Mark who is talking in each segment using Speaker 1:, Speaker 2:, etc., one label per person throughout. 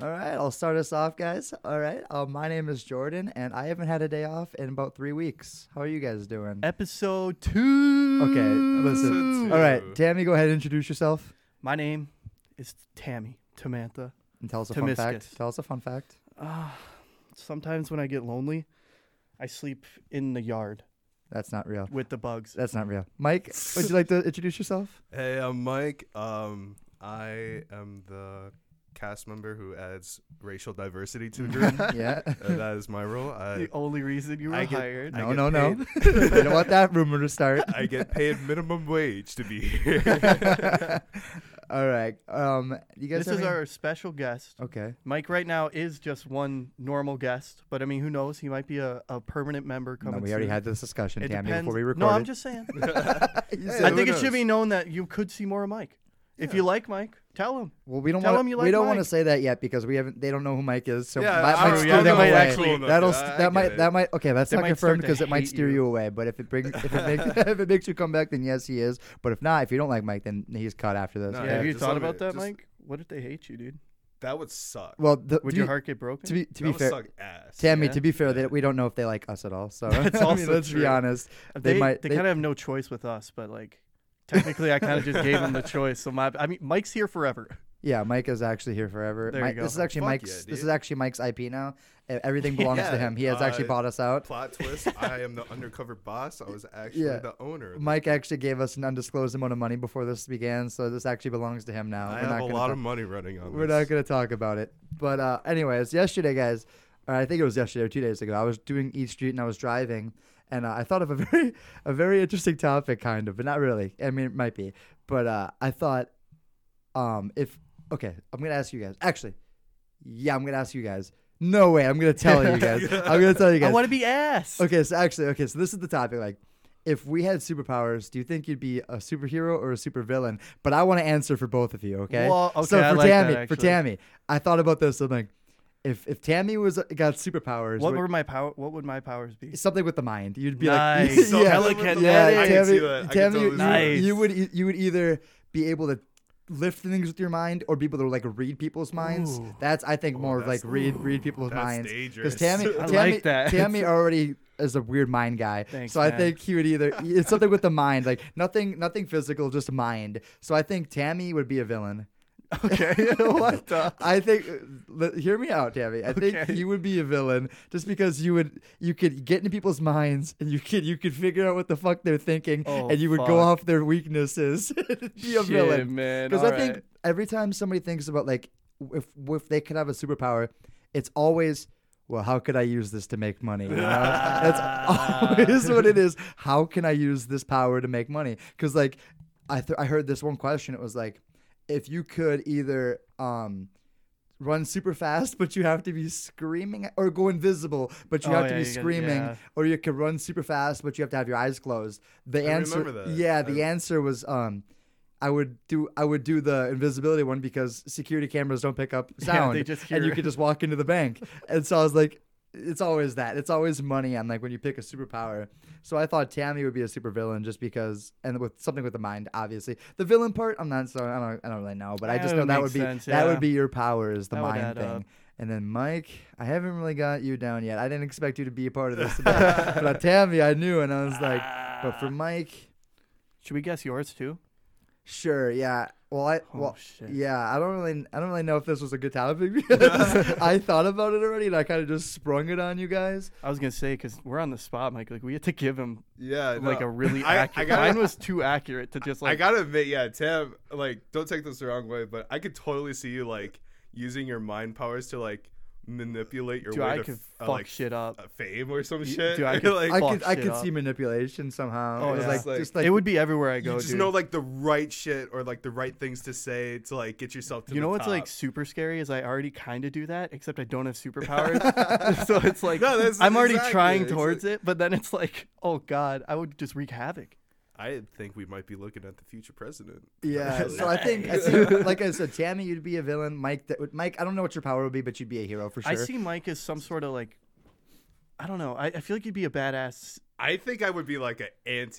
Speaker 1: All right, I'll start us off, guys. All right, uh, my name is Jordan, and I haven't had a day off in about three weeks. How are you guys doing?
Speaker 2: Episode two.
Speaker 1: Okay, listen.
Speaker 3: two.
Speaker 1: All right, Tammy, go ahead and introduce yourself
Speaker 2: Uh, My name is Tammy Tamantha.
Speaker 1: and tell us a fun fact.
Speaker 2: Temiscus.
Speaker 1: Tell us a fun fact.
Speaker 2: Ah, sometimes when I get lonely, I sleep in the yard
Speaker 1: That's not real.
Speaker 2: with the bugs.
Speaker 1: That's not real. Mike, would you like to introduce yourself?
Speaker 3: Hey, I'm Mike. Um, I am the cast member who adds racial diversity to the group. uh,
Speaker 1: Yeah.
Speaker 3: that is my role.
Speaker 2: the
Speaker 3: I,
Speaker 2: only reason you were
Speaker 3: Uh, I get-
Speaker 2: hired.
Speaker 3: I
Speaker 1: No,
Speaker 3: get
Speaker 1: no, no.
Speaker 3: paid-
Speaker 1: I don't want that rumor to start.
Speaker 3: I get paid minimum wage to be here.
Speaker 1: All right. Um, you guys.
Speaker 2: This is
Speaker 1: have any-
Speaker 2: our special guest.
Speaker 1: Okay.
Speaker 2: Mike right now is just one normal guest, but I mean, who knows? He might be a, a permanent member
Speaker 1: No,
Speaker 2: coming.
Speaker 1: we already
Speaker 2: soon.
Speaker 1: had this discussion,
Speaker 2: It
Speaker 1: Tammy,
Speaker 2: depends.
Speaker 1: before we recorded.
Speaker 2: No, I'm just saying.
Speaker 1: You
Speaker 3: I
Speaker 1: said-
Speaker 2: I
Speaker 3: who
Speaker 2: think it should
Speaker 3: knows?
Speaker 2: be known that you could see more of Mike. If you like Mike, tell him.
Speaker 1: Well, we don't
Speaker 2: Tell
Speaker 1: want
Speaker 2: 'em you
Speaker 1: we
Speaker 2: like
Speaker 1: don't want to
Speaker 2: Mike.
Speaker 1: say that yet because we haven't. They don't know who Mike is, so
Speaker 3: Yeah,
Speaker 1: that
Speaker 3: I
Speaker 1: might
Speaker 3: don't-
Speaker 1: steer
Speaker 3: yeah,
Speaker 1: them
Speaker 3: I
Speaker 1: away.
Speaker 3: don't know. Cool enough,
Speaker 1: That'll
Speaker 3: yeah,
Speaker 1: st-
Speaker 3: I
Speaker 1: that might
Speaker 3: get it.
Speaker 1: that might okay. That's
Speaker 2: They
Speaker 1: not
Speaker 2: might start
Speaker 1: confirmed
Speaker 2: to
Speaker 1: because it might
Speaker 2: hate
Speaker 1: steer you.
Speaker 2: you.
Speaker 1: away. But if it brings if it makes if it makes you come back, then yes, he is. But if not, if you don't like Mike, then he's cut after this. okay?
Speaker 3: No, Uh, yeah,
Speaker 2: have you
Speaker 3: just
Speaker 2: thought
Speaker 3: let me-
Speaker 2: about that,
Speaker 3: just-
Speaker 2: Mike? What if they hate you, dude?
Speaker 3: that would suck.
Speaker 1: Well, the,
Speaker 2: Would
Speaker 1: to
Speaker 2: your
Speaker 1: be,
Speaker 2: heart get broken?
Speaker 1: to be to
Speaker 3: that
Speaker 1: be
Speaker 3: would
Speaker 1: fair,
Speaker 3: suck ass.
Speaker 1: Tammy,
Speaker 2: Yeah.
Speaker 1: to be fair, they, we don't know if they like us at all. So
Speaker 3: That's
Speaker 1: I mean,
Speaker 3: also
Speaker 1: let's be
Speaker 3: true.
Speaker 1: honest.
Speaker 2: they
Speaker 1: they might-
Speaker 2: They,
Speaker 1: they-
Speaker 2: kind of have no choice with us, but like technically, I kind of just gave them the choice. So my, I mean, Mike's here forever.
Speaker 1: Yeah, Mike is actually here forever.
Speaker 2: There you
Speaker 1: Mike,
Speaker 2: go.
Speaker 1: This is actually
Speaker 3: Fuck
Speaker 1: Mike's.
Speaker 3: yeah,
Speaker 1: this is
Speaker 3: dude.
Speaker 1: actually Mike's IP now. E- Everything belongs to
Speaker 3: Yeah,
Speaker 1: him. He has actually
Speaker 3: uh,
Speaker 1: bought us out.
Speaker 3: Plot twist: I am the undercover boss. I was actually
Speaker 1: Yeah.
Speaker 3: the owner.
Speaker 1: Mike actually gave us an undisclosed amount of money before this began, so this actually belongs to him now. We're not
Speaker 3: I have a
Speaker 1: gonna
Speaker 3: lot
Speaker 1: talk-
Speaker 3: of money running on.
Speaker 1: We're
Speaker 3: this.
Speaker 1: not going to talk about it. But uh, anyways, yesterday, guys, or I think it was yesterday or two days ago, I was doing Eat Street and I was driving, and uh, I thought of a very, a very interesting topic, kind of, but not really. I mean, it might be, but uh, I thought, um, if okay, I'm going to ask you guys. Actually, yeah, I'm going to ask you guys. No way, I'm going to tell you guys. I'm going to tell you
Speaker 2: I
Speaker 1: guys.
Speaker 2: want to be ass.
Speaker 1: Okay, so actually, okay, so this is the topic. Like, if we had superpowers, do you think you'd be a superhero or a supervillain? But I want to answer for both of you. Okay.
Speaker 2: Well,
Speaker 1: so
Speaker 2: okay, I
Speaker 1: for
Speaker 2: like that,
Speaker 1: Tammy, for
Speaker 2: actually.
Speaker 1: Tammy, I thought about this. I'm like, if if Tammy was got superpowers,
Speaker 2: What
Speaker 1: would-
Speaker 2: were my power? What would my powers be?
Speaker 1: something with the mind? You'd be
Speaker 2: Nice.
Speaker 1: like, yeah,
Speaker 2: Telekinetic.
Speaker 1: yeah,
Speaker 2: I
Speaker 3: can
Speaker 1: Tammy,
Speaker 3: see that. I can
Speaker 1: Tammy,
Speaker 3: totally
Speaker 1: you,
Speaker 3: see
Speaker 2: that.
Speaker 1: you would e- you would either be able to lift things with your mind or be able to like read people's minds.
Speaker 2: Ooh.
Speaker 1: That's I think more of like
Speaker 3: Oh, that's-
Speaker 1: read read people's
Speaker 3: that's
Speaker 1: minds
Speaker 3: dangerous.
Speaker 1: Tammy,
Speaker 2: I
Speaker 1: Tammy,
Speaker 2: like that.
Speaker 1: Tammy already is a weird mind guy.
Speaker 2: Thanks,
Speaker 1: so I
Speaker 2: man.
Speaker 1: think he would either it's something with the mind, like nothing nothing physical, just mind. So I think Tammy would be a villain.
Speaker 2: Okay. what the?
Speaker 1: I think uh, l- hear me out, Tammy. I think
Speaker 2: Okay.
Speaker 1: you would be a villain just because you would you could get into people's minds and you could you could figure out what the fuck they're thinking
Speaker 2: Oh,
Speaker 1: and you would go
Speaker 2: fuck.
Speaker 1: off their weaknesses. and be a
Speaker 2: Shit,
Speaker 1: villain.
Speaker 2: man.
Speaker 1: Because I
Speaker 2: all
Speaker 1: think
Speaker 2: right.
Speaker 1: every time somebody thinks about like if if they could have a superpower, it's always well, how could I use this to make money? You know? That's always what it is. How can I use this power to make money? Because like I th- I heard this one question. It was like if you could either um run super fast but you have to be screaming or go invisible but you
Speaker 2: Oh,
Speaker 1: have to
Speaker 2: yeah,
Speaker 1: be
Speaker 2: you can-
Speaker 1: screaming
Speaker 2: yeah.
Speaker 1: or you could run super fast but you have to have your eyes closed the
Speaker 3: I
Speaker 1: answer
Speaker 3: remember that.
Speaker 1: yeah
Speaker 3: I-
Speaker 1: the answer was um I would do I would do the invisibility one because security cameras don't pick up
Speaker 2: Yeah, they
Speaker 1: sound,
Speaker 2: just
Speaker 1: and you
Speaker 2: hear-
Speaker 1: could just walk into the bank. And so I was like, it's always that. It's always money on like when you pick a superpower. So I thought Tammy would be a supervillain just because, and with something with the mind, obviously. The villain part, I'm not so I don't I don't really know, but I
Speaker 2: That
Speaker 1: just
Speaker 2: would
Speaker 1: know that
Speaker 2: make
Speaker 1: would be
Speaker 2: sense,
Speaker 1: that
Speaker 2: yeah.
Speaker 1: would be your power is the
Speaker 2: That would
Speaker 1: mind
Speaker 2: add
Speaker 1: thing.
Speaker 2: up.
Speaker 1: And then Mike, I haven't really got you down yet. I didn't expect you to be a part of this, but, but Tammy, I knew, and I was like, but
Speaker 2: Ah.
Speaker 1: for Mike.
Speaker 2: Should we guess yours too?
Speaker 1: Sure. Yeah. Well, I
Speaker 2: Oh
Speaker 1: well,
Speaker 2: shit.
Speaker 1: yeah. I don't really, I don't really know if this was a good topic because I thought about it already and I kind of just sprung it on you guys.
Speaker 2: I was gonna say because we're on the spot, Mike. Like we had to give him
Speaker 3: Yeah,
Speaker 2: like
Speaker 3: no.
Speaker 2: a really
Speaker 3: I- I
Speaker 2: accurate.
Speaker 3: gotta-
Speaker 2: Mine was too accurate to just like.
Speaker 3: I gotta admit, yeah, Tim, like, don't take this the wrong way, but I could totally see you like using your mind powers to like manipulate your
Speaker 2: Dude,
Speaker 3: way
Speaker 2: I
Speaker 3: to
Speaker 2: could
Speaker 3: f-
Speaker 2: fuck
Speaker 3: like,
Speaker 2: shit up.
Speaker 3: uh, fame or some
Speaker 2: You-
Speaker 3: shit.
Speaker 2: dude, I could-
Speaker 3: like,
Speaker 1: I
Speaker 2: Fuck
Speaker 1: could, I
Speaker 2: shit
Speaker 1: could
Speaker 2: up.
Speaker 1: see manipulation somehow.
Speaker 2: Oh,
Speaker 1: it was
Speaker 2: yeah.
Speaker 1: like,
Speaker 3: Like,
Speaker 1: just like
Speaker 2: it would be everywhere I go.
Speaker 3: you just
Speaker 2: dude.
Speaker 3: know like the right shit or like the right things to say to like get yourself to.
Speaker 2: you
Speaker 3: the
Speaker 2: know what's like
Speaker 3: top.
Speaker 2: super scary is I already kind of do that, except I don't have superpowers. so it's like
Speaker 3: No, that's
Speaker 2: I'm already
Speaker 3: exactly-
Speaker 2: trying
Speaker 3: it's
Speaker 2: towards
Speaker 3: like-
Speaker 2: it, but then it's like, oh god, I would just wreak havoc.
Speaker 3: I think we might be looking at the future president.
Speaker 1: yeah. So I think, I see, like I said, Tammy, you'd be a villain. Mike, that would, Mike, I don't know what your power would be, but you'd be a hero for sure.
Speaker 2: I see Mike as some sort of like. I don't know. I, I feel like you'd be a badass.
Speaker 3: I think I would be like an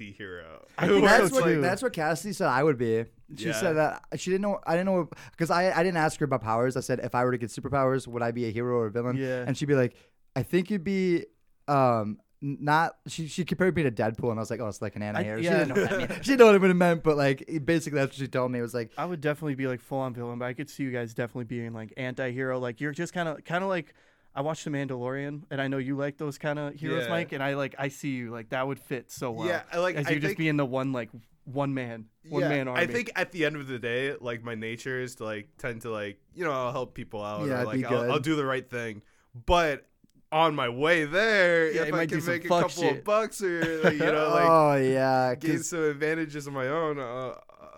Speaker 3: anti-hero.
Speaker 2: I think
Speaker 1: That's
Speaker 2: so
Speaker 1: what
Speaker 2: too.
Speaker 1: that's what Cassidy said I would be. She
Speaker 3: Yeah.
Speaker 1: said that she didn't know. I didn't know because I I didn't ask her about powers. I said if I were to get superpowers, would I be a hero or a villain?
Speaker 2: Yeah.
Speaker 1: And she'd be like, I think you'd be um n- not. She she compared me to Deadpool, and I was like, oh, it's like an anti-hero.
Speaker 2: yeah,
Speaker 1: she didn't know what that meant. She didn't know what it would've meant, but like it- basically that's what she told me. It was like
Speaker 2: I would definitely be like full on villain, but I could see you guys definitely being like anti-hero. Like you're just kind of kind of like I watched The Mandalorian, and I know you like those kind of heroes,
Speaker 3: Yeah.
Speaker 2: Mike. And I like I see you like that would fit so well.
Speaker 3: Yeah, I like-
Speaker 2: as
Speaker 3: I
Speaker 2: you just
Speaker 3: think-
Speaker 2: being the one like one man one
Speaker 3: Yeah,
Speaker 2: man army.
Speaker 3: I think at the end of the day, like my nature is to like tend to like you know I'll help people out.
Speaker 1: Yeah,
Speaker 3: or,
Speaker 1: it'd
Speaker 3: like
Speaker 1: be
Speaker 3: I'll,
Speaker 1: good.
Speaker 3: I'll do the right thing, but on my way there,
Speaker 2: Yeah, you
Speaker 3: if I
Speaker 2: might do
Speaker 3: can
Speaker 2: some
Speaker 3: make a
Speaker 2: fuck
Speaker 3: couple
Speaker 2: shit.
Speaker 3: of bucks or like, you know like
Speaker 1: oh yeah,
Speaker 3: gain
Speaker 1: 'cause-
Speaker 3: some advantages of my own, uh,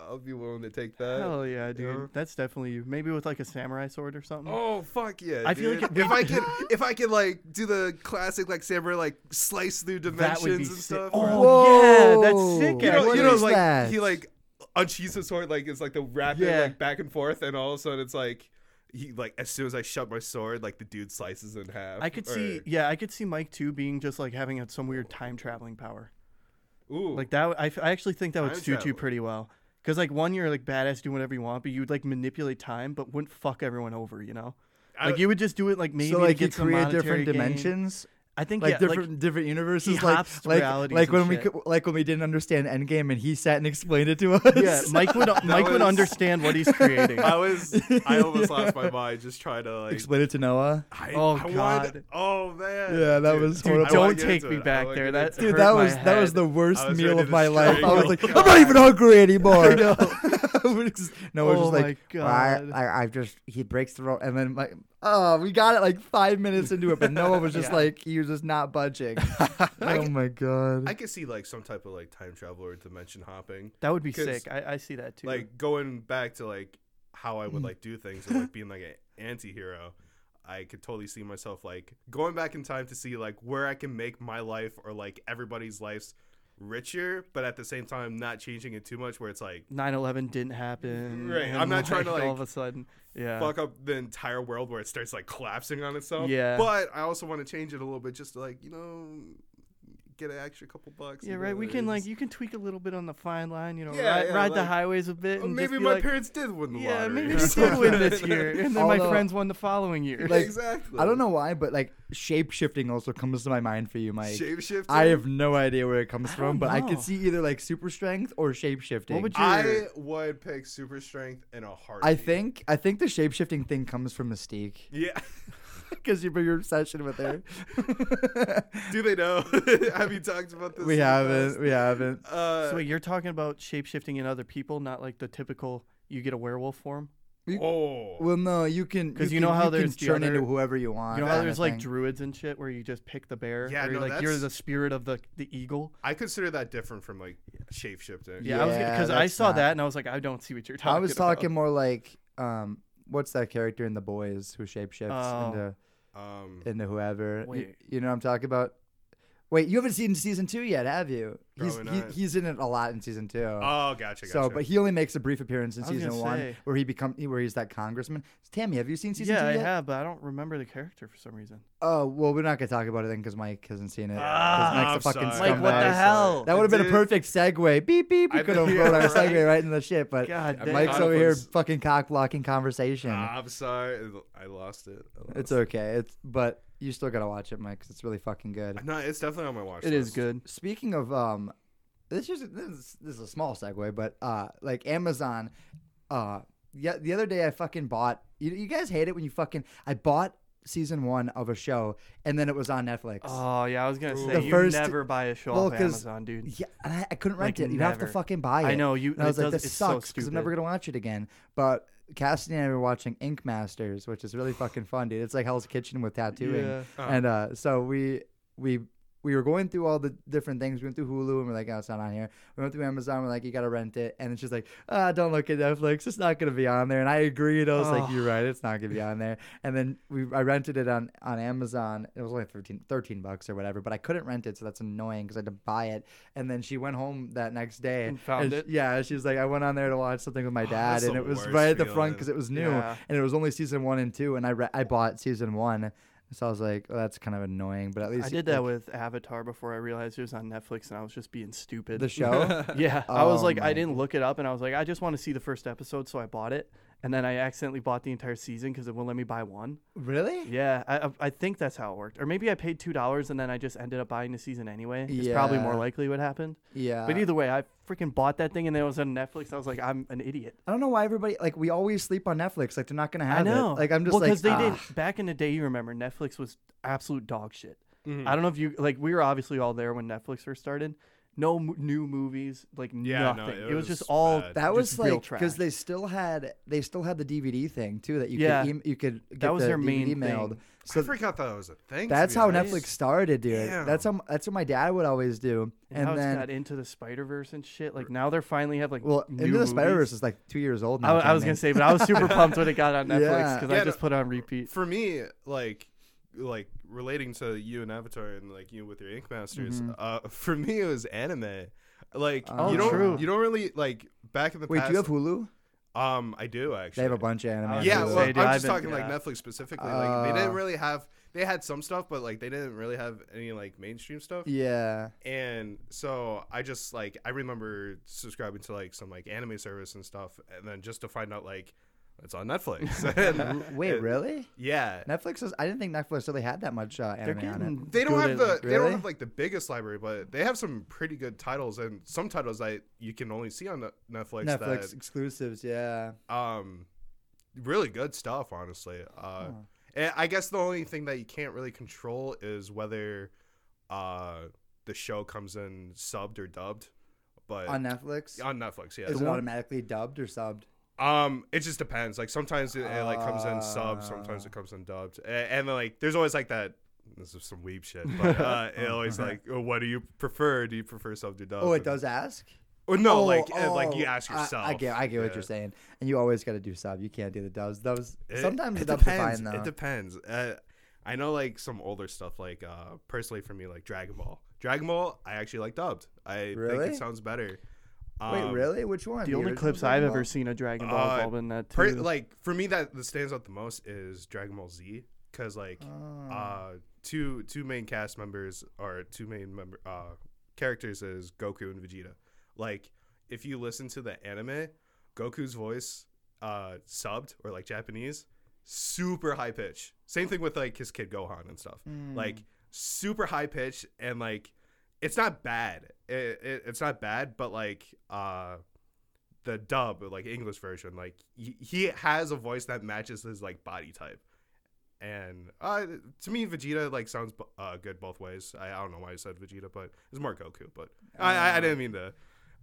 Speaker 3: I'll be willing to take that.
Speaker 2: Hell yeah, dude.
Speaker 3: know?
Speaker 2: That's definitely you. Maybe with like a samurai sword or something.
Speaker 3: Oh fuck yeah!
Speaker 2: I feel like
Speaker 3: dude.
Speaker 2: it-
Speaker 3: if I could, if I could like do the classic like samurai like slice through
Speaker 2: That would be
Speaker 3: dimensions and
Speaker 2: sick.
Speaker 3: stuff.
Speaker 2: Oh,
Speaker 3: or-
Speaker 2: yeah, that's
Speaker 1: Whoa.
Speaker 2: sick,
Speaker 3: you
Speaker 2: yeah,
Speaker 3: know,
Speaker 1: What
Speaker 3: you know
Speaker 1: is
Speaker 3: like
Speaker 1: that?
Speaker 3: he like unsheathes his sword like it's like the rapid
Speaker 2: Yeah.
Speaker 3: like back and forth, and all of a sudden it's like he like as soon as I shut my sword, like the dude slices in half.
Speaker 2: I could see, yeah, I could see Mike too being just like having a- some weird time traveling power.
Speaker 3: Or- ooh,
Speaker 2: Like that, I, I actually think that would
Speaker 3: Time
Speaker 2: suit you
Speaker 3: travel.
Speaker 2: pretty well. Cause like one, you're like badass, do whatever you want, but you'd like manipulate time, but wouldn't fuck everyone over, you know?
Speaker 3: I-
Speaker 2: like you would just do it like maybe
Speaker 1: so
Speaker 2: to
Speaker 1: like you
Speaker 2: get some
Speaker 1: create
Speaker 2: monetary
Speaker 1: different
Speaker 2: gain.
Speaker 1: dimensions.
Speaker 2: I think
Speaker 1: like
Speaker 2: yeah,
Speaker 1: different different universes.
Speaker 2: he
Speaker 1: like
Speaker 2: hops to
Speaker 1: like,
Speaker 2: realities
Speaker 1: like
Speaker 2: and
Speaker 1: when we
Speaker 2: shit.
Speaker 1: cou- like when we didn't understand Endgame and he sat and explained it to us.
Speaker 2: Like, yeah, Mike would Mike would
Speaker 3: was-
Speaker 2: understand what he's creating.
Speaker 3: I was I almost lost my mind just trying to like.
Speaker 1: explain it to Noah.
Speaker 3: I,
Speaker 2: Oh,
Speaker 3: I wanted-
Speaker 2: God.
Speaker 3: oh man!
Speaker 1: Yeah, that was
Speaker 3: I
Speaker 1: horrible.
Speaker 2: Dude,
Speaker 3: wanna
Speaker 2: don't
Speaker 3: get
Speaker 2: take
Speaker 3: into
Speaker 2: me
Speaker 3: it. I
Speaker 2: back
Speaker 3: wanna
Speaker 2: there.
Speaker 3: get
Speaker 2: That
Speaker 3: into it.
Speaker 1: Dude,
Speaker 2: hurt
Speaker 1: that
Speaker 2: my
Speaker 1: was that was
Speaker 2: head.
Speaker 1: the worst
Speaker 3: I was
Speaker 1: meal
Speaker 3: ready
Speaker 1: of
Speaker 3: to
Speaker 1: my life. I was
Speaker 3: strangle.
Speaker 1: like, I'm not even hungry anymore.
Speaker 2: I know.
Speaker 1: We're just- Noah's
Speaker 2: Oh
Speaker 1: just like,
Speaker 2: my
Speaker 1: "Well, I-
Speaker 2: God.
Speaker 1: I, I just he breaks the rope, and then like, oh, we got it like five minutes into it, but Noah was just
Speaker 2: Yeah.
Speaker 1: like, he was just not budging. oh my god.
Speaker 3: I could see like some type of like time travel or dimension hopping,
Speaker 2: That would be
Speaker 3: 'Cause,
Speaker 2: sick. I, I see that too.
Speaker 3: like going back to like how I would
Speaker 2: Mm.
Speaker 3: like do things and like being like an anti-hero. I could totally see myself like going back in time to see like where I can make my life or like everybody's lives richer, but at the same time not changing it too much where it's like
Speaker 2: 9/11 didn't happen.
Speaker 3: Right,
Speaker 2: and,
Speaker 3: I'm not trying to,
Speaker 2: all
Speaker 3: like,
Speaker 2: of a sudden. Yeah.
Speaker 3: fuck up the entire world where it starts like collapsing on itself.
Speaker 2: Yeah.
Speaker 3: But I also want to change it a little bit just to like, you know, get an extra couple bucks.
Speaker 2: Yeah,
Speaker 3: and
Speaker 2: right.
Speaker 3: do
Speaker 2: We can
Speaker 3: this.
Speaker 2: like you can tweak a little bit on the fine line, you know,
Speaker 3: Yeah,
Speaker 2: ride,
Speaker 3: yeah,
Speaker 2: ride the
Speaker 3: like,
Speaker 2: highways a bit.
Speaker 3: Oh,
Speaker 2: And
Speaker 3: maybe
Speaker 2: just be
Speaker 3: my
Speaker 2: like,
Speaker 3: parents did win the
Speaker 2: Yeah,
Speaker 3: lottery.
Speaker 2: maybe I
Speaker 3: or
Speaker 2: did win this
Speaker 3: something.
Speaker 2: year, and then my
Speaker 1: Although-
Speaker 2: friends won the following year.
Speaker 1: Like,
Speaker 3: exactly.
Speaker 1: I don't know why, but like shape shifting also comes to my mind for you, Mike.
Speaker 3: Shapeshifting.
Speaker 1: I have no idea where it comes
Speaker 2: I
Speaker 1: from,
Speaker 2: don't
Speaker 1: but I
Speaker 2: know.
Speaker 1: could see either like super strength or shape shifting.
Speaker 2: What would you-
Speaker 3: I would pick super strength in a heartbeat.
Speaker 1: I think I think the shape shifting thing comes from Mystique
Speaker 3: Yeah.
Speaker 1: because you your obsession with her.
Speaker 3: Do they know? have you talked about this?
Speaker 1: we
Speaker 3: in the
Speaker 1: haven't, we haven't.
Speaker 3: past? Uh,
Speaker 2: so wait, you're talking about shape shifting in other people, not like the typical you get a werewolf form.
Speaker 3: oh.
Speaker 1: Well, no, you can
Speaker 2: 'Cause you
Speaker 1: can-
Speaker 2: know how
Speaker 1: you can
Speaker 2: there's the
Speaker 1: turn
Speaker 2: other-
Speaker 1: into whoever you want.
Speaker 2: You know how
Speaker 1: kinda
Speaker 2: there's like
Speaker 1: thing.
Speaker 2: druids and shit where you just pick the bear.
Speaker 3: Yeah,
Speaker 2: or
Speaker 3: no,
Speaker 2: like you're
Speaker 3: that's-
Speaker 2: the spirit of the the eagle.
Speaker 3: I consider that different from like shapeshifting.
Speaker 2: Yeah, I was
Speaker 1: Yeah,
Speaker 2: because I
Speaker 1: that's
Speaker 2: saw
Speaker 1: not-
Speaker 2: that and I was like, I don't see what you're talking.
Speaker 1: I was
Speaker 2: about.
Speaker 1: talking more like um, what's that character in The Boys who shape shifts
Speaker 2: Oh.
Speaker 1: into
Speaker 3: Um,
Speaker 1: into whoever? Y-
Speaker 2: Wait.
Speaker 1: you know what I'm talking about? Wait, you haven't seen season two yet, have you? He's
Speaker 3: Probably
Speaker 1: he,
Speaker 3: not.
Speaker 1: he's in it a lot in season two.
Speaker 3: oh, gotcha, gotcha.
Speaker 1: So, but he only makes a brief appearance in
Speaker 2: I was
Speaker 1: season
Speaker 2: gonna
Speaker 1: one,
Speaker 2: say-
Speaker 1: where he become where he's that congressman. Tammy, have you seen season
Speaker 2: yeah,
Speaker 1: two
Speaker 2: I
Speaker 1: yet?
Speaker 2: have, but I don't remember the character for some reason.
Speaker 1: Oh well, we're not gonna talk about it then because Mike hasn't seen it. 'cause
Speaker 3: Ah,
Speaker 1: Mike's a
Speaker 3: I'm
Speaker 1: fucking
Speaker 3: sorry.
Speaker 1: scumbag.
Speaker 3: Mike, what the
Speaker 2: hell?
Speaker 1: That would have been a
Speaker 3: Dude.
Speaker 1: perfect segue. Beep beep. We
Speaker 3: I
Speaker 1: could have
Speaker 3: think-
Speaker 1: thrown our
Speaker 3: Right.
Speaker 1: segue right in the shit, but
Speaker 2: God damn.
Speaker 1: Mike's
Speaker 3: God,
Speaker 1: over
Speaker 3: I'm
Speaker 1: here
Speaker 3: s-
Speaker 1: fucking cock blocking conversation.
Speaker 3: Ah, I'm sorry, I lost it. I lost
Speaker 1: it's
Speaker 3: it.
Speaker 1: okay. It's but you still gotta watch it, Mike. 'cause it's really fucking good.
Speaker 3: No, it's definitely on my watch.
Speaker 2: It is
Speaker 3: list.
Speaker 2: good.
Speaker 1: Speaking of um, this is this is, this is a small segue, but uh, like Amazon, uh, yeah, the other day I fucking bought. You, you guys hate it when you fucking I bought season one of a show and then it was on Netflix.
Speaker 2: Oh yeah, I was gonna
Speaker 3: Ooh.
Speaker 2: say
Speaker 1: The
Speaker 2: you
Speaker 1: first-
Speaker 2: never buy a show
Speaker 1: well,
Speaker 2: off
Speaker 1: 'cause-
Speaker 2: Amazon, dude.
Speaker 1: Yeah, and I, I couldn't rent
Speaker 2: Like,
Speaker 1: it. You have to
Speaker 2: never.
Speaker 1: fucking buy it.
Speaker 2: I know, you-
Speaker 1: And I was
Speaker 2: it
Speaker 1: like,
Speaker 2: does-
Speaker 1: this
Speaker 2: it's so
Speaker 1: sucks because I'm never
Speaker 2: stupid.
Speaker 1: gonna watch it again. But Cassidy and I were watching Ink Masters, which is really fucking fun, dude. It's like Hell's Kitchen with tattooing.
Speaker 2: Yeah.
Speaker 3: Oh.
Speaker 1: And uh, so we we we were going through all the different things. We went through Hulu and we're like, oh, it's not on here. We went through Amazon. We're like, you gotta rent it. And it's just like, ah, don't look at Netflix. It's not gonna be on there. And I agreed. I was like,
Speaker 2: Oh.
Speaker 1: you're right. It's not gonna be on there. And then we I rented it on on Amazon. It was only 13, 13 bucks or whatever. But I couldn't rent it, so that's annoying because I had to buy it. And then she went home that next day
Speaker 2: And found
Speaker 1: she-
Speaker 2: it? Oh,
Speaker 1: yeah, she was like, I went on there to watch something with my dad,
Speaker 3: that's
Speaker 1: and
Speaker 3: the
Speaker 1: it was
Speaker 3: worst
Speaker 1: right at the front
Speaker 3: feeling.
Speaker 1: because it was new,
Speaker 2: Yeah.
Speaker 1: and it was only season one and two, and I re- I bought season one. So I was like, oh, that's kind of annoying. But at least
Speaker 2: I
Speaker 1: he-
Speaker 2: did that
Speaker 1: like,
Speaker 2: with Avatar before I realized it was on Netflix, and I was just being stupid.
Speaker 1: the show.
Speaker 2: yeah, I was
Speaker 1: Oh
Speaker 2: like,
Speaker 1: my
Speaker 2: I didn't look it up, and I was like, I just want to see the first episode, so I bought it, and then I accidentally bought the entire season because it wouldn't let me buy one.
Speaker 1: really?
Speaker 2: Yeah, I, I- I think that's how it worked, or maybe I paid two dollars and then I just ended up buying the season anyway. It's probably more
Speaker 1: Yeah.
Speaker 2: likely what happened.
Speaker 1: Yeah.
Speaker 2: but either way, I freaking bought that thing, and then it was on Netflix. I was like, I'm an idiot.
Speaker 1: I don't know why everybody like we always sleep on Netflix. Like they're not gonna
Speaker 2: I
Speaker 1: have
Speaker 2: know.
Speaker 1: it. Like I'm just
Speaker 2: well,
Speaker 1: like
Speaker 2: they
Speaker 1: ah.
Speaker 2: didn't. Back in the day, you remember Netflix was absolute dog shit.
Speaker 3: Mhm.
Speaker 2: I don't know if you like. We were obviously all there when Netflix first started. No m- new movies, like
Speaker 3: Yeah, no,
Speaker 2: nothing.
Speaker 3: it
Speaker 2: it, was
Speaker 3: was
Speaker 2: just all.
Speaker 3: bad.
Speaker 1: That was
Speaker 2: just real
Speaker 1: like because
Speaker 2: trash.
Speaker 1: they still had they still had the DVD thing too that you
Speaker 2: Yeah.
Speaker 1: could em- you could get
Speaker 2: was
Speaker 1: the
Speaker 2: their
Speaker 1: DVD
Speaker 2: main
Speaker 1: mailed.
Speaker 2: thing.
Speaker 1: So
Speaker 3: I forgot that was a thing. to
Speaker 1: that's
Speaker 3: be
Speaker 1: how
Speaker 3: honest.
Speaker 1: Netflix started, dude.
Speaker 3: Damn.
Speaker 1: That's how that's what my dad would always do.
Speaker 2: And,
Speaker 1: And,
Speaker 2: how it's
Speaker 1: then
Speaker 2: got into the Spider Verse and shit. Like now they're finally have like
Speaker 1: well,
Speaker 2: new
Speaker 1: Into the
Speaker 2: movies.
Speaker 1: Spider Verse is like two years old now.
Speaker 2: I, I was
Speaker 1: Jeremy.
Speaker 2: gonna say, but I was super pumped when it got on Netflix
Speaker 1: Yeah.
Speaker 2: because
Speaker 3: Yeah,
Speaker 2: I just
Speaker 3: no.
Speaker 2: put it on repeat.
Speaker 3: For me, like like relating to you and Avatar and like you with your Ink Masters, uh, for me it was anime. Like
Speaker 1: Mm-hmm. Oh,
Speaker 3: you don't
Speaker 2: true.
Speaker 3: you don't really like back in the
Speaker 1: Wait,
Speaker 3: past.
Speaker 1: do you have Hulu?
Speaker 3: um, I do actually.
Speaker 1: They have a bunch of anime.
Speaker 2: I
Speaker 1: on
Speaker 2: was
Speaker 3: Yeah,
Speaker 2: gonna
Speaker 1: Hulu.
Speaker 3: well,
Speaker 2: say, dude,
Speaker 3: I'm
Speaker 2: I've
Speaker 3: just
Speaker 2: been-
Speaker 3: talking like
Speaker 2: yeah.
Speaker 3: Netflix specifically. Like they
Speaker 1: Uh,
Speaker 3: didn't really have. They had some stuff, but like they didn't really have any like mainstream stuff.
Speaker 1: yeah.
Speaker 3: And so I just like I remember subscribing to like some like anime service and stuff, and then just to find out like it's on Netflix. And-
Speaker 1: Wait,
Speaker 3: and-
Speaker 1: really?
Speaker 3: Yeah.
Speaker 1: Netflix is. I didn't think Netflix really had that much uh,
Speaker 2: They're
Speaker 1: anime on it.
Speaker 2: getting
Speaker 3: They don't
Speaker 2: good
Speaker 3: have
Speaker 2: at-
Speaker 3: the they don't
Speaker 1: Really?
Speaker 3: have like the biggest library, but they have some pretty good titles and some titles that you can only see on Net- Netflix.
Speaker 1: Netflix exclusives, yeah.
Speaker 3: That, um, really good stuff, honestly. Uh, and I guess the only thing that you can't really control is whether uh the show comes in subbed or dubbed, but
Speaker 1: On Netflix,
Speaker 3: on Netflix, yeah.
Speaker 1: is it
Speaker 2: one-
Speaker 1: automatically dubbed or subbed?
Speaker 3: Um, it just depends. Like sometimes it, it, like comes in sub, sometimes
Speaker 1: Ah.
Speaker 3: it comes in dubbed, A- and, then like there's always like that. This is some weeb shit, but uh, it always like, oh, what do you prefer? Do you prefer sub to dub?
Speaker 1: Oh, it
Speaker 3: And-
Speaker 1: does ask.
Speaker 3: Or no,
Speaker 1: oh,
Speaker 3: like uh, like you
Speaker 1: oh,
Speaker 3: ask
Speaker 1: I-
Speaker 3: yourself.
Speaker 1: I, get, I get what
Speaker 3: Yeah.
Speaker 1: you're saying, and you always got to do sub. You can't do the dubs. Those
Speaker 3: It-
Speaker 1: sometimes
Speaker 3: it
Speaker 1: the dubs are
Speaker 3: depends.
Speaker 1: fine though.
Speaker 3: It depends. Uh, I know like some older stuff. Like uh, personally for me, like Dragon Ball. Dragon Ball, I actually like dubbed. I think
Speaker 1: Really?
Speaker 3: it sounds better.
Speaker 1: Wait,
Speaker 3: Um,
Speaker 1: really? Which one?
Speaker 2: The only
Speaker 1: original
Speaker 2: clips
Speaker 1: Dragon
Speaker 2: I've
Speaker 1: Ball?
Speaker 2: ever seen of Dragon Ball have
Speaker 3: Uh,
Speaker 2: all been that too.
Speaker 3: per- like for me that that stands out the most is Dragon Ball Z because like
Speaker 1: Oh.
Speaker 3: uh two two main cast members or two main member uh characters is Goku and Vegeta. Like if you listen to the anime, Goku's voice uh subbed or like Japanese, super high pitch. Same thing with like his kid Gohan and stuff. Like
Speaker 1: Mm.
Speaker 3: super high pitch and like it's not bad. It, it, it's not bad, but like uh the dub like English version, like he, he has a voice that matches his like body type. And uh, to me, Vegeta like sounds bu- uh, good both ways. I, I don't know why I said Vegeta, but it's more Goku. But I, I, I didn't mean to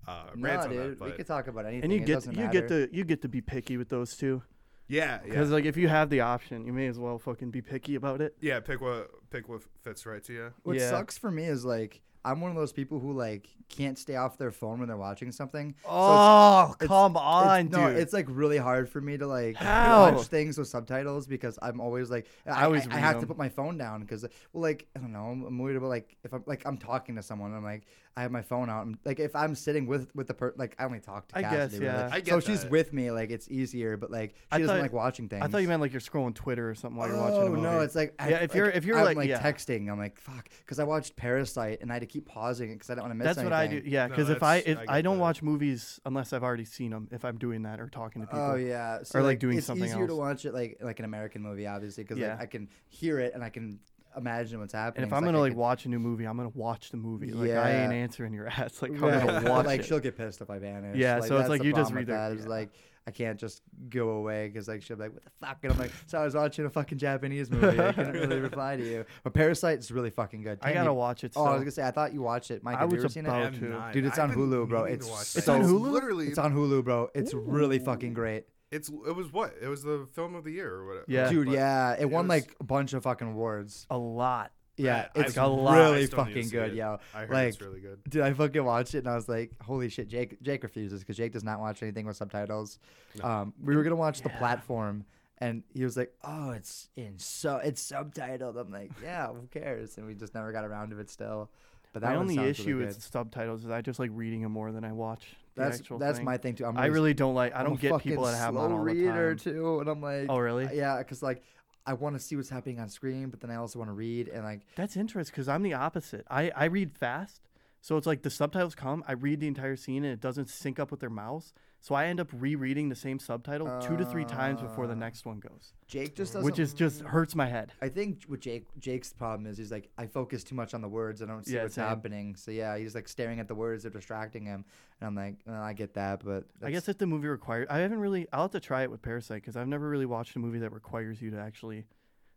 Speaker 3: uh, rant
Speaker 1: no,
Speaker 3: on
Speaker 1: dude,
Speaker 3: that.
Speaker 1: we
Speaker 3: But
Speaker 1: could talk about anything.
Speaker 2: and you
Speaker 1: it
Speaker 2: get
Speaker 1: doesn't
Speaker 2: you
Speaker 1: matter.
Speaker 2: get to you get to be picky with those two
Speaker 3: yeah, yeah,
Speaker 2: because like if you have the option, you may as well fucking be picky about it.
Speaker 3: yeah. Pick what pick what fits right to you.
Speaker 1: What
Speaker 2: Yeah.
Speaker 1: sucks for me is like I'm one of those people who like can't stay off their phone when they're watching something.
Speaker 2: Oh,
Speaker 1: it's-
Speaker 2: come on,
Speaker 1: it's,
Speaker 2: dude!
Speaker 1: No, it's like really hard for me to like
Speaker 2: How?
Speaker 1: watch things with subtitles because I'm always like I,
Speaker 2: always
Speaker 1: always I,
Speaker 2: read
Speaker 1: have to
Speaker 2: them.
Speaker 1: put my phone down because well like I don't know I'm, I'm worried about like if I'm like I'm talking to someone I'm like I have my phone out I'm, like if I'm sitting with with the person like I only talk to
Speaker 2: I
Speaker 1: Cassidy
Speaker 2: guess,
Speaker 1: really.
Speaker 2: yeah.
Speaker 3: I get
Speaker 1: so she's
Speaker 3: that.
Speaker 1: with me like it's easier but like she
Speaker 2: I
Speaker 1: doesn't
Speaker 2: thought-
Speaker 1: like watching things
Speaker 2: I thought you meant like you're scrolling Twitter or something while you're watching a
Speaker 1: Oh
Speaker 2: movie.
Speaker 1: no, it's like I-
Speaker 2: Yeah, if
Speaker 1: like,
Speaker 2: you're- if you're,
Speaker 1: I'm,
Speaker 2: like- yeah.
Speaker 1: texting, I'm like fuck, because I watched Parasite and I had to keep pausing it because I don't want to miss.
Speaker 2: that's what I do.
Speaker 1: anything.
Speaker 2: Yeah,
Speaker 3: No,
Speaker 2: because if I
Speaker 3: that's-
Speaker 2: if
Speaker 3: I get
Speaker 2: I, don't
Speaker 3: that.
Speaker 2: watch movies unless I've already seen them, if I'm doing that or talking to people.
Speaker 1: Oh yeah, so,
Speaker 2: Or, like, doing
Speaker 1: it's
Speaker 2: something
Speaker 1: easier to
Speaker 2: else.
Speaker 1: watch it like like an American movie, obviously, because
Speaker 2: Yeah.
Speaker 1: like, I can hear it and I can imagine what's happening.
Speaker 2: And
Speaker 1: It's
Speaker 2: if I'm gonna
Speaker 1: I
Speaker 2: like
Speaker 1: could-
Speaker 2: watch a new movie, I'm gonna watch the movie. Like I
Speaker 1: Yeah.
Speaker 2: ain't answering your ass. Like I'm
Speaker 1: Right.
Speaker 2: gonna watch
Speaker 1: like
Speaker 2: it.
Speaker 1: she'll get pissed if I vanish.
Speaker 2: Yeah, so it's
Speaker 1: that's
Speaker 2: like
Speaker 1: the
Speaker 2: you just
Speaker 1: problem with
Speaker 2: read
Speaker 1: that.
Speaker 2: the-
Speaker 1: It's
Speaker 2: yeah.
Speaker 1: like I can't just go away because like she'll be like, "What the fuck?" And I'm like, "So I was watching a fucking Japanese movie. I couldn't really reply to you." But Parasite is really fucking good.
Speaker 2: I
Speaker 1: Damn,
Speaker 2: gotta
Speaker 1: you-
Speaker 2: watch it.
Speaker 1: Oh, I was
Speaker 2: still.
Speaker 1: gonna say I thought you watched it, Mike.
Speaker 2: I
Speaker 1: have you
Speaker 2: was
Speaker 1: ever seen
Speaker 2: about
Speaker 1: it?
Speaker 2: Oh,
Speaker 3: I'm
Speaker 2: too.
Speaker 3: not-
Speaker 1: Dude, it's
Speaker 3: I've
Speaker 1: on
Speaker 3: been
Speaker 1: Hulu, bro.
Speaker 3: meaning to
Speaker 1: It's
Speaker 3: watch
Speaker 1: It's on
Speaker 3: that.
Speaker 2: Hulu?
Speaker 3: Literally,
Speaker 1: It's on Hulu, bro. It's really fucking great.
Speaker 3: It's it was what it was the film of the year or whatever.
Speaker 2: Yeah.
Speaker 1: Dude,
Speaker 3: But
Speaker 1: yeah. It, won
Speaker 3: was-
Speaker 1: like a bunch of fucking awards.
Speaker 2: a lot.
Speaker 1: Yeah,
Speaker 3: I-
Speaker 1: it's
Speaker 3: I-
Speaker 2: lot.
Speaker 1: really
Speaker 3: I still need to
Speaker 1: fucking
Speaker 3: see
Speaker 1: good,
Speaker 3: it.
Speaker 1: yo.
Speaker 3: I heard
Speaker 1: like,
Speaker 3: it's really good.
Speaker 1: dude, I fucking watched it and I was like, holy shit, Jake Jake refuses because Jake does not watch anything with subtitles. Um, we were gonna watch the platform and he was like, Oh, it's in so it's subtitled. I'm like, Yeah, who cares? And we just never got around to it still. But that
Speaker 2: My
Speaker 1: one
Speaker 2: only
Speaker 1: sounds
Speaker 2: issue
Speaker 1: really
Speaker 2: with
Speaker 1: good.
Speaker 2: subtitles is I just like reading them more than I watch. The
Speaker 1: that's
Speaker 2: actual
Speaker 1: that's
Speaker 2: thing.
Speaker 1: my thing too. I'm
Speaker 2: I really don't like. I
Speaker 1: I'm a
Speaker 2: don't get
Speaker 1: fucking
Speaker 2: people that have them
Speaker 1: slow
Speaker 2: on all the
Speaker 1: reader
Speaker 2: time.
Speaker 1: too, and I'm like,
Speaker 2: Oh, really?
Speaker 1: Yeah, because like I want to see what's happening on screen, but then I also want to read and like
Speaker 2: That's interesting because I'm the opposite. I, I read fast. So it's like the subtitles come, I read the entire scene and it doesn't sync up with their mouths. So I end up rereading the same subtitle two to three times before the next one goes,
Speaker 1: Jake just Ah. doesn't.
Speaker 2: which is just hurts my head.
Speaker 1: I think what Jake Jake's problem is he's like I focus too much on the words. I don't see
Speaker 2: Yeah,
Speaker 1: what's
Speaker 2: same.
Speaker 1: happening. So yeah, he's like staring at the words. They're distracting him, and I'm like, "Uh, I get that, but
Speaker 2: I guess if the movie required, I haven't really, I'll have to try it with Parasite because I've never really watched a movie that requires you to actually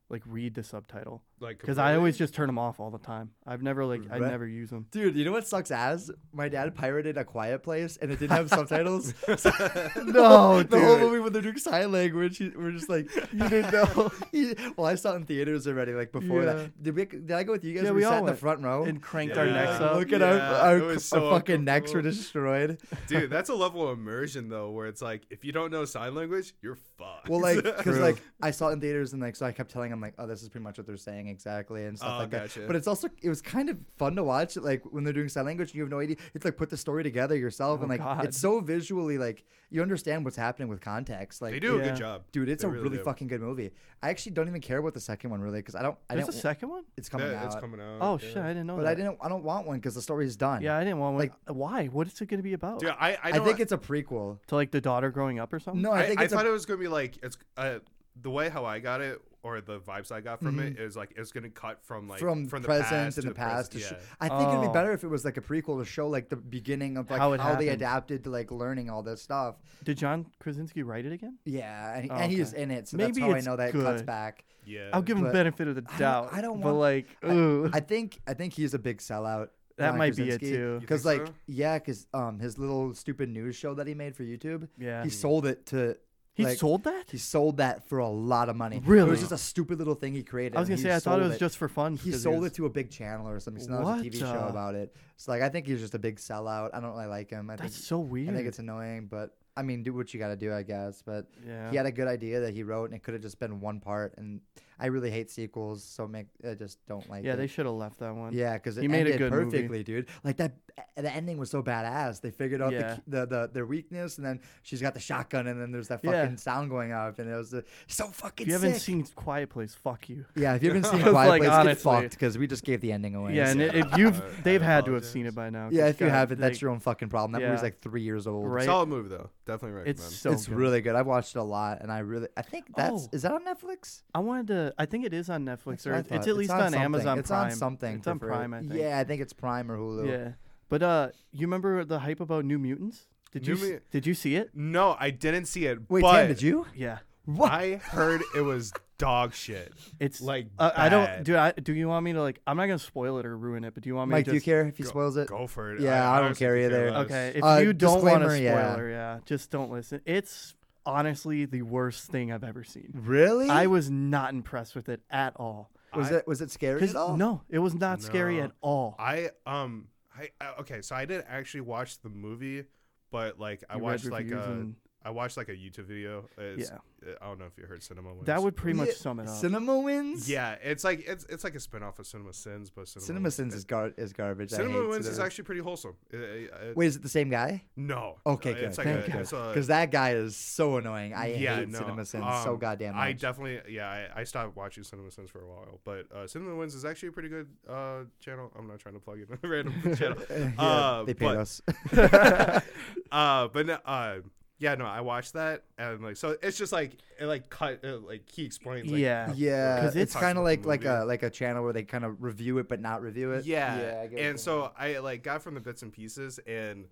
Speaker 2: like read the subtitle
Speaker 3: Like
Speaker 2: because I
Speaker 3: completely?
Speaker 2: always just turn them off all the time. I've never like, I
Speaker 1: Right.
Speaker 2: never use them.
Speaker 1: Dude, you know what sucks as? My dad pirated A Quiet Place and it didn't have subtitles. So- no, the whole
Speaker 2: dude.
Speaker 1: movie when they're doing sign language, he- we're just like, you didn't know. He- well, I saw it in theaters already, like before
Speaker 2: Yeah.
Speaker 1: that. Did, we, did I go with you guys?
Speaker 2: Yeah,
Speaker 1: we,
Speaker 2: we
Speaker 1: sat
Speaker 2: all
Speaker 1: in the
Speaker 2: went.
Speaker 1: front row.
Speaker 2: And cranked our necks
Speaker 3: Yeah.
Speaker 2: up.
Speaker 1: Oh, Look at
Speaker 3: Yeah,
Speaker 1: our,
Speaker 3: it
Speaker 1: our,
Speaker 3: was so
Speaker 1: our fucking necks were destroyed.
Speaker 3: uncomfortable. Dude, that's a level of immersion though, where it's like if you don't know sign language, you're fucked.
Speaker 1: Well, like, because
Speaker 3: True.
Speaker 1: like I saw it in theaters and like so I kept telling him like, oh, this is pretty much what they're saying exactly and stuff
Speaker 3: Oh,
Speaker 1: like
Speaker 3: gotcha.
Speaker 1: that. But it's also it was kind of fun to watch. Like when they're doing sign language, and you have no idea. It's like put the story together
Speaker 3: Oh,
Speaker 1: yourself and like
Speaker 2: God.
Speaker 1: it's so visually like you understand what's happening with context. Like
Speaker 3: they do a
Speaker 2: Yeah.
Speaker 3: good job,
Speaker 1: dude, it's
Speaker 3: They
Speaker 1: a really
Speaker 3: do.
Speaker 1: fucking good movie. I actually don't even care about the second one really because I don't. I
Speaker 2: There's a
Speaker 1: don't.
Speaker 2: second one?
Speaker 1: It's coming
Speaker 3: Yeah,
Speaker 1: out.
Speaker 3: It's coming out.
Speaker 2: Oh
Speaker 3: yeah.
Speaker 2: shit, I didn't know
Speaker 1: but
Speaker 2: that.
Speaker 1: I didn't. I don't want one because the story is done.
Speaker 2: Yeah, I didn't want one.
Speaker 1: Like-
Speaker 2: why? What is it going to be about?
Speaker 3: Dude, I I,
Speaker 1: I,
Speaker 3: know-
Speaker 1: think it's a prequel.
Speaker 2: to like the daughter growing up or something?
Speaker 1: No, I,
Speaker 3: I,
Speaker 1: think
Speaker 3: I
Speaker 1: it's a
Speaker 3: thought it was gonna be like it's uh, the way how I got it or the vibes I got from it is like it's gonna cut from like
Speaker 1: Mm-hmm. from,
Speaker 3: from the
Speaker 1: present
Speaker 3: past
Speaker 1: and
Speaker 3: to
Speaker 1: the past. To
Speaker 3: present,
Speaker 1: sho-
Speaker 3: yeah.
Speaker 1: I think it'd
Speaker 2: Oh.
Speaker 1: be better if it was like a prequel to show like the beginning of like
Speaker 2: How
Speaker 1: how,
Speaker 2: it
Speaker 1: they
Speaker 2: happened.
Speaker 1: adapted to like learning all this stuff.
Speaker 2: Did John Krasinski write it again?
Speaker 1: Yeah, and,
Speaker 2: Oh,
Speaker 1: and he's
Speaker 2: okay.
Speaker 1: in it, so
Speaker 2: Maybe
Speaker 1: that's how I
Speaker 2: it's
Speaker 1: know that it cuts
Speaker 2: good.
Speaker 1: back.
Speaker 3: Yeah.
Speaker 2: I'll give him
Speaker 1: But
Speaker 2: benefit of the
Speaker 1: don't-
Speaker 2: doubt.
Speaker 1: I don't
Speaker 2: but
Speaker 1: want-
Speaker 2: like,
Speaker 1: I-
Speaker 2: ooh,
Speaker 1: I think I think he's a big sellout.
Speaker 2: that might be it too.
Speaker 3: You
Speaker 1: Because
Speaker 3: think
Speaker 1: like
Speaker 3: so?
Speaker 1: yeah, because um his little stupid news show that he made for YouTube,
Speaker 2: Yeah,
Speaker 1: he sold it to.
Speaker 2: he
Speaker 1: like,
Speaker 2: sold that.
Speaker 1: He sold that for a lot of money. It
Speaker 2: Really?
Speaker 1: was just a stupid little thing he created.
Speaker 2: I was
Speaker 1: and
Speaker 2: gonna
Speaker 1: he
Speaker 2: say I thought it
Speaker 1: sold
Speaker 2: was just for fun.
Speaker 1: he sold it to a big channel or something. So now there's a
Speaker 2: What
Speaker 1: TV show
Speaker 2: the-
Speaker 1: about it. So like, I think he's just a big sellout. I don't really like him. I
Speaker 2: That's
Speaker 1: think
Speaker 2: so weird.
Speaker 1: I think it's annoying, but I mean, do what you got to do, I guess. But
Speaker 2: yeah.
Speaker 1: he had a good idea that he wrote, and it could have just been one part. And I really hate sequels, so make I just don't like. it.
Speaker 2: yeah, they should have left that one.
Speaker 1: Yeah, because it
Speaker 2: He made a
Speaker 1: ended
Speaker 2: good movie.
Speaker 1: perfectly, dude. Like that, e, the ending was so badass. They figured out
Speaker 2: Yeah.
Speaker 1: the, the the their weakness, and then she's got the shotgun, and then there's that
Speaker 2: Yeah.
Speaker 1: fucking sound going off, and it was uh, so fucking.
Speaker 2: If you haven't
Speaker 1: sick.
Speaker 2: seen Quiet Place, fuck you.
Speaker 1: yeah, if you haven't seen
Speaker 2: I was
Speaker 1: Quiet
Speaker 2: like,
Speaker 1: Place, get
Speaker 2: honestly.
Speaker 1: fucked because we just gave the ending away.
Speaker 2: Yeah,
Speaker 1: so-
Speaker 2: and
Speaker 3: Yeah.
Speaker 2: i- if you've,
Speaker 3: I- I
Speaker 2: they've had to have seen
Speaker 3: apologize.
Speaker 2: it by now. 'cause
Speaker 1: yeah, if you
Speaker 2: God,
Speaker 1: haven't, that's
Speaker 2: like,
Speaker 1: your own fucking problem. That movie's
Speaker 2: Yeah.
Speaker 1: like three years old.
Speaker 2: Right.
Speaker 3: solid movie though. Definitely recommend.
Speaker 2: It's so
Speaker 1: it's
Speaker 2: good.
Speaker 1: really good. I've watched it a lot, and I really, I think that's
Speaker 2: Oh.
Speaker 1: is that on Netflix?
Speaker 2: I wanted to. I think it is on Netflix
Speaker 1: That's what
Speaker 2: or
Speaker 1: I
Speaker 2: it's
Speaker 1: thought.
Speaker 2: at least on,
Speaker 1: something.
Speaker 2: Amazon
Speaker 1: It's
Speaker 2: Prime.
Speaker 1: on something.
Speaker 2: It's on
Speaker 1: different.
Speaker 2: Prime. I think.
Speaker 1: Yeah, I think it's Prime or Hulu.
Speaker 2: Yeah. But uh, you remember the hype about New Mutants? Did you
Speaker 3: New
Speaker 2: s-
Speaker 3: Mu-
Speaker 2: did you see it?
Speaker 3: no, I didn't see it.
Speaker 1: Wait,
Speaker 3: but
Speaker 1: Tim, did you?
Speaker 2: Yeah.
Speaker 1: What?
Speaker 3: I heard it was dog shit.
Speaker 2: It's
Speaker 3: Like,
Speaker 2: uh, I don't
Speaker 3: bad.
Speaker 2: do I do you want me to like I'm not gonna spoil it or ruin it, but do you want me
Speaker 1: Mike,
Speaker 2: to
Speaker 1: do you
Speaker 2: just,
Speaker 1: care if he spoils it?
Speaker 3: Go for it.
Speaker 1: Yeah, I don't
Speaker 3: honestly
Speaker 1: care
Speaker 3: could
Speaker 1: either.
Speaker 3: less.
Speaker 2: Okay, if
Speaker 1: Uh,
Speaker 2: you don't want a
Speaker 1: disclaimer, yeah.
Speaker 2: spoiler, yeah. just don't listen. It's honestly the worst thing I've ever seen.
Speaker 1: Really?
Speaker 2: I was not impressed with it at all.
Speaker 1: was
Speaker 3: I-
Speaker 1: it was it scary
Speaker 2: 'Cause-
Speaker 1: at all?
Speaker 2: No, it was not scary
Speaker 3: No.
Speaker 2: at all.
Speaker 3: I um I I- okay, so I didn't actually watch the movie, but like I
Speaker 2: You read
Speaker 3: watched like
Speaker 2: reviews
Speaker 3: a
Speaker 2: and-
Speaker 3: I watched like a YouTube video. It's,
Speaker 2: Yeah.
Speaker 3: I don't know if you heard Cinema. Wins.
Speaker 2: that would pretty much
Speaker 1: Yeah,
Speaker 2: sum it up.
Speaker 1: Cinema wins.
Speaker 3: Yeah, it's like it's it's like a spinoff of Cinema Sins, but Cinema,
Speaker 1: Cinema Sins is gar- is garbage. I
Speaker 3: Cinema
Speaker 1: hate
Speaker 3: Wins is
Speaker 1: Cinema-
Speaker 3: actually pretty wholesome. It- it- it-
Speaker 1: Wait, is it the same guy?
Speaker 3: no.
Speaker 1: Okay,
Speaker 3: Uh,
Speaker 1: good.
Speaker 3: It's like
Speaker 2: Thank
Speaker 3: a,
Speaker 2: God.
Speaker 3: it's a-
Speaker 1: Because that guy is so annoying. I
Speaker 3: yeah,
Speaker 1: hate
Speaker 3: no,
Speaker 1: Cinema Sins so
Speaker 3: um,
Speaker 1: goddamn much.
Speaker 3: I definitely yeah, I, I stopped watching Cinema Sins for a while, but uh, Cinema Wins is actually a pretty good uh, channel. I'm not trying to plug in a random channel.
Speaker 1: Yeah,
Speaker 3: uh,
Speaker 1: they paid
Speaker 3: but-
Speaker 1: us.
Speaker 3: uh, but no, uh, yeah, no, I watched that and like so it's just like it like cut it, like he explains like,
Speaker 2: yeah.
Speaker 1: yeah,
Speaker 2: 'Cause
Speaker 1: it's
Speaker 3: it's-
Speaker 1: kind of like
Speaker 3: Talks about
Speaker 1: like
Speaker 3: the movie.
Speaker 1: a like a channel where they kind of review it but not review it.
Speaker 3: yeah,
Speaker 1: I get what you're
Speaker 3: and so I like got from the bits and pieces and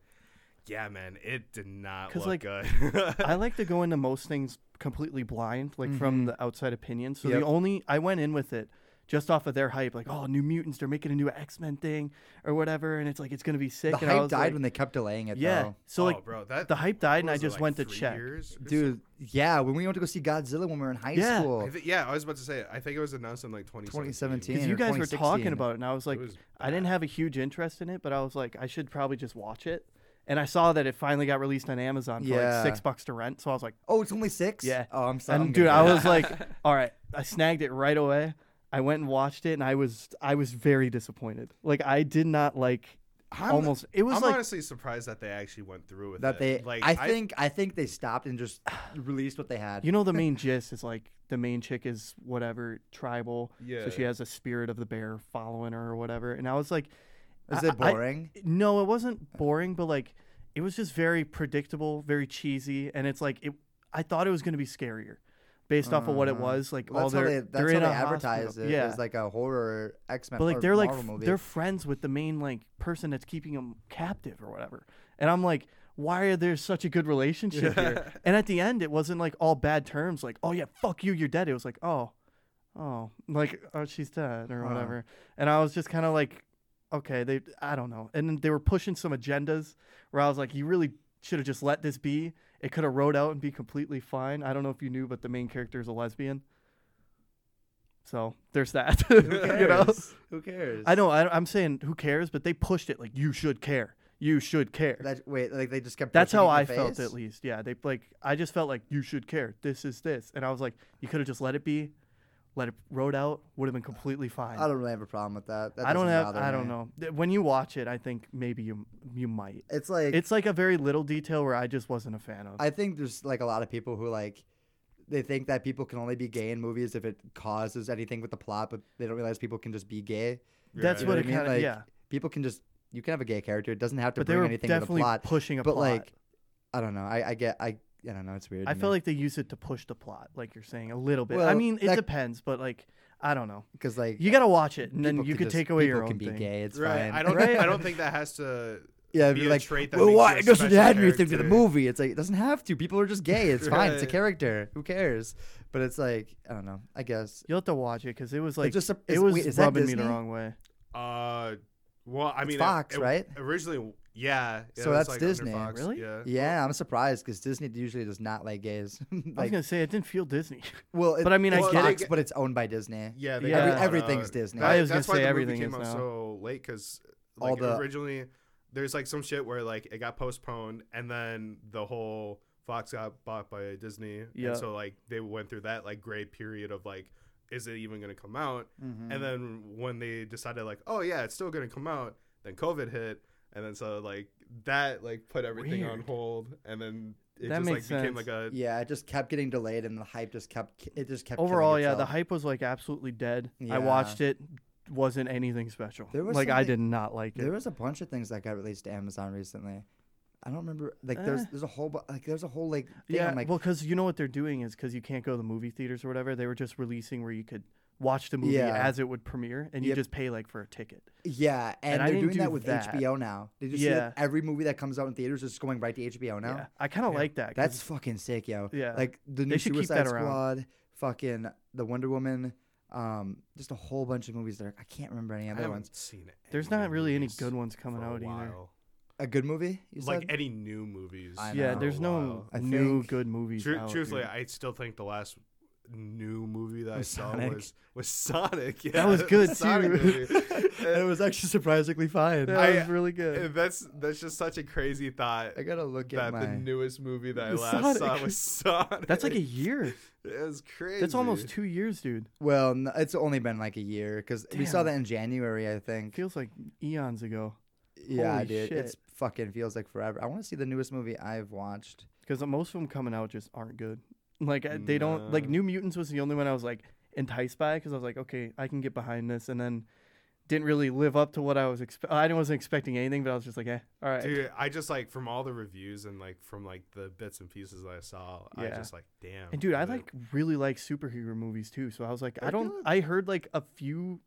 Speaker 3: yeah, man, it did not
Speaker 2: 'Cause, like,
Speaker 3: look good.
Speaker 2: I like to go into most things completely blind, like from the outside opinion.
Speaker 1: Mm-hmm.
Speaker 2: So
Speaker 1: Yep.
Speaker 2: the only I went in with it just off of their hype, like oh, New Mutants, they're making a new X Men thing or whatever, and it's like it's gonna be sick.
Speaker 1: the
Speaker 2: and I
Speaker 1: hype
Speaker 2: was
Speaker 1: died
Speaker 2: like,
Speaker 1: when they kept delaying it.
Speaker 2: yeah.
Speaker 1: though.
Speaker 2: So
Speaker 3: oh,
Speaker 2: like
Speaker 3: bro, that
Speaker 2: the hype died, and I
Speaker 3: what was it,
Speaker 2: just
Speaker 3: like,
Speaker 2: went to
Speaker 3: three
Speaker 2: check.
Speaker 3: years or
Speaker 1: dude. Yeah, when we went to go see Godzilla when we were in high
Speaker 2: Yeah.
Speaker 1: school,
Speaker 3: something? I thi- yeah, I was about to say, I think it was announced in like
Speaker 1: 2017.
Speaker 3: 2017.
Speaker 2: Because
Speaker 1: or
Speaker 2: you guys were
Speaker 1: 2016.
Speaker 2: talking about it, and I was like,
Speaker 3: was
Speaker 2: I didn't have a huge interest in it, but I was like, I should probably just watch it. And I saw that it finally got released on Amazon for
Speaker 1: Yeah.
Speaker 2: like six bucks to rent. So I was like,
Speaker 1: oh, it's only six.
Speaker 2: Yeah.
Speaker 1: Oh, I'm sorry, I'm
Speaker 2: and
Speaker 1: gonna
Speaker 2: dude, I
Speaker 1: go.
Speaker 2: was like, all right, I snagged it right away. I went and watched it, and I was I was very disappointed. Like I did not like
Speaker 3: I'm,
Speaker 2: almost. It was
Speaker 3: I'm
Speaker 2: like
Speaker 3: honestly surprised that they actually went through with
Speaker 1: that they
Speaker 3: it. Like
Speaker 1: I think I, think they stopped and just released what they had.
Speaker 2: you know the main gist is like the main chick is whatever tribal.
Speaker 3: Yeah.
Speaker 2: So she has a spirit of the bear following her or whatever. And I was like,
Speaker 1: Is
Speaker 2: I-
Speaker 1: it
Speaker 2: I-
Speaker 1: boring?
Speaker 2: no, it wasn't boring, but like it was just very predictable, very cheesy, and it's like it. I thought it was going to be scarier, based off of what it
Speaker 1: Uh,
Speaker 2: was. Like
Speaker 1: Well,
Speaker 2: all
Speaker 1: that's how
Speaker 2: their
Speaker 1: they,
Speaker 2: they're
Speaker 1: that's how
Speaker 2: in
Speaker 1: they
Speaker 2: a
Speaker 1: advertise
Speaker 2: hospital.
Speaker 1: it.
Speaker 2: Yeah,
Speaker 1: It's like a horror X Men.
Speaker 2: but like they're like
Speaker 1: Marvel
Speaker 2: f-
Speaker 1: movie.
Speaker 2: they're friends with the main like person that's keeping them captive or whatever. And I'm like, why are there such a good relationship here? And at the end, it wasn't like all bad terms. Like, oh yeah, fuck you, you're dead. It was like, oh, oh, like oh she's dead or
Speaker 1: Huh.
Speaker 2: whatever. And I was just kind of like, okay, they I don't know. And then they were pushing some agendas where I was like, you really should have just let this be. It could have rode out and be completely fine. I don't know if you knew, but the main character is a lesbian. So there's that. you know.
Speaker 1: Who cares?
Speaker 2: I know. I, I'm saying who cares, but they pushed it like you should care. You should care.
Speaker 1: That, wait, like they just kept.
Speaker 2: That's
Speaker 1: pushing it
Speaker 2: how
Speaker 1: in
Speaker 2: I
Speaker 1: your
Speaker 2: felt,
Speaker 1: face?
Speaker 2: at least. Yeah, they like I just felt like you should care. This is this, and I was like, you could have just let it be, let it rode out. Would have been completely fine.
Speaker 1: I don't really have a problem with that. that
Speaker 2: I don't
Speaker 1: doesn't
Speaker 2: have.
Speaker 1: bother
Speaker 2: I
Speaker 1: me.
Speaker 2: don't know. Th- When you watch it, I think maybe you you might.
Speaker 1: It's like
Speaker 2: It's like a very little detail where I just wasn't a fan of.
Speaker 1: I think there's like a lot of people who like they think that people can only be gay in movies if it causes anything with the plot, but they don't realize people can just be gay.
Speaker 2: That's
Speaker 1: You know
Speaker 2: what
Speaker 1: I
Speaker 2: it
Speaker 1: mean?
Speaker 2: kind of
Speaker 1: Like,
Speaker 2: yeah.
Speaker 1: People can just you can have a gay character. It doesn't have to
Speaker 2: But they
Speaker 1: bring
Speaker 2: were
Speaker 1: anything to the
Speaker 2: definitely
Speaker 1: plot.
Speaker 2: pushing a
Speaker 1: but
Speaker 2: plot.
Speaker 1: like, I don't know. I, I get I I don't know. It's weird.
Speaker 2: I feel like they use it to push the plot, like you're saying a little bit. I
Speaker 1: Well,
Speaker 2: mean, it
Speaker 1: that-
Speaker 2: depends, but like I don't know.
Speaker 1: because like
Speaker 2: You gotta watch it, and then
Speaker 1: people
Speaker 2: you
Speaker 1: can
Speaker 2: could
Speaker 1: just-
Speaker 2: take away
Speaker 1: people
Speaker 2: your own
Speaker 1: can be
Speaker 2: thing.
Speaker 1: gay. It's
Speaker 3: right.
Speaker 1: fine.
Speaker 3: I don't.
Speaker 2: Right?
Speaker 3: I don't think that has to.
Speaker 1: Yeah,
Speaker 3: be
Speaker 1: be
Speaker 3: a
Speaker 1: like,
Speaker 3: trait that
Speaker 1: well,
Speaker 3: makes
Speaker 1: why
Speaker 3: you a
Speaker 1: it doesn't
Speaker 3: special
Speaker 1: add anything to the
Speaker 3: character."
Speaker 1: movie? It's like it doesn't have to. People are just gay. It's fine. It's a
Speaker 3: Right.
Speaker 1: character. Who cares? But it's like I don't know. I guess
Speaker 2: You'll have to watch it because it was like
Speaker 1: just a-
Speaker 2: it
Speaker 1: is-
Speaker 2: was
Speaker 1: wait, is that
Speaker 2: rubbing me the
Speaker 1: Disney?
Speaker 2: wrong way.
Speaker 3: Uh, well, I
Speaker 1: It's
Speaker 3: mean, it-
Speaker 1: Fox,
Speaker 3: it-
Speaker 1: right?
Speaker 3: Originally, yeah. yeah
Speaker 1: So
Speaker 3: it was,
Speaker 1: that's
Speaker 3: like, under
Speaker 1: Disney.
Speaker 3: Fox,
Speaker 2: Really?
Speaker 3: Yeah.
Speaker 1: yeah. I'm surprised because Disney usually does not like gays.
Speaker 2: I was
Speaker 1: like,
Speaker 2: gonna say it didn't feel Disney.
Speaker 1: well, it-
Speaker 2: but I mean, I
Speaker 1: it's
Speaker 2: get it.
Speaker 1: Fox, but it's owned by Disney.
Speaker 3: Yeah, they
Speaker 2: Yeah.
Speaker 3: got uh,
Speaker 2: Every-
Speaker 3: bought
Speaker 1: everything's
Speaker 3: out.
Speaker 1: Disney.
Speaker 3: That-
Speaker 2: I was gonna
Speaker 3: that's why
Speaker 2: say
Speaker 3: the
Speaker 2: everything
Speaker 3: movie came
Speaker 2: is
Speaker 3: out
Speaker 2: now.
Speaker 3: so late because like,
Speaker 1: All the-
Speaker 3: originally there's like some shit where like it got postponed and then the whole Fox got bought by Disney.
Speaker 2: Yeah.
Speaker 3: And so like they went through that like gray period of like, is it even gonna come out?
Speaker 1: Mhm.
Speaker 2: Mm-hmm. Mm.
Speaker 3: And then when they decided like, oh yeah, it's still gonna come out, then COVID hit, and then so like that like put everything on
Speaker 2: Weird.
Speaker 3: hold, and then it
Speaker 2: That
Speaker 3: just like
Speaker 2: makes
Speaker 3: became
Speaker 2: sense.
Speaker 3: like a
Speaker 1: Yeah, it just kept getting delayed, and the hype just kept. ki- It just kept. killing
Speaker 2: Overall, yeah, the
Speaker 1: itself.
Speaker 2: hype was like absolutely dead.
Speaker 1: Yeah.
Speaker 2: I watched it, wasn't anything special.
Speaker 1: There was
Speaker 2: like I did
Speaker 1: something-
Speaker 2: not like it.
Speaker 1: There was a bunch of things that got released to Amazon recently. I don't remember. Like there's
Speaker 2: Eh.
Speaker 1: there's a whole bu- like there's a whole like thing.
Speaker 2: yeah,
Speaker 1: I'm like
Speaker 2: well, because you know what they're doing is because you can't go to the movie theaters or whatever. They were just releasing where you could watch the movie
Speaker 1: Yeah.
Speaker 2: as it would premiere, and you
Speaker 1: Yep.
Speaker 2: just pay like for a ticket.
Speaker 1: Yeah, and,
Speaker 2: And I
Speaker 1: they're
Speaker 2: didn't
Speaker 1: doing
Speaker 2: do
Speaker 1: that with
Speaker 2: that.
Speaker 1: HBO now. Did you see that
Speaker 2: Yeah.
Speaker 1: every movie that comes out in theaters is just going right to HBO now?
Speaker 2: Yeah, I kind of like that. 'cause
Speaker 1: That's fucking sick, yo.
Speaker 2: Yeah.
Speaker 1: Like the new
Speaker 2: They should keep
Speaker 1: Suicide
Speaker 2: that around.
Speaker 1: Squad, fucking the Wonder Woman, um, just a whole bunch of movies there. I can't remember any
Speaker 3: I
Speaker 1: other
Speaker 3: haven't
Speaker 1: ones.
Speaker 3: seen it.
Speaker 2: there's not really any good ones coming out either.
Speaker 1: A good movie? You said?
Speaker 3: Like any new movies.
Speaker 1: I
Speaker 2: Yeah,
Speaker 1: know.
Speaker 2: there's
Speaker 3: for a
Speaker 2: no
Speaker 3: while.
Speaker 1: I
Speaker 2: new
Speaker 1: think-
Speaker 2: good movies.
Speaker 3: Tru-
Speaker 2: out,
Speaker 3: truthfully,
Speaker 2: dude.
Speaker 3: I still think the last new movie that I
Speaker 1: Was
Speaker 3: saw
Speaker 1: Sonic.
Speaker 3: was was Sonic. Yeah,
Speaker 2: was good,
Speaker 3: the Sonic
Speaker 2: too.
Speaker 3: movie.
Speaker 1: and it was actually surprisingly fine.
Speaker 2: that
Speaker 3: I-
Speaker 2: was really good.
Speaker 3: And that's that's just such a crazy thought
Speaker 1: I gotta look at
Speaker 3: that
Speaker 1: my.
Speaker 3: the newest movie that I
Speaker 2: The
Speaker 3: last
Speaker 2: Sonic.
Speaker 3: saw was Sonic.
Speaker 2: That's like a year.
Speaker 3: it was crazy.
Speaker 2: That's almost two years, dude.
Speaker 1: well, n it's only been like a year because we saw
Speaker 2: Damn.
Speaker 1: that in January, I think.
Speaker 2: Feels like eons ago.
Speaker 1: yeah,
Speaker 2: holy
Speaker 1: dude,
Speaker 2: shit.
Speaker 1: it's fucking feels like forever. I want to see the newest movie I've watched.
Speaker 2: Because most of them coming out just aren't good. Like I- they don't like
Speaker 3: No.
Speaker 2: New Mutants was the only one I was like enticed by because I was like, okay, I can get behind this, and then didn't really live up to what I was expecting. I wasn't expecting anything, but I was just like, eh, all right.
Speaker 3: Dude, I just like from all the reviews and like from like the bits and pieces that I saw, I
Speaker 2: Yeah.
Speaker 3: just like damn.
Speaker 2: And dude, I
Speaker 3: good.
Speaker 2: like really like superhero movies too. So I was like, I
Speaker 1: They're
Speaker 2: don't.
Speaker 1: good.
Speaker 2: I heard like a few.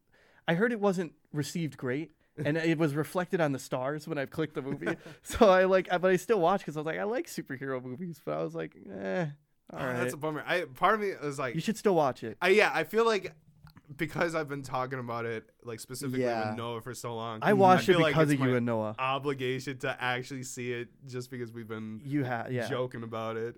Speaker 2: I heard it wasn't received great, and it was reflected on the stars when I clicked the movie. so I like, I- but I still watched because I was like, I like superhero movies, but I was like, eh, all
Speaker 3: Oh,
Speaker 2: right.
Speaker 3: That's a bummer. I part of me was like,
Speaker 2: you should still watch it.
Speaker 3: I, yeah, I feel like because I've been talking about it like specifically
Speaker 1: Yeah.
Speaker 3: with Noah for so long.
Speaker 2: I watched it
Speaker 3: feel like
Speaker 2: because
Speaker 3: it's
Speaker 2: of you
Speaker 3: my
Speaker 2: and Noah.
Speaker 3: obligation to actually see it just because we've been
Speaker 2: You have, yeah.
Speaker 3: joking about it.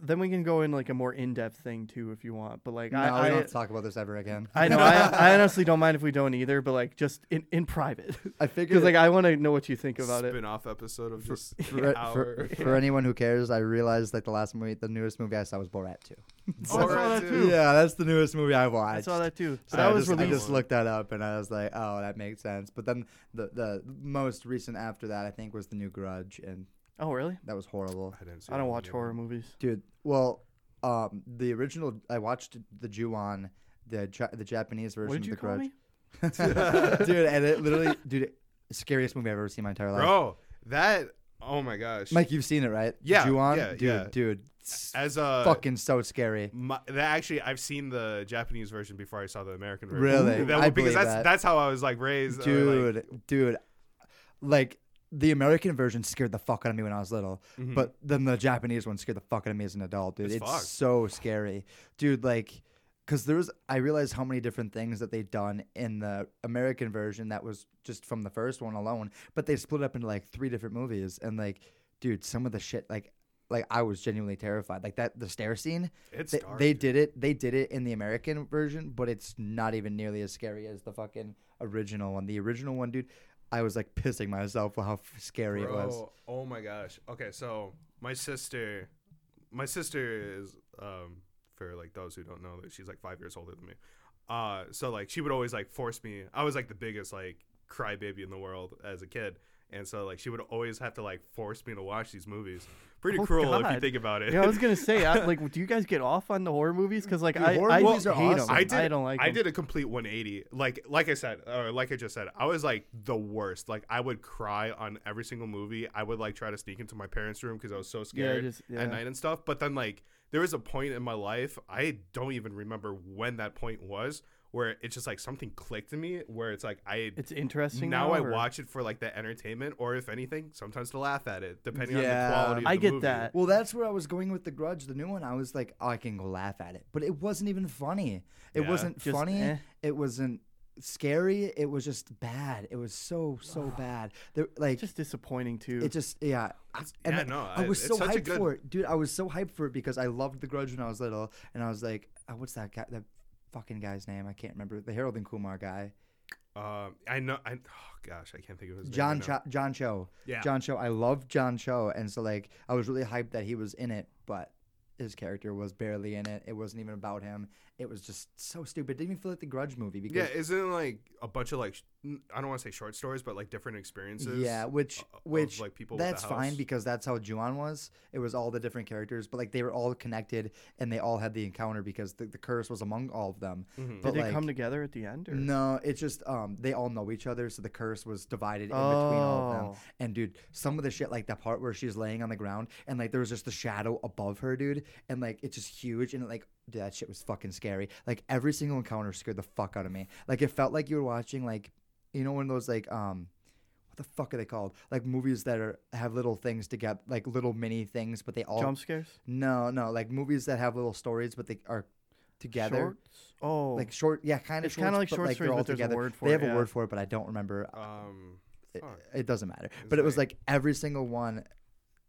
Speaker 2: Then we can go in like a more in depth thing too if you want. But like,
Speaker 1: No,
Speaker 2: I,
Speaker 1: we
Speaker 2: I,
Speaker 1: don't have to talk about this ever again.
Speaker 2: I know. I, I honestly don't mind if we don't either. But like, just in in private,
Speaker 1: I figured
Speaker 2: because like I want to know what you think about it.
Speaker 3: Spin-off episode of just
Speaker 1: for,
Speaker 3: an hour.
Speaker 1: for, for anyone who cares, I realized like the last movie, the newest movie I saw was Borat 2.
Speaker 2: Oh, I saw that too.
Speaker 3: Borat too.
Speaker 1: yeah, that's the newest movie I
Speaker 2: I
Speaker 1: watched.
Speaker 2: saw that too.
Speaker 1: So
Speaker 2: But that
Speaker 1: I
Speaker 2: was
Speaker 1: just, I
Speaker 2: released.
Speaker 1: just looked that up and I was like, oh, that makes sense. But then the the most recent after that, I think, was the new Grudge, and
Speaker 2: oh, really?
Speaker 1: that was horrible,
Speaker 3: I didn't. See
Speaker 2: I don't
Speaker 3: that
Speaker 2: watch
Speaker 3: movie.
Speaker 2: horror movies.
Speaker 1: dude. Well, um, the original I watched the Ju-on, the Ja- the Japanese version
Speaker 2: What did
Speaker 1: of
Speaker 2: you
Speaker 1: the
Speaker 2: call
Speaker 1: Grudge,
Speaker 2: me?
Speaker 1: dude. And it literally, dude, scariest movie I've ever seen in my entire life.
Speaker 3: bro. That oh my gosh,
Speaker 1: Mike, you've seen it, right?
Speaker 3: Yeah,
Speaker 1: Ju-on?
Speaker 3: yeah,
Speaker 1: dude,
Speaker 3: yeah.
Speaker 1: dude, it's
Speaker 3: as a
Speaker 1: fucking so scary.
Speaker 3: My, that actually, I've seen the Japanese version before I saw the American version.
Speaker 1: Really?
Speaker 3: That-
Speaker 1: I believe
Speaker 3: because that's
Speaker 1: that.
Speaker 3: that's how I was like raised. or, like-
Speaker 1: dude, dude, like the American version scared the fuck out of me when I was little, but then the Japanese one scared the fuck out of me as an adult, dude.
Speaker 3: Mm-hmm. It's
Speaker 1: It's,
Speaker 3: fucked.
Speaker 1: so scary, dude. Like, cause there was, I realized how many different things that they'd done in the American version that was just from the first one alone, but they split up into like three different movies, and like, dude, some of the shit, like. Like I was genuinely terrified. Like that, the stair scene.
Speaker 3: It's
Speaker 1: they,
Speaker 3: dark,
Speaker 1: they
Speaker 3: dude.
Speaker 1: did it. They did it in the American version, but it's not even nearly as scary as the fucking original one. The original one, dude, I was like pissing myself how f- scary it was.
Speaker 3: Bro, Oh my gosh. Okay, so my sister, my sister is um for like those who don't know, she's like five years older than me. Uh, so like she would always like force me. I was like the biggest like crybaby in the world as a kid, and so like she would always have to like force me to watch these movies. Pretty
Speaker 2: Oh,
Speaker 3: cruel if you
Speaker 2: God.
Speaker 3: think about it.
Speaker 2: Yeah, I was gonna say, I, like, do you guys get off on the horror movies? Because like, I,
Speaker 1: horror
Speaker 2: I
Speaker 1: movies are
Speaker 2: hate 'em.
Speaker 1: awesome.
Speaker 3: I did.
Speaker 2: I don't like.
Speaker 3: I
Speaker 2: 'em.
Speaker 3: did a complete 180. Like, like I said, or like I just said, I was like the worst. Like, I would cry on every single movie. I would like try to sneak into my parents' room because I was so scared
Speaker 2: just- yeah.
Speaker 3: at night and stuff. But then, like, there was a point in my life I don't even remember when that point was where it's just like something clicked in me where it's like I
Speaker 2: It's interesting.
Speaker 3: now I
Speaker 2: or-
Speaker 3: watch it for like the entertainment or if anything sometimes to laugh at it depending
Speaker 1: Yeah.
Speaker 3: on the quality. Of
Speaker 2: I
Speaker 3: the
Speaker 2: get
Speaker 3: movie.
Speaker 2: that.
Speaker 1: Well, that's where I was going with the Grudge, the new one. I was like, oh, I can go laugh at it, but it wasn't even funny. It
Speaker 3: Yeah.
Speaker 1: wasn't
Speaker 2: Just
Speaker 1: funny.
Speaker 2: eh.
Speaker 1: It wasn't scary. It was just bad. It was so so bad. There, like
Speaker 2: Just disappointing too.
Speaker 1: It just yeah. I-
Speaker 3: yeah,
Speaker 1: like,
Speaker 3: no,
Speaker 1: I
Speaker 3: I-
Speaker 1: was
Speaker 3: it's
Speaker 1: so
Speaker 3: such a
Speaker 1: hyped
Speaker 3: good-
Speaker 1: for it, dude. I was so hyped for it because I loved The Grudge when I was little, and I was like, oh, what's that guy? That fucking guy's name? I can't remember. The Harold and Kumar guy,
Speaker 3: Um, I know. I, oh gosh, I can't think of his
Speaker 1: John
Speaker 3: name. right now.
Speaker 1: Cho, John Cho.
Speaker 3: Yeah.
Speaker 1: John Cho. I loved John Cho, and so like I was really hyped that he was in it, but his character was barely in it. It wasn't even about him. It was just so stupid. It didn't even feel like The Grudge movie because
Speaker 3: Yeah, isn't it like a bunch of like sh- n- I don't want to say short stories, but like different experiences.
Speaker 1: Yeah, which
Speaker 3: o- of,
Speaker 1: which
Speaker 3: like, people with the
Speaker 1: that's fine
Speaker 3: house.
Speaker 1: because that's how Juan was. It was all the different characters, but like they were all connected and they all had the encounter because the, the curse was among all of them. But
Speaker 3: Mm-hmm.
Speaker 2: did they
Speaker 1: like,
Speaker 2: come together at the end? Or?
Speaker 1: No, it's just um they all know each other, so the curse was divided in between all of
Speaker 2: Oh.
Speaker 1: them. And dude, some of the shit like that part where she's laying on the ground and like there was just the shadow above her, dude, and like it's just huge and like dude, that shit was fucking scary. Like every single encounter scared the fuck out of me. Like it felt like you were watching like you know one of those like um what the fuck are they called? Like movies that are have little things together, like little mini things, but they all
Speaker 2: Jump scares.
Speaker 1: no no like movies that have little stories, but they are together
Speaker 2: Shorts. Oh,
Speaker 1: like short yeah kind of
Speaker 2: It's kinda like short
Speaker 1: like
Speaker 2: stories,
Speaker 1: they're all
Speaker 2: but there's a
Speaker 1: together
Speaker 2: word for
Speaker 1: they
Speaker 2: it,
Speaker 1: have a
Speaker 2: yeah.
Speaker 1: word for it but i don't remember
Speaker 3: Um,
Speaker 1: it,
Speaker 3: fuck.
Speaker 1: it doesn't matter but it was
Speaker 3: like-
Speaker 1: like every single one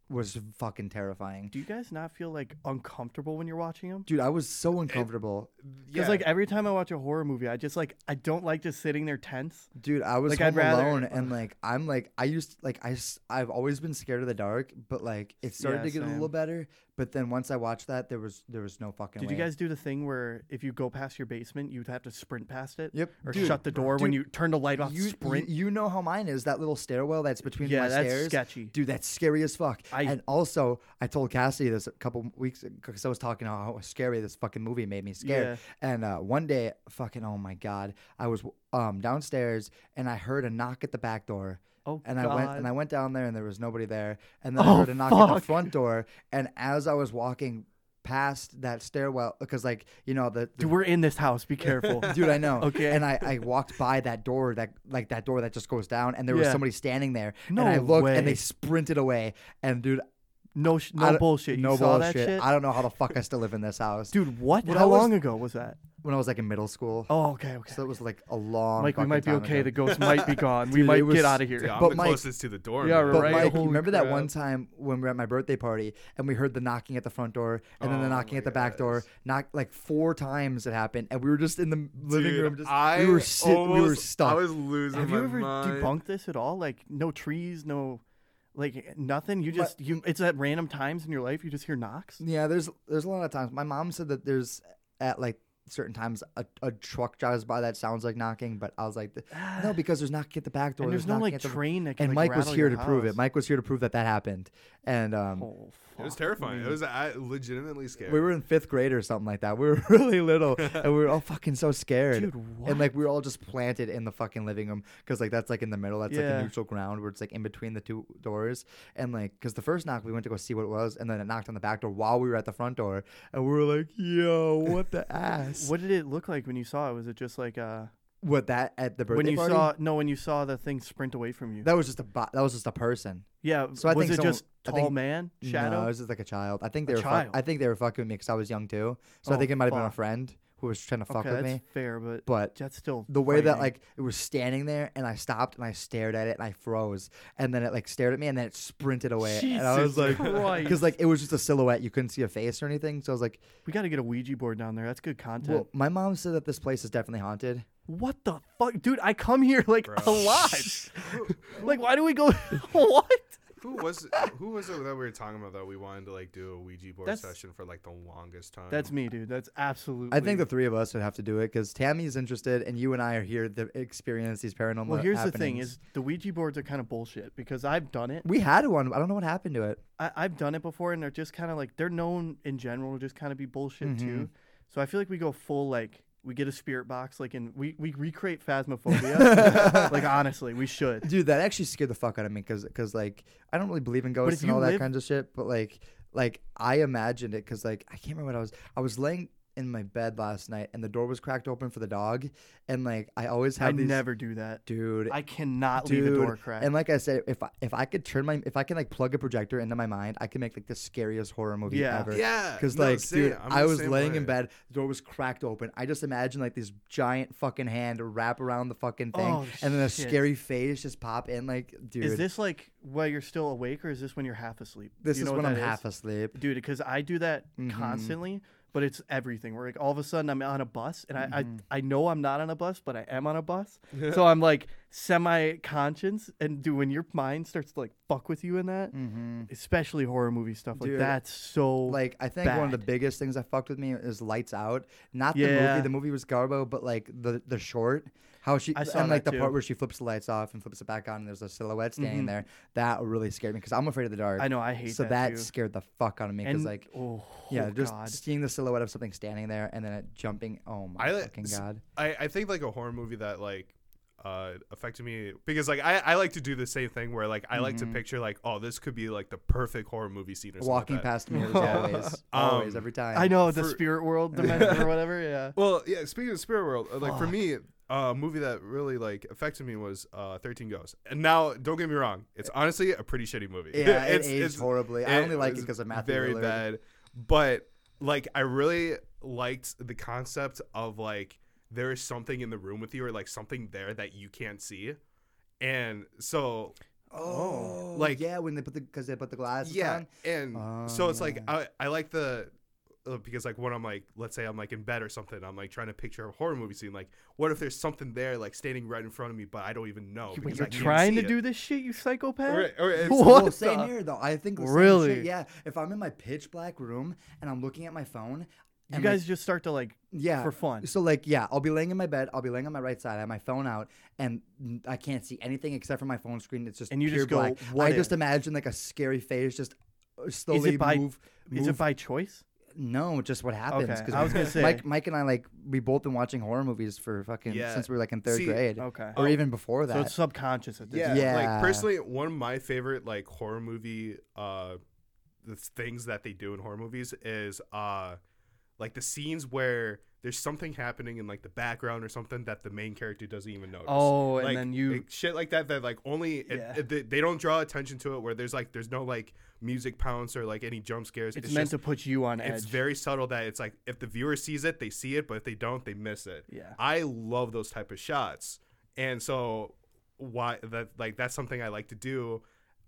Speaker 1: was fucking terrifying
Speaker 2: do you guys not feel like uncomfortable when you're watching them?
Speaker 1: dude i was so uncomfortable
Speaker 2: Because
Speaker 3: yeah,
Speaker 2: like every time I watch a horror movie, I just like I don't like just sitting there tense.
Speaker 1: dude i was
Speaker 2: like, I'd
Speaker 1: home
Speaker 2: rather-
Speaker 1: alone and like i'm like i used like I, have always been scared of the dark but like it started
Speaker 2: Yeah,
Speaker 1: to get a little
Speaker 2: same.
Speaker 1: better but then once i watched that there was there was no fucking
Speaker 2: Did
Speaker 1: way.
Speaker 2: you guys do the thing where if you go past your basement, you'd have to sprint past it?
Speaker 1: Yep.
Speaker 2: Or
Speaker 1: Dude,
Speaker 2: shut the door when you turn the light off.
Speaker 1: you, you,
Speaker 2: sprint.
Speaker 1: you know how mine is that little stairwell that's between
Speaker 2: Yeah,
Speaker 1: my
Speaker 2: that's
Speaker 1: stairs
Speaker 2: sketchy.
Speaker 1: dude that's scary as fuck
Speaker 2: I-
Speaker 1: and also i told cassidy this a couple weeks because i was talking how how scary this fucking movie made me scared and uh, one day fucking oh my god i was um downstairs and i heard a knock at the back door
Speaker 2: Oh,
Speaker 1: and I went
Speaker 2: God.
Speaker 1: and I went down there and there was nobody there. And then I
Speaker 2: Oh,
Speaker 1: heard a knock at the
Speaker 2: fuck.
Speaker 1: front door. And as I was walking past that stairwell, because like you know the, the
Speaker 2: Dude, we're in this house. Be careful.
Speaker 1: dude i know
Speaker 2: Okay.
Speaker 1: and I, I walked by that door that like that door that just goes down and there was
Speaker 2: Yeah.
Speaker 1: somebody standing there
Speaker 2: No
Speaker 1: and i looked and they
Speaker 2: way.
Speaker 1: sprinted away and dude
Speaker 2: No, sh-
Speaker 1: I
Speaker 2: no
Speaker 1: don't-
Speaker 2: bullshit. You
Speaker 1: no
Speaker 2: saw
Speaker 1: bullshit
Speaker 2: that shit.
Speaker 1: i don't know how the fuck i still live in this house
Speaker 2: Dude, what?
Speaker 1: When I
Speaker 2: How
Speaker 1: was-
Speaker 2: long ago was that?
Speaker 1: when i was like in middle school
Speaker 2: Oh, okay, okay.
Speaker 1: so it was like a long
Speaker 2: Mike, we
Speaker 1: fucking
Speaker 2: might be
Speaker 1: time
Speaker 2: okay.
Speaker 1: ago.
Speaker 2: The ghost might be gone. we
Speaker 1: Dude,
Speaker 2: might
Speaker 1: it was-
Speaker 2: get out of here.
Speaker 3: Dude, I'm
Speaker 1: but
Speaker 3: the
Speaker 1: Mike-
Speaker 3: closest to the door.
Speaker 2: Yeah,
Speaker 3: man.
Speaker 1: But
Speaker 2: right?
Speaker 1: Mike, you
Speaker 2: Holy
Speaker 1: remember that
Speaker 2: crap.
Speaker 1: one time when we were at my birthday party and we heard the knocking at the front door and then the
Speaker 3: Oh
Speaker 1: knocking
Speaker 3: my
Speaker 1: at the back door?
Speaker 3: gosh.
Speaker 1: Knock like four times it happened, and we were just in the living
Speaker 3: Dude,
Speaker 1: room. Just
Speaker 3: I
Speaker 1: we were sit, we were
Speaker 3: almost-
Speaker 1: stuck.
Speaker 3: I was losing
Speaker 2: Have
Speaker 3: my
Speaker 2: you ever
Speaker 3: mind.
Speaker 2: debunked this at all? Like no trees, no Like nothing. You just you. It's at random times in your life you just hear knocks.
Speaker 1: Yeah, there's there's a lot of times. My mom said that there's at like certain times a, a truck drives by that sounds like knocking, but I was like, no, because there's knocking at the back door.
Speaker 2: And there's, no
Speaker 1: knocking
Speaker 2: like
Speaker 1: at the-
Speaker 2: train that can.
Speaker 1: And
Speaker 2: like,
Speaker 1: Mike was
Speaker 2: rattle
Speaker 1: here to
Speaker 2: your
Speaker 1: prove it.
Speaker 2: house.
Speaker 1: Mike was here to prove that that happened. And um,
Speaker 2: Oh, fuck.
Speaker 3: It was terrifying. It was I, legitimately scary.
Speaker 1: Mm. we were in fifth grade or something like that. We were really little, and we were all fucking so scared.
Speaker 2: Dude,
Speaker 1: And like we were all just planted in the fucking living room because like that's like in the middle. That's like
Speaker 2: Yeah.
Speaker 1: a neutral ground where it's like in between the two doors. And like because the first knock we went to go see what it was, and then it knocked on the back door while we were at the front door, and we were like, "Yo, what the ass?
Speaker 2: What did it look like when you saw it? Was it just like uh
Speaker 1: what that at the birthday
Speaker 2: when you
Speaker 1: party?
Speaker 2: saw no when you saw the thing sprint away from you?
Speaker 1: that was just a bo- that was just a person.
Speaker 2: yeah.
Speaker 1: so I
Speaker 2: was
Speaker 1: think
Speaker 2: it
Speaker 1: someone-
Speaker 2: just
Speaker 1: I
Speaker 2: tall
Speaker 1: think-
Speaker 2: man
Speaker 1: No,
Speaker 2: shadow?
Speaker 1: it was just like a child. I think they
Speaker 2: A
Speaker 1: were. fuck-
Speaker 2: child.
Speaker 1: I think they were fucking with me because I was young too. So I
Speaker 2: Oh,
Speaker 1: think it might have been a
Speaker 2: fuck.
Speaker 1: friend who was trying to fuck
Speaker 2: okay,
Speaker 1: with
Speaker 2: that's
Speaker 1: me.
Speaker 2: fair, but
Speaker 1: But
Speaker 2: that's still
Speaker 1: the way that
Speaker 2: frightening.
Speaker 1: like it was standing there and I stopped and I stared at it and I froze and then it like stared at me and then it sprinted away and I was
Speaker 2: Jesus
Speaker 1: like
Speaker 2: Christ.
Speaker 1: because like it was just a silhouette you couldn't see a face or anything so I was like
Speaker 2: we got to get a Ouija board down there. That's good content.
Speaker 1: well my mom said that this place is definitely haunted
Speaker 2: what the fuck, dude? I come here like
Speaker 3: Bro.
Speaker 2: a lot. like, why do we go? what?
Speaker 3: who was who was it that we were talking about that we wanted to like do a Ouija board
Speaker 2: That's-
Speaker 3: session for like the longest time?
Speaker 2: That's me, dude. That's absolutely.
Speaker 1: I think the three of us would have to do it because Tammy is interested and you and I are here to experience these paranormal
Speaker 2: Well, here's the thing:
Speaker 1: happenings.
Speaker 2: is the Ouija boards are kind of bullshit because I've done it.
Speaker 1: we had one I don't know what happened to it
Speaker 2: I, I've done it before, and they're just kind of like they're known in general to just kind of be bullshit
Speaker 1: Mm-hmm.
Speaker 2: too. So I feel like we go full like we get a spirit box, like and we we recreate phasmophobia. like honestly, we should.
Speaker 1: dude that actually scared the fuck out of me because like i don't really believe in
Speaker 2: if
Speaker 1: ghosts and
Speaker 2: you
Speaker 1: all that
Speaker 2: live-
Speaker 1: kinds of shit but like like i imagined it because like i can't remember what i was i was laying in my bed last night and the door was cracked open for the dog and like i always have
Speaker 2: I
Speaker 1: these
Speaker 2: never do that.
Speaker 1: dude
Speaker 2: I cannot
Speaker 1: Dude,
Speaker 2: leave a door crack.
Speaker 1: and like I said, if I, if I could turn my if I can like plug a projector into my mind, I can make like the scariest horror movie
Speaker 2: Yeah.
Speaker 1: ever.
Speaker 2: Uh,
Speaker 3: Yeah,
Speaker 1: because
Speaker 3: no,
Speaker 1: like,
Speaker 3: same.
Speaker 1: dude,
Speaker 3: I'm
Speaker 1: i
Speaker 3: the
Speaker 1: was
Speaker 3: same
Speaker 1: laying
Speaker 3: way.
Speaker 1: in bed, the door was cracked open. I just imagined like this giant fucking hand wrap around the fucking thing,
Speaker 2: Oh,
Speaker 1: and then a
Speaker 2: shit.
Speaker 1: scary face just pop in. Like, dude,
Speaker 2: is this like while you're still awake, or is this when you're half asleep? Do
Speaker 1: this
Speaker 2: you
Speaker 1: is
Speaker 2: know what
Speaker 1: when I'm
Speaker 2: that
Speaker 1: half asleep.
Speaker 2: dude because i do that constantly but it's everything where like all of a sudden i'm on a bus and I, I i know i'm not on a bus but i am on a bus so i'm like semi conscious and dude when your mind starts to like fuck with you in that especially horror movie stuff like
Speaker 1: Dude,
Speaker 2: that's so
Speaker 1: Like, I think one of the
Speaker 2: bad.
Speaker 1: biggest things that fucked with me is Lights Out. Not the
Speaker 2: Yeah.
Speaker 1: movie. The movie was garbo, but like the the short. How she
Speaker 2: I saw
Speaker 1: and like
Speaker 2: that
Speaker 1: the part
Speaker 2: too. Mm-hmm.
Speaker 1: where she flips the lights off and flips it back on, and there's a silhouette standing there. That really scared me because I'm afraid of the dark.
Speaker 2: I know, I hate
Speaker 1: so
Speaker 2: that
Speaker 1: that
Speaker 2: too.
Speaker 1: scared the fuck out of me because
Speaker 2: and
Speaker 1: like
Speaker 2: oh
Speaker 1: yeah,
Speaker 2: oh,
Speaker 1: just
Speaker 2: God.
Speaker 1: seeing the silhouette of something standing there and then it jumping. Oh my
Speaker 3: I like-
Speaker 1: fucking
Speaker 3: s-
Speaker 1: god!
Speaker 3: I, I think like a horror movie that like uh affected me because like I, I like to do the same thing where like I like to
Speaker 1: Mm-hmm.
Speaker 3: picture like oh this could be like the perfect horror movie scene or something like
Speaker 1: Walking
Speaker 3: that. Um,
Speaker 1: past mirrors always, always, every time.
Speaker 2: i know the
Speaker 3: for-
Speaker 2: spirit world dimension or whatever yeah
Speaker 3: Well, yeah. Speaking of spirit world, uh, like for me, uh, a movie that really like affected me was uh, Thirteen Ghosts. And now, don't get me wrong, it's honestly a pretty shitty movie.
Speaker 1: Yeah, it aged horribly. I only like it
Speaker 3: was
Speaker 1: 'cause of Matthew
Speaker 3: Very
Speaker 1: Lillard.
Speaker 3: bad. But like, I really liked the concept of like there is something in the room with you, or like something there that you can't see. And so
Speaker 1: Oh,
Speaker 3: Like-
Speaker 1: yeah, when they put the because they put the glasses
Speaker 3: yeah
Speaker 1: on.
Speaker 3: and so it's like
Speaker 2: Oh,
Speaker 3: I, I like the uh, because like when i'm like let's say i'm like in bed or something i'm like trying to picture a horror movie scene like what if there's something there like standing right in front of me but i don't even know
Speaker 2: Wait,
Speaker 3: because
Speaker 2: you're
Speaker 3: I can't
Speaker 2: trying
Speaker 3: see
Speaker 2: to
Speaker 3: it.
Speaker 2: do this shit you psychopath
Speaker 3: Or- or it's-
Speaker 2: what
Speaker 1: Well, same
Speaker 2: the-
Speaker 1: here though. I think the same shit,
Speaker 2: Really?
Speaker 1: yeah. If I'm in my pitch black room and I'm looking at my phone,
Speaker 2: you
Speaker 1: and,
Speaker 2: guys just start to like
Speaker 1: like, yeah,
Speaker 2: for fun
Speaker 1: So like, yeah, I'll be laying in my bed. I'll be laying on my right side. I have my phone out, and I can't see anything except for my phone screen. It's just
Speaker 2: And you
Speaker 1: pure
Speaker 2: just go,
Speaker 1: black.
Speaker 2: "What
Speaker 1: I just
Speaker 2: if?"
Speaker 1: imagine like a scary face just uh, slowly
Speaker 2: by-
Speaker 1: move.
Speaker 2: is
Speaker 1: move-
Speaker 2: it by choice
Speaker 1: no, just what happens.
Speaker 2: Okay,
Speaker 1: 'cause
Speaker 2: I was gonna say-
Speaker 1: Mike, Mike and I like we both been watching horror movies for fucking
Speaker 3: Yeah.
Speaker 1: since we were like in third
Speaker 3: See,
Speaker 1: grade,
Speaker 2: okay.
Speaker 1: or even before that.
Speaker 2: So it's subconscious at this
Speaker 3: yeah,
Speaker 2: point.
Speaker 1: Yeah.
Speaker 3: like personally one of my favorite like horror movie uh the things that they do in horror movies is uh like the scenes where there's something happening in like the background or something that the main character doesn't even notice
Speaker 2: Oh, and
Speaker 3: Like,
Speaker 2: then you-
Speaker 3: like, shit like that that like only it-
Speaker 2: Yeah.
Speaker 3: it- they- they don't draw attention to it where there's like there's no like music pounce or like any jump scares
Speaker 2: It's, meant
Speaker 3: just-
Speaker 2: to put you on
Speaker 3: it's
Speaker 2: edge.
Speaker 3: very subtle that it's like if the viewer sees it, they see it, but if they don't, they miss it.
Speaker 2: Yeah.
Speaker 3: I love those type of shots, and so why that like that's something I like to do,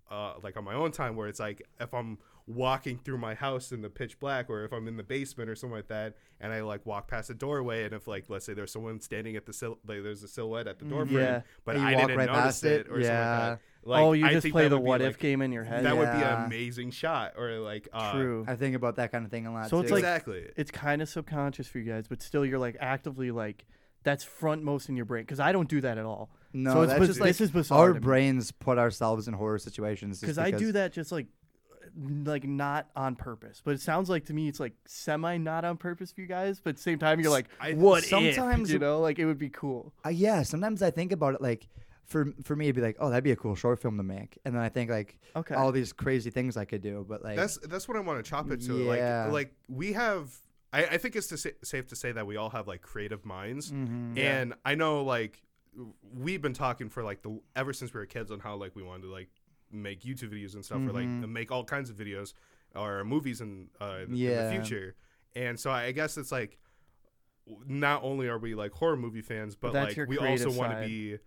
Speaker 3: uh, like on my own time where it's like if I'm walking through my house in the pitch black or if I'm in the basement or something like that, and I like walk past a doorway, and if like let's say there's someone standing at the sil- like there's a silhouette at the door frame,
Speaker 2: Mm, Yeah.
Speaker 3: but
Speaker 1: And you
Speaker 3: I
Speaker 1: walk
Speaker 3: didn't
Speaker 1: right
Speaker 3: notice
Speaker 1: past
Speaker 3: it
Speaker 1: it,
Speaker 3: or something
Speaker 1: yeah.
Speaker 3: like that. Like,
Speaker 2: oh, you
Speaker 3: I
Speaker 2: just
Speaker 3: think
Speaker 2: play
Speaker 3: that
Speaker 2: the
Speaker 3: would be,
Speaker 2: what if
Speaker 3: like-
Speaker 2: game in your head.
Speaker 3: That would be an
Speaker 1: Yeah.
Speaker 3: amazing shot, or like uh,
Speaker 2: True.
Speaker 1: I think about that kind of thing a lot.
Speaker 2: So it's
Speaker 1: too.
Speaker 2: like-
Speaker 3: Exactly.
Speaker 2: it's kind of subconscious for you guys, but still you're like actively like that's frontmost in your brain because I don't do that at all.
Speaker 1: no,
Speaker 2: so it's
Speaker 1: that's
Speaker 2: biz-
Speaker 1: just like
Speaker 2: this is bizarre
Speaker 1: our
Speaker 2: to me.
Speaker 1: brains put ourselves in horror situations. just
Speaker 2: because I do
Speaker 1: because-
Speaker 2: that just like like not on purpose. But it sounds like to me it's like semi not on purpose for you guys, but at the same time you're like
Speaker 3: I-
Speaker 2: what sometimes
Speaker 1: sometimes-
Speaker 2: you know like it would be cool.
Speaker 1: Uh, yeah, sometimes I think about it like for for me it'd be like, oh, that'd be a cool short film to make, and then I think like
Speaker 2: Okay.
Speaker 1: all these crazy things I could do, but like
Speaker 3: That's that's what I want to chop it to.
Speaker 1: Yeah.
Speaker 3: Like like we have. I, I think it's to sa- safe to say that we all have like creative minds,
Speaker 1: Mm-hmm.
Speaker 2: Mm-hmm.
Speaker 3: and I know like we've been talking for like the ever since we were kids on how like we wanted to like make YouTube videos and stuff, or like
Speaker 2: Mm-hmm.
Speaker 3: make all kinds of videos or movies in, uh, in
Speaker 1: Yeah.
Speaker 3: the future. And so I guess it's like w- not only are we like horror movie fans, but
Speaker 2: that's
Speaker 3: like
Speaker 2: your
Speaker 3: we also
Speaker 2: creative
Speaker 3: want to
Speaker 2: side. Uh,
Speaker 3: be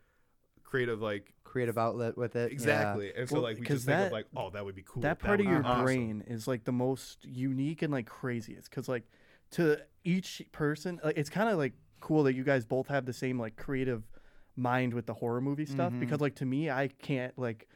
Speaker 3: creative, like
Speaker 1: creative outlet with it. yeah.
Speaker 3: exactly. And so
Speaker 2: Well,
Speaker 3: like we
Speaker 2: 'cause
Speaker 3: just think
Speaker 2: that-
Speaker 3: of like, oh, that would be cool.
Speaker 2: that part
Speaker 3: would
Speaker 2: of
Speaker 3: be
Speaker 2: your
Speaker 3: awesome.
Speaker 2: brain is like the most unique and like craziest because like to each person like, it's kind of like cool that you guys both have the same like creative mind with the horror movie stuff because like to me i can't like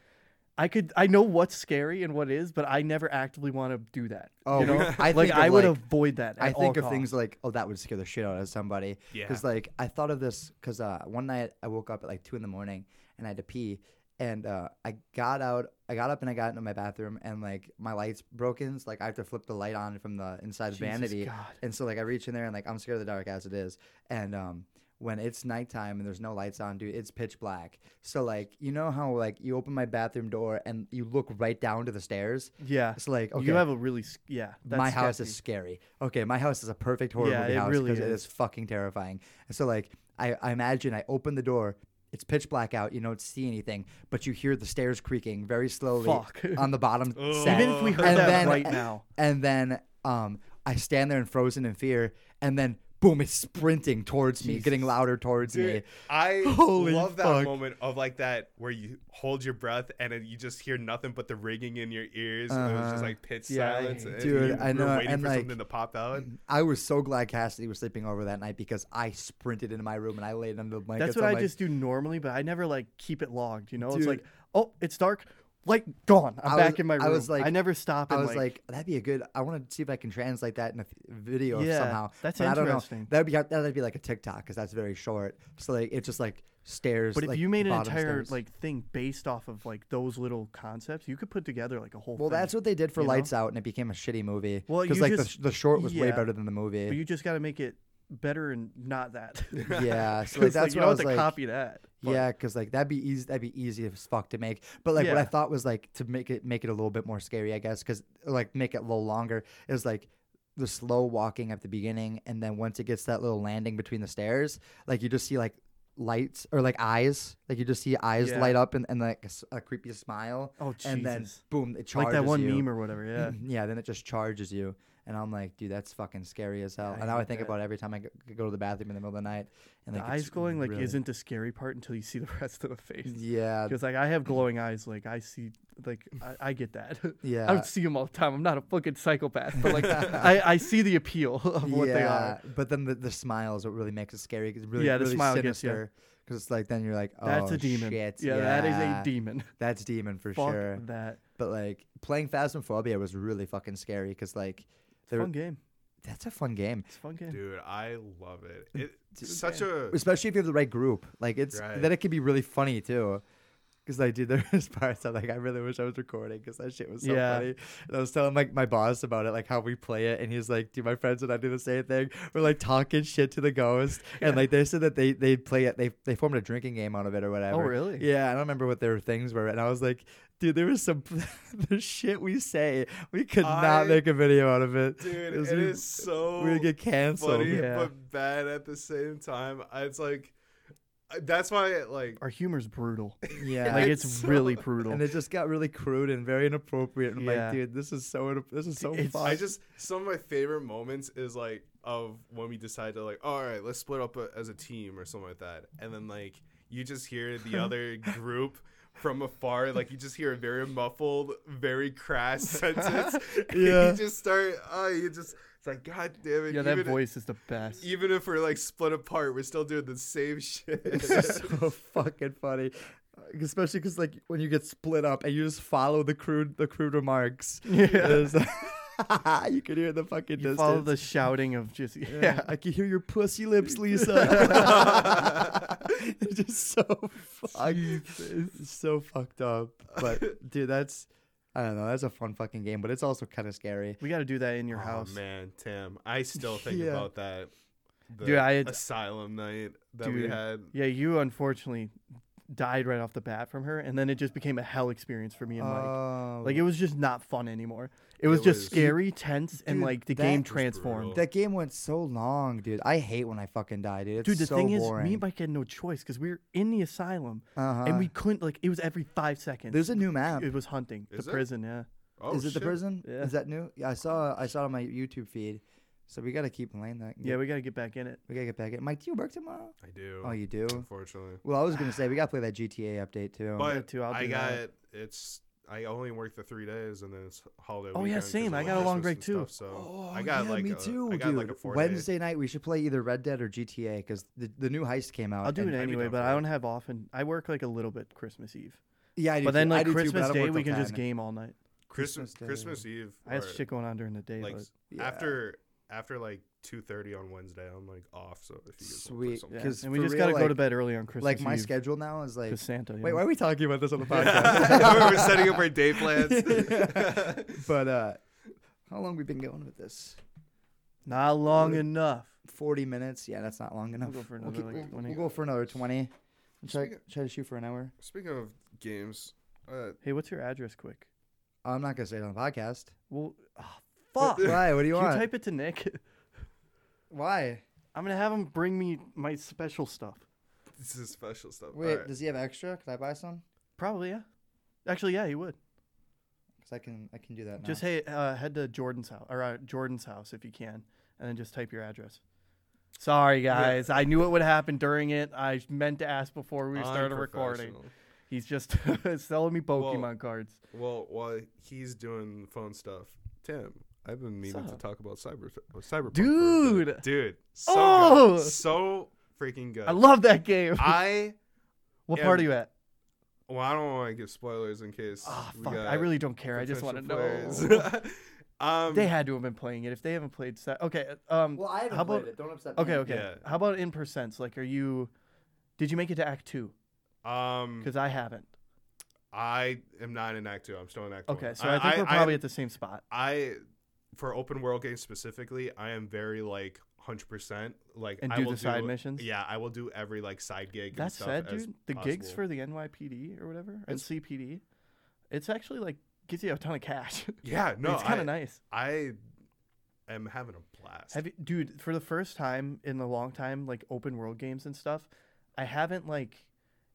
Speaker 2: i could i know what's scary and what is but i never actively want to do that
Speaker 1: Oh,
Speaker 2: you know
Speaker 1: I
Speaker 2: like
Speaker 1: think
Speaker 2: i
Speaker 1: of,
Speaker 2: would
Speaker 1: like-
Speaker 2: avoid that
Speaker 1: I
Speaker 2: at
Speaker 1: think
Speaker 2: all
Speaker 1: of things
Speaker 2: costs.
Speaker 1: like, oh, that would scare the shit out of somebody.
Speaker 3: Yeah.
Speaker 1: Because like I thought of this because uh, one night I woke up at like two in the morning and I had to pee, and uh, I got out. I got up and I got into my bathroom and like my light's broken, so like I have to flip the light on from the inside
Speaker 2: Jesus
Speaker 1: vanity.
Speaker 2: God.
Speaker 1: And so like I reach in there and like I'm scared of the dark as it is. And um when it's nighttime and there's no lights on, dude, it's pitch black. So like you know how like you open my bathroom door and you look right down to the stairs.
Speaker 2: yeah
Speaker 1: It's like okay,
Speaker 2: you have a really s- yeah that's
Speaker 1: my house is
Speaker 2: sketchy.
Speaker 1: scary. Okay, my house is a perfect horror
Speaker 2: Yeah,
Speaker 1: movie
Speaker 2: it
Speaker 1: house
Speaker 2: really
Speaker 1: it
Speaker 2: is.
Speaker 1: is fucking terrifying. And so like I, I imagine I open the door, it's pitch black out, you don't see anything, but you hear the stairs creaking very slowly
Speaker 2: Fuck.
Speaker 1: on the bottom
Speaker 3: Ugh.
Speaker 1: set.
Speaker 2: even if we heard
Speaker 1: And
Speaker 2: that
Speaker 1: then-
Speaker 2: right now
Speaker 1: And then um I stand there and frozen in fear and then boom it's sprinting towards me, getting louder towards me.
Speaker 3: Dude, I
Speaker 1: Holy
Speaker 3: love that
Speaker 1: fuck.
Speaker 3: moment of like that where you hold your breath and then you just hear nothing but the ringing in your ears. and it was just
Speaker 1: Uh-huh.
Speaker 3: like pitch
Speaker 2: Yeah, I-
Speaker 3: silence. and
Speaker 1: Dude,
Speaker 3: you
Speaker 1: I
Speaker 3: were
Speaker 1: know,
Speaker 3: waiting
Speaker 1: and,
Speaker 3: for
Speaker 1: like- Mm-hmm.
Speaker 3: something to pop out.
Speaker 1: I was so glad Cassidy was sleeping over that night because I sprinted into my room and I laid under the blanket.
Speaker 2: That's what
Speaker 1: I'm
Speaker 2: I
Speaker 1: like,
Speaker 2: just do normally, but I never like keep it logged. You know, it's
Speaker 1: Dude.
Speaker 2: like, oh, it's dark, light gone. I'm
Speaker 1: I
Speaker 2: back
Speaker 1: was-
Speaker 2: in my room.
Speaker 1: I was like-
Speaker 2: I never stop.
Speaker 1: I
Speaker 2: and,
Speaker 1: was like, that'd be a good. I want to see if I can translate that in a f- video
Speaker 2: Yeah,
Speaker 1: somehow.
Speaker 2: that's
Speaker 1: but I don't know.
Speaker 2: interesting.
Speaker 1: That'd be that'd be like a TikTok because that's very short. So like it's just like stairs.
Speaker 2: but if
Speaker 1: like,
Speaker 2: you made an
Speaker 1: bottom
Speaker 2: entire
Speaker 1: stairs.
Speaker 2: like thing based off of like those little concepts, you could put together like a whole.
Speaker 1: well,
Speaker 2: thing.
Speaker 1: that's what they did for
Speaker 2: you know?
Speaker 1: Lights Out, and it became a shitty movie.
Speaker 2: Well,
Speaker 1: because
Speaker 2: you
Speaker 1: like the,
Speaker 2: just-
Speaker 1: sh- the short was way
Speaker 2: yeah.
Speaker 1: better than the movie.
Speaker 2: But you just got to make it better and not that.
Speaker 1: yeah, so
Speaker 2: 'Cause,
Speaker 1: like, that's
Speaker 2: you
Speaker 1: what
Speaker 2: don't
Speaker 1: I
Speaker 2: have
Speaker 1: was
Speaker 2: to
Speaker 1: like.
Speaker 2: copy that. but-
Speaker 1: yeah, because like that'd be easy. That'd be easy as fuck to make. But like what I
Speaker 2: Yeah.
Speaker 1: thought was like to make it make it a little bit more scary, I guess, because like make it a little longer is like the slow walking at the beginning, and then once it gets that little landing between the stairs, like you just see like lights or like eyes, like you just see eyes
Speaker 2: Yeah.
Speaker 1: light up and, and like a s- a, creepy smile,
Speaker 2: Oh
Speaker 1: and then
Speaker 2: Jesus!
Speaker 1: boom, it
Speaker 2: Like
Speaker 1: charges
Speaker 2: that one
Speaker 1: you.
Speaker 2: meme or whatever. Yeah.
Speaker 1: yeah, then it just charges you. And I'm like, dude, that's fucking scary as hell.
Speaker 2: I
Speaker 1: and now I
Speaker 2: hate
Speaker 1: think
Speaker 2: that.
Speaker 1: about it every time I go, go to the bathroom in the middle of the night. And
Speaker 2: The
Speaker 1: like, it's
Speaker 2: eyes glowing like
Speaker 1: really-
Speaker 2: isn't the scary part until you see the rest of the face.
Speaker 1: Yeah,
Speaker 2: Because like I have glowing eyes, like I see, like I, I get that. I
Speaker 1: Yeah.
Speaker 2: don't see them all the time. I'm not a fucking psychopath, but like I, I see the appeal of what they are.
Speaker 1: But then the, the smile is what really makes it scary. 'cause It's really,
Speaker 2: Yeah, the
Speaker 1: really
Speaker 2: smile gets ya.
Speaker 1: sinister. Because it's like then you're like, oh,
Speaker 2: That's a demon.
Speaker 1: Shit.
Speaker 2: Yeah, that is a
Speaker 1: yeah,
Speaker 2: demon.
Speaker 1: That's demon for
Speaker 2: Fuck
Speaker 1: sure.
Speaker 2: that.
Speaker 1: But like playing Phasmophobia was really fucking scary. Because like, there-
Speaker 2: Fun game.
Speaker 1: that's a fun game,
Speaker 2: It's a fun game.
Speaker 3: Dude, I love it. It-
Speaker 1: Dude,
Speaker 3: It's such a
Speaker 1: especially if you have the right group. Like it's
Speaker 3: Right.
Speaker 1: then it can be really funny too. Because like, dude, there's parts I'm like, I really wish I was recording because that shit was so
Speaker 2: Yeah.
Speaker 1: funny. And I was telling like my boss about it, like how we play it, and he's like, "Do my friends and I do the same thing? We're like talking shit to the ghost, and like they said that they they play it, they they formed a drinking game out of it or whatever.
Speaker 2: really?
Speaker 1: Yeah, I don't remember what their things were, and I was like, dude, there was some the shit we say, we could
Speaker 3: I-
Speaker 1: not make a video out of it.
Speaker 3: dude.
Speaker 1: It was-
Speaker 3: it
Speaker 1: we-
Speaker 3: is so
Speaker 1: we would get canceled.
Speaker 3: funny
Speaker 2: Yeah.
Speaker 3: but bad at the same time. I- It's like I- that's why like
Speaker 2: Our humor's brutal.
Speaker 1: Yeah,
Speaker 2: Like it's,
Speaker 3: It's so-
Speaker 2: really brutal.
Speaker 1: and it just got really crude and very inappropriate. And I'm
Speaker 2: Yeah.
Speaker 1: like, dude, this is so inap- this is so
Speaker 2: It's-
Speaker 1: fun.
Speaker 3: I just some of my favorite moments is like of when we decide to like, "Oh, all right, let's split up a, as a team or something like that, and then like you just hear the other group from afar, like you just hear a very muffled, very crass sentence. and
Speaker 1: Yeah.
Speaker 3: you just start, oh, you just it's like, god damn it,
Speaker 2: yeah, that
Speaker 3: even,
Speaker 2: voice is the best.
Speaker 3: Even if we're like split apart, we're still doing the same shit.
Speaker 1: it's just so fucking funny. Uh, especially because like when you get split up and you just follow the crude the crude remarks.
Speaker 2: Yeah.
Speaker 1: It's- you can hear the fucking
Speaker 2: You
Speaker 1: distance.
Speaker 2: follow the shouting of just yeah.
Speaker 1: yeah, I can hear your pussy lips, Lisa. it's just so fucked, so fucked up. But dude, that's I don't know. That's a fun fucking game, but it's also kind of scary.
Speaker 2: We got to do that in your house.
Speaker 3: Oh man, Tim, I still think
Speaker 1: Yeah.
Speaker 3: about that. The
Speaker 2: Dude, I had-
Speaker 3: asylum night that we
Speaker 2: Dude.
Speaker 3: had.
Speaker 2: Yeah, you unfortunately died right off the bat from her, and then it just became a hell experience for me and Mike.
Speaker 1: Oh,
Speaker 2: Like it was just not fun anymore. It was just
Speaker 3: was-
Speaker 2: scary, tense, and
Speaker 1: Dude,
Speaker 2: like the
Speaker 1: that
Speaker 2: game
Speaker 1: was
Speaker 2: transformed.
Speaker 3: brutal.
Speaker 1: that game went so long, dude. I hate when I fucking die, dude. It's
Speaker 2: Dude, the
Speaker 1: so
Speaker 2: thing
Speaker 1: boring.
Speaker 2: is, me and Mike had no choice because we were in the asylum
Speaker 1: uh-huh.
Speaker 2: and we couldn't like it was every five seconds.
Speaker 1: there's a new map.
Speaker 2: it was hunting
Speaker 3: Is
Speaker 2: the
Speaker 3: it?
Speaker 2: prison. Yeah,
Speaker 3: Oh,
Speaker 1: is it
Speaker 3: shit.
Speaker 1: the prison?
Speaker 2: Yeah.
Speaker 1: Is that new? Yeah, I saw I saw it on my YouTube feed. So we gotta keep playing that.
Speaker 2: yeah, we got to get back in it.
Speaker 1: we gotta get back in. Mike, do you work tomorrow?
Speaker 3: I do.
Speaker 1: Oh, you do.
Speaker 3: Unfortunately,
Speaker 1: Well, I was gonna say we gotta play that GTA update too.
Speaker 3: but um,
Speaker 2: too, I'll
Speaker 3: I
Speaker 2: do
Speaker 3: got
Speaker 2: that.
Speaker 3: it's. I only work the three days, and then it's holiday.
Speaker 2: Oh, yeah,
Speaker 3: weekend 'cause
Speaker 2: same.
Speaker 3: of,
Speaker 2: I
Speaker 3: like,
Speaker 2: got a long
Speaker 3: Christmas
Speaker 2: break, Oh,
Speaker 3: and stuff, so I got
Speaker 1: yeah,
Speaker 3: like
Speaker 1: me
Speaker 3: a-
Speaker 1: too,
Speaker 3: I got
Speaker 1: dude.
Speaker 3: like a four
Speaker 1: Wednesday night we should play either Red Dead or GTA because the, the new heist came out.
Speaker 2: I'll do
Speaker 1: Uh, and-
Speaker 2: it
Speaker 3: I'd be
Speaker 2: anyway,
Speaker 3: down
Speaker 2: but
Speaker 3: for
Speaker 2: I
Speaker 3: that.
Speaker 2: don't have often. I work like a little bit Christmas Eve,
Speaker 1: Yeah, I do
Speaker 2: but then
Speaker 1: too. I
Speaker 2: like
Speaker 1: do too, but I
Speaker 2: Christmas
Speaker 1: don't
Speaker 2: Day
Speaker 1: work
Speaker 2: we
Speaker 1: till
Speaker 2: can just
Speaker 1: 10.
Speaker 2: game all night.
Speaker 1: Christmas
Speaker 3: Christmas
Speaker 1: Day.
Speaker 3: Christmas Eve.
Speaker 2: I have
Speaker 3: or,
Speaker 2: shit going on during the day.
Speaker 3: like
Speaker 2: but
Speaker 1: Yeah.
Speaker 3: after after like two thirty on Wednesday, I'm like off. So if you guys want to play
Speaker 1: Sweet.
Speaker 3: something.
Speaker 2: Yeah,
Speaker 1: 'Cause
Speaker 2: and we
Speaker 1: for
Speaker 2: just
Speaker 1: real,
Speaker 2: gotta go to
Speaker 1: like-
Speaker 2: bed early on Christmas.
Speaker 1: Like my
Speaker 2: Eve,
Speaker 1: schedule now is like.
Speaker 2: 'cause Santa. you
Speaker 1: Wait,
Speaker 2: know?
Speaker 1: why are we talking about this on the
Speaker 3: We're
Speaker 1: podcast?
Speaker 3: setting up our day plans.
Speaker 1: but uh, how long we been going with this?
Speaker 2: Not long enough.
Speaker 1: Forty minutes. Yeah, that's not long enough.
Speaker 2: go for
Speaker 1: We'll
Speaker 2: another,
Speaker 1: keep-
Speaker 2: like,
Speaker 1: we'll-
Speaker 2: 20.
Speaker 1: We'll go for another twenty. And Try
Speaker 3: Speaking
Speaker 1: try to shoot for an hour.
Speaker 3: Speaking of games, uh,
Speaker 2: Hey, what's your address, quick?
Speaker 1: I'm not gonna say it on the podcast.
Speaker 2: Well, oh, fuck. Can
Speaker 1: Why? What do you
Speaker 2: you
Speaker 1: want?
Speaker 2: type it to Nick?
Speaker 1: Why?
Speaker 2: I'm gonna have him bring me my special stuff.
Speaker 3: this is special stuff.
Speaker 1: Wait,
Speaker 3: Alright.
Speaker 1: does he have extra? Could I buy some?
Speaker 2: Probably, yeah. Actually, yeah, he would.
Speaker 1: Because I can, I can do that. Now.
Speaker 2: Just hey, uh, head to Jordan's house or uh, Jordan's house if you can, and then just type your address. Sorry, guys. I knew it would happen during it. I meant to ask before we started recording.
Speaker 3: Unprofessional.
Speaker 2: He's just selling me Pokemon cards.
Speaker 3: Well, while he's doing phone stuff, Tim, I've been meaning to
Speaker 2: up?
Speaker 3: talk about cyber uh, cyberpunk. for a
Speaker 2: Dude!
Speaker 3: bit. dude, so
Speaker 2: Oh!
Speaker 3: good. so freaking good.
Speaker 2: I love that game.
Speaker 3: I
Speaker 2: what
Speaker 3: yeah,
Speaker 2: part are you at?
Speaker 3: well, I don't want to give spoilers in case.
Speaker 2: Ah,
Speaker 3: we
Speaker 2: fuck.
Speaker 3: got
Speaker 2: I really don't care. I just want to
Speaker 3: potential
Speaker 2: know.
Speaker 3: players. um,
Speaker 2: they had to have been playing it if they haven't played. Sa- okay. Um.
Speaker 1: Well, I haven't
Speaker 2: How
Speaker 1: played
Speaker 2: about-
Speaker 1: it. Don't upset me.
Speaker 2: Okay. Okay.
Speaker 3: Yeah.
Speaker 2: How about in percents? Like, are you? Did you make it to Act Two?
Speaker 3: um,
Speaker 2: Because I haven't.
Speaker 3: I am not in Act Two. I'm still in Act One.
Speaker 2: Okay. So I, think we're probably at the same spot.
Speaker 3: I for open world games specifically, I am very like hundred percent like
Speaker 2: And
Speaker 3: I
Speaker 2: do
Speaker 3: will
Speaker 2: the side missions?
Speaker 3: Yeah, I will do every like side gig.
Speaker 2: That
Speaker 3: and stuff
Speaker 2: said,
Speaker 3: as
Speaker 2: dude, the gigs
Speaker 3: possible.
Speaker 2: for the NYPD or whatever and CPD, it's actually like gives you a ton of cash.
Speaker 3: yeah, no,
Speaker 2: it's kind
Speaker 3: I-
Speaker 2: of nice.
Speaker 3: I am having a blast.
Speaker 2: Have you, dude, for the first time in a long time, like open world games and stuff, I haven't like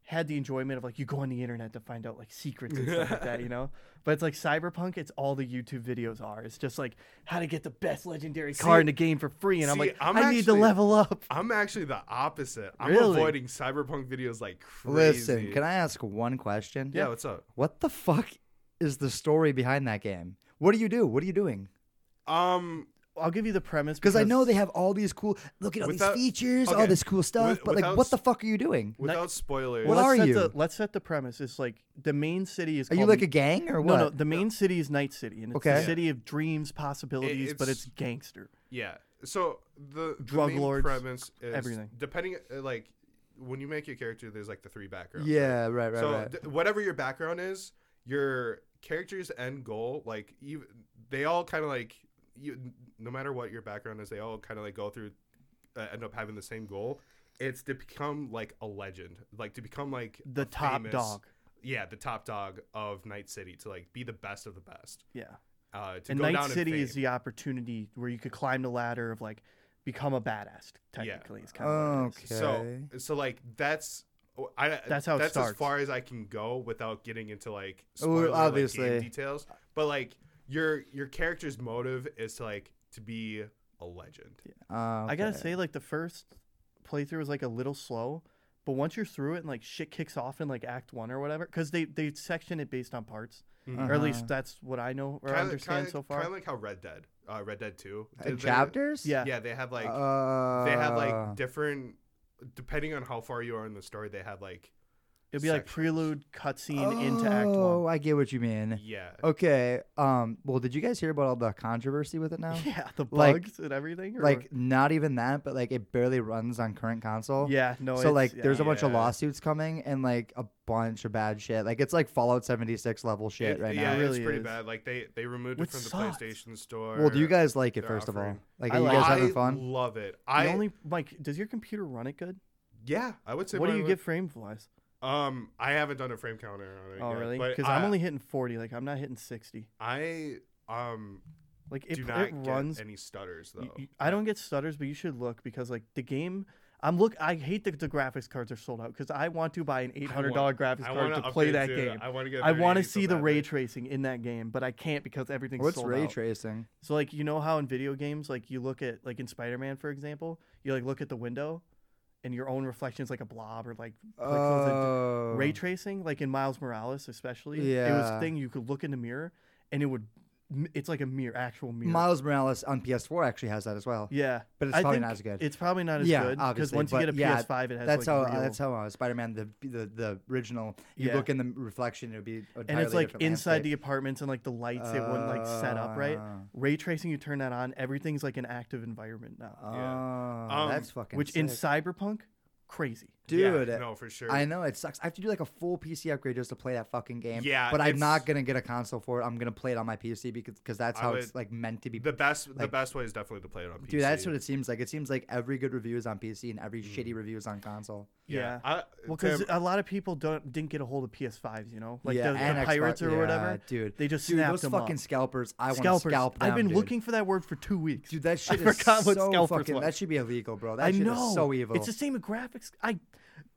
Speaker 2: had the enjoyment of like you go on the internet to find out like secrets and stuff like that, you know? But it's like Cyberpunk, it's all the YouTube videos are. It's just like how to get the best legendary car in the game for free. And I'm
Speaker 3: see,
Speaker 2: like, i
Speaker 3: I'm
Speaker 2: need to
Speaker 3: actually-
Speaker 2: level up.
Speaker 3: I'm actually the opposite. I'm
Speaker 2: Really?
Speaker 3: avoiding cyberpunk videos like crazy.
Speaker 1: Listen, can I ask one question?
Speaker 3: Yeah, what's up?
Speaker 1: What the fuck is the story behind that game? What do you do? What are you doing?
Speaker 3: Um,
Speaker 2: I'll give you the premise
Speaker 1: Because I know they have all these cool. Look at all
Speaker 3: Without-
Speaker 1: these features, all
Speaker 3: okay.
Speaker 1: this cool stuff.
Speaker 3: Wi-
Speaker 1: but like,
Speaker 3: without
Speaker 1: what
Speaker 3: s-
Speaker 1: the fuck are you doing?
Speaker 3: without spoilers,
Speaker 1: What
Speaker 2: let's
Speaker 1: are
Speaker 2: set
Speaker 1: you?
Speaker 2: The, let's set the premise. It's like the main city is.
Speaker 1: Are you
Speaker 2: called-
Speaker 1: like a gang or
Speaker 2: No,
Speaker 1: what?
Speaker 2: no. The main city is Night City, and it's
Speaker 1: Okay.
Speaker 2: the city of dreams, possibilities, but
Speaker 3: it's-
Speaker 2: it's gangster.
Speaker 3: Yeah. So the the
Speaker 2: Drug
Speaker 3: main
Speaker 2: lords,
Speaker 3: premise is
Speaker 2: everything.
Speaker 3: Depending, uh, like, when you make your character, there's like the three backgrounds.
Speaker 1: yeah, right, right,
Speaker 3: so
Speaker 1: right.
Speaker 3: th- whatever your background is, your character's end goal, like you, they all kind of like you. No matter what your background is, they all kind of like go through, uh, end up having the same goal. It's to become like a legend, like to become like
Speaker 2: The
Speaker 3: a
Speaker 2: top
Speaker 3: famous-
Speaker 2: dog.
Speaker 3: Yeah, the top dog of Night City to like be the best of the best.
Speaker 2: Yeah.
Speaker 3: Uh, to
Speaker 2: and
Speaker 3: go
Speaker 2: Night
Speaker 3: down
Speaker 2: City
Speaker 3: in
Speaker 2: is
Speaker 3: fame.
Speaker 2: the opportunity where you could climb the ladder of like become a badass. Technically, is kind of what it is.
Speaker 1: Okay.
Speaker 3: so so like that's. oh, I,
Speaker 2: That's how it
Speaker 3: that's as
Speaker 2: starts.
Speaker 3: far as I can go without getting into like
Speaker 1: Well,
Speaker 3: spoiler, obviously
Speaker 1: obviously.
Speaker 3: details. But like your your character's motive is to like to be a legend.
Speaker 1: Uh,
Speaker 2: I gotta
Speaker 1: okay.
Speaker 2: say, like the first playthrough was like a little slow, but once you're through it and like shit kicks off in like Act One or whatever, because they they section it based on parts,
Speaker 3: Mm-hmm.
Speaker 2: or at
Speaker 1: Uh-huh.
Speaker 2: least that's what I know or Uh-huh. understand so far.
Speaker 3: Kind of like how Red Dead, uh, Red Dead Two,
Speaker 1: Uh,
Speaker 3: did they-
Speaker 1: chapters.
Speaker 2: Yeah.
Speaker 3: yeah, they have like
Speaker 1: Uh,
Speaker 3: they have like different depending on how far you are in the story. They have like
Speaker 2: It'd be like
Speaker 3: sections.
Speaker 2: prelude, cutscene into act one.
Speaker 1: Oh, I get what you mean.
Speaker 3: Yeah.
Speaker 1: Okay. Um. Well, did you guys hear about all the controversy with it now?
Speaker 2: Yeah, the
Speaker 1: Like-
Speaker 2: bugs and everything. or-
Speaker 1: Like, not even that, but like it barely runs on current console.
Speaker 2: yeah, no.
Speaker 1: So
Speaker 2: it's-
Speaker 1: like, there's a
Speaker 2: yeah.
Speaker 1: bunch of
Speaker 3: yeah.
Speaker 1: lawsuits coming and like a bunch of bad shit. Like it's like Fallout 76 level shit
Speaker 3: It-
Speaker 1: right now.
Speaker 3: yeah,
Speaker 2: It
Speaker 3: it's
Speaker 2: really
Speaker 3: pretty
Speaker 2: is.
Speaker 3: bad. Like they they removed
Speaker 2: Which
Speaker 3: it from the
Speaker 2: sucks.
Speaker 3: PlayStation Store.
Speaker 1: Well, do you guys like it
Speaker 3: they're
Speaker 1: first of all?
Speaker 3: offering-
Speaker 1: Like,
Speaker 2: I
Speaker 1: are you
Speaker 2: like
Speaker 1: guys
Speaker 2: it.
Speaker 1: having
Speaker 3: I
Speaker 1: fun?
Speaker 3: love it.
Speaker 2: The
Speaker 3: I
Speaker 2: only like, does your computer run it good?
Speaker 3: yeah, I would say.
Speaker 2: What do
Speaker 3: mine
Speaker 2: you
Speaker 3: would-
Speaker 2: get frame wise?
Speaker 3: Um, I haven't done a frame counter on it.
Speaker 2: Oh,
Speaker 3: yet,
Speaker 2: really?
Speaker 3: but uh,
Speaker 2: Because
Speaker 3: I,
Speaker 2: I'm only hitting 40. Like, I'm not hitting 60.
Speaker 3: I um
Speaker 2: Like, it,
Speaker 3: do
Speaker 2: it
Speaker 3: not get
Speaker 2: runs.
Speaker 3: any stutters though.
Speaker 2: you- you- I don't get stutters, but you should look because like the game. I'm look. I hate that the graphics cards are sold out because I want to buy an eight hundred dollar graphics
Speaker 3: I
Speaker 2: card
Speaker 3: wanna
Speaker 2: to play
Speaker 3: upgrade
Speaker 2: that
Speaker 3: to-
Speaker 2: game.
Speaker 3: I want to get.
Speaker 2: I want to
Speaker 3: 3080 so
Speaker 2: see the
Speaker 3: badly.
Speaker 2: ray tracing in that game, but I can't because everything's
Speaker 1: What's
Speaker 2: sold
Speaker 1: ray
Speaker 2: out.
Speaker 1: tracing?
Speaker 2: So like you know how in video games like you look at like in Spider Man for example, you like look at the window, and your own reflection's like a blob or like pixels that-
Speaker 1: Oh,
Speaker 2: ray tracing like in Miles Morales especially. It was
Speaker 1: Yeah.
Speaker 2: a thing you could look in the mirror and it would. It's like a mirror, actual mirror.
Speaker 1: Miles Morales on PS4 actually has that as well.
Speaker 2: yeah,
Speaker 1: But it's
Speaker 2: I
Speaker 1: probably
Speaker 2: think
Speaker 1: not as good.
Speaker 2: It's probably not as
Speaker 1: Yeah,
Speaker 2: good because
Speaker 1: obviously,
Speaker 2: once you
Speaker 1: but
Speaker 2: get a
Speaker 1: yeah,
Speaker 2: PS5, it has
Speaker 1: that's
Speaker 2: like
Speaker 1: how
Speaker 2: real,
Speaker 1: that's how uh, Spider-Man the the the original. You
Speaker 2: Yeah.
Speaker 1: look in the reflection, it would be entirely
Speaker 2: and it's like
Speaker 1: different
Speaker 2: inside the
Speaker 1: landscape.
Speaker 2: apartments and like the lights, it wouldn't like set up right.
Speaker 1: Ah.
Speaker 2: Ray tracing, you turn that on, everything's like an active environment now,
Speaker 1: Oh,
Speaker 3: Um,
Speaker 1: that's fucking
Speaker 2: which
Speaker 1: sick.
Speaker 2: in Cyberpunk, crazy.
Speaker 3: Yeah,
Speaker 1: dude.
Speaker 3: no, for sure.
Speaker 1: I know it sucks. I have to do like a full PC upgrade just to play that fucking game.
Speaker 3: Yeah,
Speaker 1: but I'm
Speaker 3: it's-
Speaker 1: not gonna get a console for it. I'm gonna play it on my PC because because that's
Speaker 3: I
Speaker 1: how
Speaker 3: would-
Speaker 1: it's like meant to be.
Speaker 3: the best the
Speaker 1: like-
Speaker 3: best way is definitely to play it on PC.
Speaker 1: Dude, that's what it seems like. It seems like every good review is on PC and
Speaker 2: Mm.
Speaker 1: every shitty review is on console.
Speaker 2: Yeah.
Speaker 3: I,
Speaker 2: Well, because
Speaker 3: Tim,
Speaker 2: a lot of people don't didn't get a hold of PS5s, you know, like
Speaker 1: yeah,
Speaker 2: the,
Speaker 1: and
Speaker 2: the
Speaker 1: Xbox-
Speaker 2: pirates or
Speaker 1: yeah,
Speaker 2: whatever.
Speaker 1: Dude,
Speaker 2: They just
Speaker 1: dude,
Speaker 2: snapped
Speaker 1: those
Speaker 2: them
Speaker 1: fucking
Speaker 2: up.
Speaker 1: scalpers. I want to
Speaker 2: Scalpers.
Speaker 1: scalp them.
Speaker 2: I've been
Speaker 1: dude.
Speaker 2: looking for that word for two weeks.
Speaker 1: Dude, that shit
Speaker 2: I
Speaker 1: is
Speaker 2: forgot what
Speaker 1: so
Speaker 2: scalpers
Speaker 1: fucking.
Speaker 2: was.
Speaker 1: That should be illegal, bro. That
Speaker 2: I
Speaker 1: shit
Speaker 2: know.
Speaker 1: is so evil.
Speaker 2: It's the same with graphics. I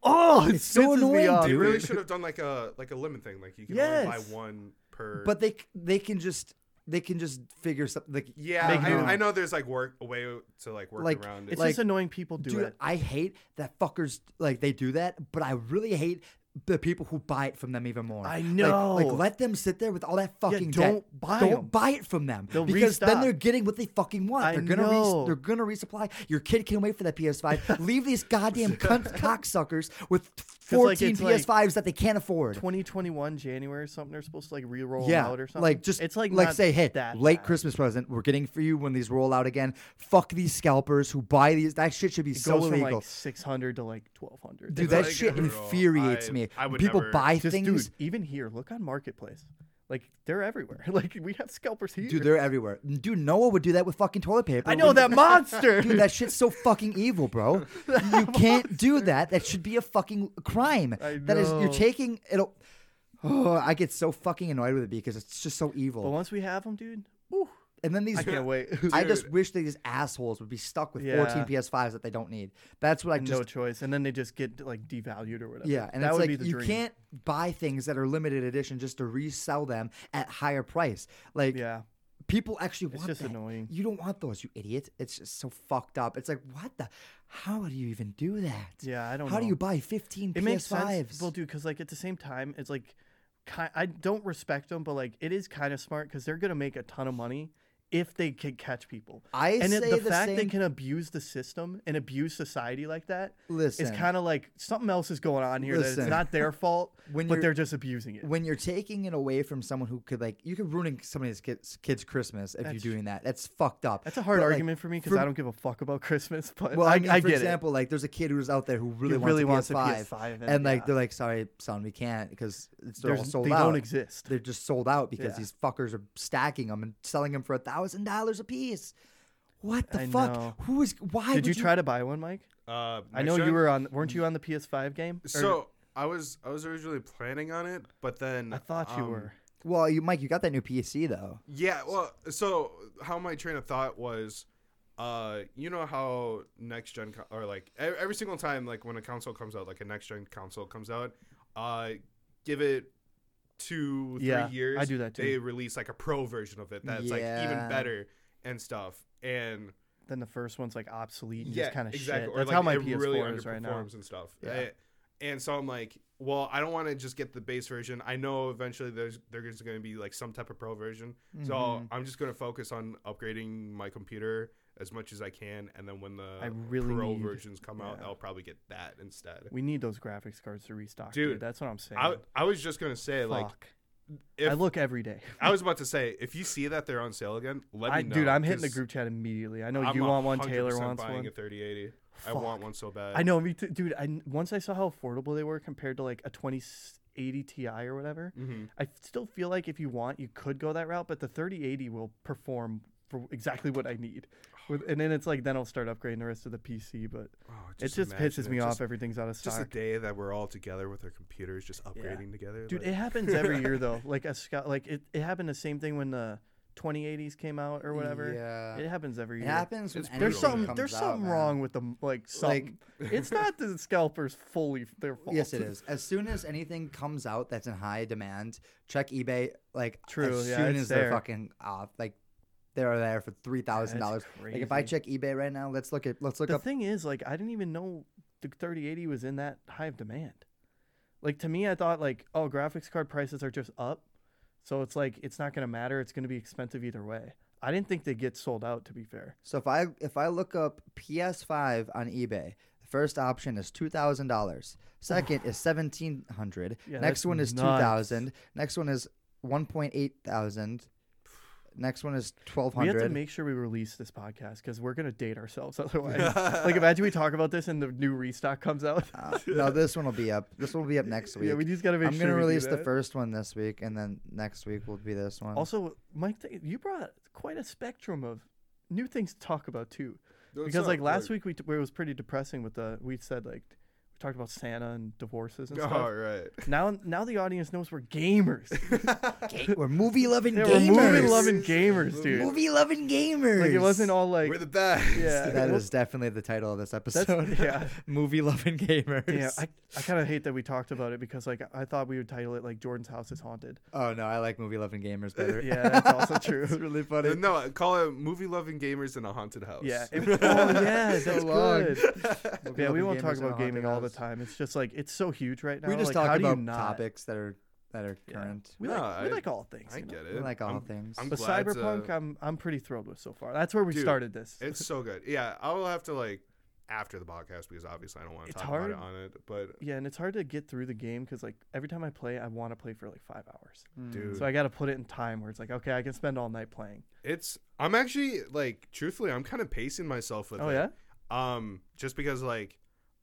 Speaker 2: oh, it's
Speaker 1: so annoying,
Speaker 3: they
Speaker 1: dude.
Speaker 3: really should have done like a like a limit thing. Like you can only
Speaker 2: Yes.
Speaker 3: buy one per.
Speaker 1: but they c- they can just they can just figure something. Like,
Speaker 3: yeah,
Speaker 1: make
Speaker 3: I,
Speaker 1: it-
Speaker 3: I know there's like work a way to like work
Speaker 1: Like,
Speaker 3: around it.
Speaker 2: It's
Speaker 1: Like,
Speaker 2: just annoying people do
Speaker 1: dude,
Speaker 2: it.
Speaker 1: I hate that fuckers like they do that, but I really hate the people who buy it from them even more.
Speaker 2: I
Speaker 1: Like-
Speaker 2: know.
Speaker 1: Like, let them sit there with all that fucking debt.
Speaker 2: don't buy
Speaker 1: Don't
Speaker 2: 'em.
Speaker 1: buy it from them.
Speaker 2: They'll
Speaker 1: because then
Speaker 2: restock.
Speaker 1: they're getting what they fucking want.
Speaker 2: I
Speaker 1: they're gonna
Speaker 2: know.
Speaker 1: they're gonna resupply. Your kid can wait for that PS5. Leave these goddamn cunt cocksuckers with
Speaker 2: 'Cause, like,
Speaker 1: 14
Speaker 2: it's like-
Speaker 1: PS5s that they can't afford.
Speaker 2: 2021 January or something. They're supposed to like re-roll 'em
Speaker 1: Yeah,
Speaker 2: out or something.
Speaker 1: like just
Speaker 2: it's like
Speaker 1: like
Speaker 2: not
Speaker 1: say, hey,
Speaker 2: that
Speaker 1: late
Speaker 2: bad.
Speaker 1: Christmas present we're getting for you when these roll out again. Fuck these scalpers who buy these. That shit should be
Speaker 2: It
Speaker 1: so
Speaker 2: goes
Speaker 1: illegal.
Speaker 2: from like 600 to like 1200.
Speaker 1: Dude,
Speaker 3: It's
Speaker 1: that
Speaker 3: like
Speaker 1: shit
Speaker 3: brutal.
Speaker 1: infuriates
Speaker 3: I-
Speaker 1: me.
Speaker 3: I would
Speaker 1: People
Speaker 3: never-
Speaker 1: buy
Speaker 2: just
Speaker 1: things.
Speaker 2: dude, even here, look on marketplace. Like they're everywhere. Like we have scalpers here.
Speaker 1: Dude, they're everywhere. Dude, Noah would do that with fucking toilet paper.
Speaker 2: I know that monster.
Speaker 1: Dude, that shit's so fucking evil, bro. You can't do that. That should be a fucking crime.
Speaker 2: I
Speaker 1: That is, you're
Speaker 2: know.
Speaker 1: taking it'll. Oh, I get so fucking annoyed with it because it's just so
Speaker 2: but
Speaker 1: evil.
Speaker 2: once we have them, dude, ooh,
Speaker 1: And then these
Speaker 2: I can't wait.
Speaker 1: I just wish that these assholes would be stuck with 14
Speaker 2: Yeah.
Speaker 1: PS5s that they don't need. That's what I just
Speaker 2: no choice, and then they just get like devalued or whatever.
Speaker 1: Yeah, and
Speaker 2: that
Speaker 1: it's
Speaker 2: would
Speaker 1: like
Speaker 2: be the
Speaker 1: you
Speaker 2: dream.
Speaker 1: can't buy things that are limited edition just to resell them at higher price. Like
Speaker 2: Yeah,
Speaker 1: people actually want
Speaker 2: just
Speaker 1: that.
Speaker 2: annoying.
Speaker 1: You don't want those, you idiot. It's just so fucked up. It's like what the how do you even do that?
Speaker 2: yeah. I don't.
Speaker 1: How
Speaker 2: know.
Speaker 1: do you buy 15
Speaker 2: It makes sense.
Speaker 1: PS5s?
Speaker 2: Well, dude, because like at the same time, it's like ki- I don't respect them, but like it is kind of smart because they're gonna make a ton of money if they can catch people.
Speaker 1: I
Speaker 2: and it-
Speaker 1: say
Speaker 2: the,
Speaker 1: the
Speaker 2: fact they
Speaker 1: same-
Speaker 2: can abuse the system and abuse society like that
Speaker 1: Listen.
Speaker 2: is kind of like something else is going on here. That
Speaker 1: Listen.
Speaker 2: it's not their fault,
Speaker 1: When
Speaker 2: but
Speaker 1: you're-
Speaker 2: they're just abusing it.
Speaker 1: when you're taking it away from someone who could like you could ruin somebody's kids, kids Christmas if
Speaker 2: That's-
Speaker 1: you're doing that. That's fucked up.
Speaker 2: That's a hard
Speaker 1: But, like,
Speaker 2: argument for me because
Speaker 1: for-
Speaker 2: I don't give a fuck about Christmas. But
Speaker 1: Well,
Speaker 2: I,
Speaker 1: I, mean,
Speaker 2: I
Speaker 1: for
Speaker 2: get
Speaker 1: example, like there's a kid who's out there who really,
Speaker 2: He
Speaker 1: wants,
Speaker 2: really
Speaker 1: a
Speaker 2: wants a
Speaker 1: PS5,
Speaker 2: PS5, and-
Speaker 1: and like
Speaker 2: yeah.
Speaker 1: they're like, sorry, son, we can't because it's
Speaker 2: it.
Speaker 1: they're all
Speaker 2: There's-
Speaker 1: sold
Speaker 2: they
Speaker 1: out.
Speaker 2: don't exist.
Speaker 1: They're just sold out because
Speaker 2: Yeah.
Speaker 1: these fuckers are stacking them and selling them for a thousand dollars a piece. What the
Speaker 2: I
Speaker 1: fuck?
Speaker 2: know.
Speaker 1: Who is? Why
Speaker 2: Did
Speaker 1: would
Speaker 2: you try to buy one, Mike?
Speaker 3: uh,
Speaker 2: I
Speaker 3: next
Speaker 2: know you
Speaker 3: gen?
Speaker 2: were on. Weren't you on the PS5 game? Or-
Speaker 3: So I was I was originally planning on it, but then
Speaker 2: I thought you
Speaker 3: um,
Speaker 2: were.
Speaker 1: Well, you, Mike, you got that new PC though.
Speaker 3: Yeah, well, so how my train of thought was, uh, you know how next gen co- or like e- every single time, like when a console comes out, like a next gen console comes out, uh, give it two, three
Speaker 2: Yeah,
Speaker 3: years.
Speaker 2: I do that too.
Speaker 3: They release like a pro version of it that's like
Speaker 1: Yeah.
Speaker 3: even better and stuff. And
Speaker 2: then the first one's like obsolete and
Speaker 3: yeah,
Speaker 2: just kind of
Speaker 3: exactly.
Speaker 2: shit.
Speaker 3: Or
Speaker 2: That's
Speaker 3: like
Speaker 2: how my
Speaker 3: it
Speaker 2: PS4
Speaker 3: really
Speaker 2: is right now.
Speaker 3: underperforms and stuff.
Speaker 2: Yeah.
Speaker 3: I- and so I'm like, well, I don't want to just get the base version. I know eventually there's there's
Speaker 2: Mm-hmm.
Speaker 3: going to be like some type of pro version. So I'm just going to focus on upgrading my computer as much as I can, and then when the
Speaker 2: I really
Speaker 3: uh, Pro
Speaker 2: need-
Speaker 3: versions come out,
Speaker 2: yeah.
Speaker 3: I'll probably get that instead.
Speaker 2: We need those graphics cards to restock,
Speaker 3: Dude,
Speaker 2: dude. That's what I'm saying.
Speaker 3: I, I was just gonna say like
Speaker 2: Fuck.
Speaker 3: if
Speaker 2: I look every day.
Speaker 3: I was about to say if you see that they're on sale again, let me
Speaker 2: I,
Speaker 3: know.
Speaker 2: dude, I'm hitting the
Speaker 3: 'cause
Speaker 2: group chat immediately. I know
Speaker 3: I'm
Speaker 2: you want one.
Speaker 3: 100%
Speaker 2: Taylor wants
Speaker 3: buying
Speaker 2: one.
Speaker 3: A 3080. I
Speaker 2: Fuck.
Speaker 3: want one so bad.
Speaker 2: I know, me too, dude. I once I saw how affordable they were compared to like a 2080 Ti or whatever.
Speaker 3: hmm
Speaker 2: I still feel like if you want, you could go that route, but the 3080 will perform for exactly what I need. With, and then it's like then I'll start upgrading the rest of the PC, but
Speaker 3: Oh,
Speaker 2: it just
Speaker 3: imagine
Speaker 2: pisses
Speaker 3: it,
Speaker 2: me
Speaker 3: just-
Speaker 2: off. Everything's out of
Speaker 3: Just the
Speaker 2: stock.
Speaker 3: day that we're all together with our computers, just upgrading together.
Speaker 2: Dude,
Speaker 3: like-
Speaker 2: it happens every year though. Like a Scott, like it, it happened the same thing when the 2080s came out or whatever.
Speaker 1: Yeah.
Speaker 2: It happens every
Speaker 1: It
Speaker 2: year.
Speaker 1: happens when
Speaker 3: It's brutal.
Speaker 2: There's
Speaker 3: Everything
Speaker 2: something
Speaker 1: some.
Speaker 2: there's something wrong with them like something. it's not the scalpers fully f- their fault.
Speaker 1: Yes, it is. As soon as anything comes out that's in high demand, check eBay. Like
Speaker 2: True,
Speaker 1: As
Speaker 2: yeah,
Speaker 1: soon
Speaker 2: it's
Speaker 1: as they're
Speaker 2: there.
Speaker 1: fucking off, like they're there for three thousand dollars. Like if I
Speaker 2: crazy.
Speaker 1: check eBay right now, let's look at let's look
Speaker 2: The
Speaker 1: up.
Speaker 2: thing is, like, I didn't even know the 3080 was in that high of demand. Like to me, I thought like, oh, graphics card prices are just up, so it's like it's not gonna matter. It's gonna be expensive either way. I didn't think they get sold out. To be fair,
Speaker 1: So if I if I look up PS5 on eBay, the first option is two thousand dollars. Second is seventeen hundred.
Speaker 2: Yeah,
Speaker 1: Next
Speaker 2: that's
Speaker 1: one is
Speaker 2: nuts.
Speaker 1: two thousand. Next one is one point eight thousand. Next one is twelve
Speaker 2: we have to
Speaker 1: hundred.
Speaker 2: make sure we release this podcast because we're gonna date ourselves otherwise. like imagine we talk about this and the new restock comes out.
Speaker 1: Uh, no, this one will be up. This one will be up next week.
Speaker 2: yeah, we just gotta make
Speaker 1: I'm
Speaker 2: sure.
Speaker 1: gonna
Speaker 2: we do
Speaker 1: release the
Speaker 2: that.
Speaker 1: first one this week, and then next week will be this one.
Speaker 2: Also, Mike, th- you brought quite a spectrum of new things to talk about too.
Speaker 3: No, it's
Speaker 2: because
Speaker 3: not,
Speaker 2: like last week we t- where it was pretty depressing with the we said like we talked about Santa and divorces and
Speaker 3: All
Speaker 2: stuff.
Speaker 3: right.
Speaker 2: Now now the audience knows we're gamers.
Speaker 1: Ga- we're movie loving
Speaker 2: yeah, we're
Speaker 1: gamers.
Speaker 2: movie loving gamers, dude.
Speaker 1: movie loving gamers.
Speaker 2: Like it wasn't all like
Speaker 3: We're the best.
Speaker 2: yeah.
Speaker 1: That
Speaker 2: well,
Speaker 1: is definitely the title of this
Speaker 2: that's
Speaker 1: episode.
Speaker 2: yeah.
Speaker 1: movie loving gamers.
Speaker 2: Damn, I, I kind of hate that we talked about it because like I thought we would title it like Jordan's house is haunted.
Speaker 1: oh no, I like movie loving gamers better.
Speaker 2: Yeah, that's also true.
Speaker 1: it's really funny.
Speaker 3: Uh, No, call it movie loving gamers in a haunted house.
Speaker 2: Yeah. it- oh yeah,
Speaker 1: So
Speaker 2: that's
Speaker 1: long.
Speaker 2: good.
Speaker 1: Movie
Speaker 2: Yeah, we
Speaker 1: loving
Speaker 2: won't
Speaker 1: gamers
Speaker 2: talk
Speaker 1: in a
Speaker 2: about
Speaker 1: haunted
Speaker 2: gaming all the
Speaker 1: house.
Speaker 2: time. It's just like it's so huge right now.
Speaker 1: We just
Speaker 2: like, how
Speaker 1: talk
Speaker 2: do you
Speaker 1: about
Speaker 2: not?
Speaker 1: topics that are that are
Speaker 2: Yeah.
Speaker 1: current.
Speaker 2: We
Speaker 3: No,
Speaker 2: like we
Speaker 3: I-
Speaker 2: like all things.
Speaker 3: I
Speaker 2: you know?
Speaker 3: get
Speaker 1: I
Speaker 3: it.
Speaker 1: like all
Speaker 3: I'm-
Speaker 1: things.
Speaker 3: I'm
Speaker 2: But
Speaker 3: glad to-
Speaker 2: Cyberpunk, I'm I'm pretty thrilled with so far. That's where we
Speaker 3: Dude,
Speaker 2: started this.
Speaker 3: It's so good. Yeah, I'll have to like after the podcast because obviously I don't want to
Speaker 2: It's
Speaker 3: talk
Speaker 2: hard.
Speaker 3: about it on it. But
Speaker 2: yeah, and it's hard to get through the game because like every time I play, I want to play for like five hours.
Speaker 3: dude,
Speaker 2: So I got to put it in time where it's like, okay, I can spend all night playing.
Speaker 3: it's I'm actually like truthfully I'm kind of pacing myself with
Speaker 2: oh
Speaker 3: it.
Speaker 2: yeah,
Speaker 3: Um, just because like,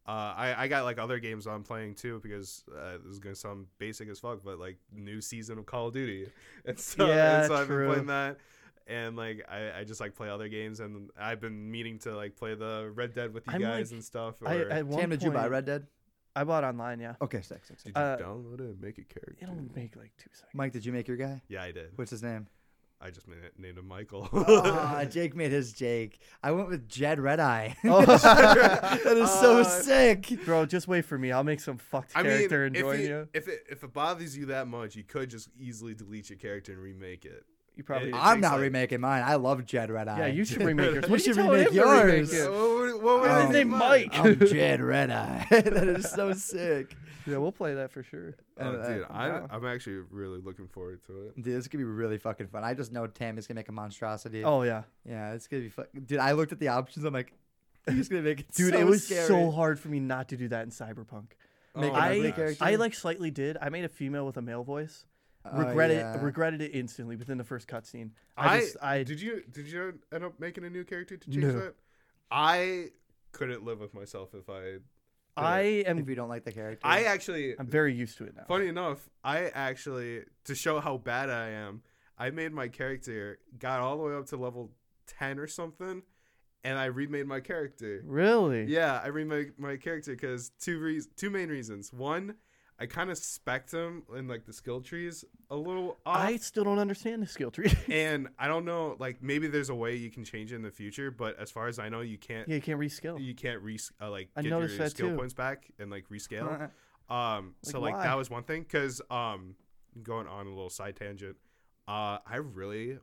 Speaker 3: uh, I I got like other games I'm playing too because uh, this is gonna sound basic as fuck, but like new season of Call of Duty, and so,
Speaker 2: Yeah,
Speaker 3: and so I've been
Speaker 2: true.
Speaker 3: playing that. And like I, I just like play other games, and I've been meaning to like play the Red Dead with you
Speaker 2: I'm,
Speaker 3: guys
Speaker 2: like-
Speaker 3: and stuff. Or
Speaker 2: I at one
Speaker 1: Tam, did you buy
Speaker 2: point-
Speaker 1: Red Dead?
Speaker 2: I bought online. Yeah,
Speaker 1: Okay, sick, sick, sick.
Speaker 3: did you
Speaker 2: uh,
Speaker 3: download it and make a character?
Speaker 2: it'll make like two seconds.
Speaker 1: Mike, did you make your guy?
Speaker 3: Yeah, I did.
Speaker 1: What's his name?
Speaker 3: I just made it, named him Michael.
Speaker 1: Ah, Jake made his Jake. I went with Jed Red Eye.
Speaker 2: Oh.
Speaker 1: that is so
Speaker 3: Uh,
Speaker 1: sick.
Speaker 2: Bro, just wait for me. I'll make some fucked
Speaker 3: I mean,
Speaker 2: character and
Speaker 3: if,
Speaker 2: join
Speaker 3: you-
Speaker 2: you.
Speaker 3: if it if it bothers you that much, you could just easily delete your character and remake it.
Speaker 2: You probably.
Speaker 3: it-
Speaker 1: I'm
Speaker 3: takes,
Speaker 1: not
Speaker 3: like-
Speaker 1: remaking mine. I love Jed Red Eye.
Speaker 2: yeah, you should remake yours.
Speaker 1: You
Speaker 2: What are
Speaker 1: should
Speaker 2: telling
Speaker 1: remake
Speaker 2: him to remake
Speaker 1: yours.
Speaker 2: it?
Speaker 3: What would- what would
Speaker 1: Um,
Speaker 3: it
Speaker 1: His
Speaker 2: Uh, name
Speaker 3: be?
Speaker 2: Mike.
Speaker 1: I'm Jed Red Eye. that is so sick.
Speaker 2: Yeah, we'll play that for sure.
Speaker 3: Oh,
Speaker 1: And, uh,
Speaker 3: dude, I,
Speaker 2: wow.
Speaker 3: I'm actually really looking forward to it.
Speaker 1: Dude, this could be really fucking fun. I just know Tam is gonna make a monstrosity.
Speaker 2: Oh yeah,
Speaker 1: yeah, it's gonna be fun. Dude, I looked at the options. I'm like, he's gonna make it.
Speaker 2: dude,
Speaker 1: so
Speaker 2: it was
Speaker 1: scary. Oh,
Speaker 2: so hard for me not to do that in Cyberpunk.
Speaker 1: Make an
Speaker 3: Oh my
Speaker 1: ugly
Speaker 3: gosh.
Speaker 1: character.
Speaker 2: I like slightly did. I made a female with a male voice.
Speaker 1: Oh,
Speaker 2: Regretted
Speaker 1: yeah.
Speaker 2: regretted it instantly within the first cutscene. I,
Speaker 3: I,
Speaker 2: just I
Speaker 3: did you did you end up making a new character to change
Speaker 2: No.
Speaker 3: that? I couldn't live with myself if I.
Speaker 2: I
Speaker 1: if
Speaker 2: am
Speaker 1: you don't like the character,
Speaker 3: I actually.
Speaker 2: I'm very used to it now.
Speaker 3: Funny enough, I actually to show how bad I am, I made my character got all the way up to level ten or something, and I remade my character.
Speaker 2: Really?
Speaker 3: Yeah, I remade my character because two reas two main reasons. One, I kind of spec him in like the skill trees a little off.
Speaker 2: I still don't understand the skill tree.
Speaker 3: and I don't know, like maybe there's a way you can change it in the future, but as far as I know, you can't.
Speaker 2: yeah, you can't reskill.
Speaker 3: You can't re uh, like
Speaker 2: I
Speaker 3: get your
Speaker 2: noticed that
Speaker 3: skill
Speaker 2: too. Uh-huh.
Speaker 3: points back and like rescale.
Speaker 1: Uh,
Speaker 3: Um, so
Speaker 2: Like,
Speaker 3: like
Speaker 2: why?
Speaker 3: that was one thing because um, going on a little side tangent. Uh, I really,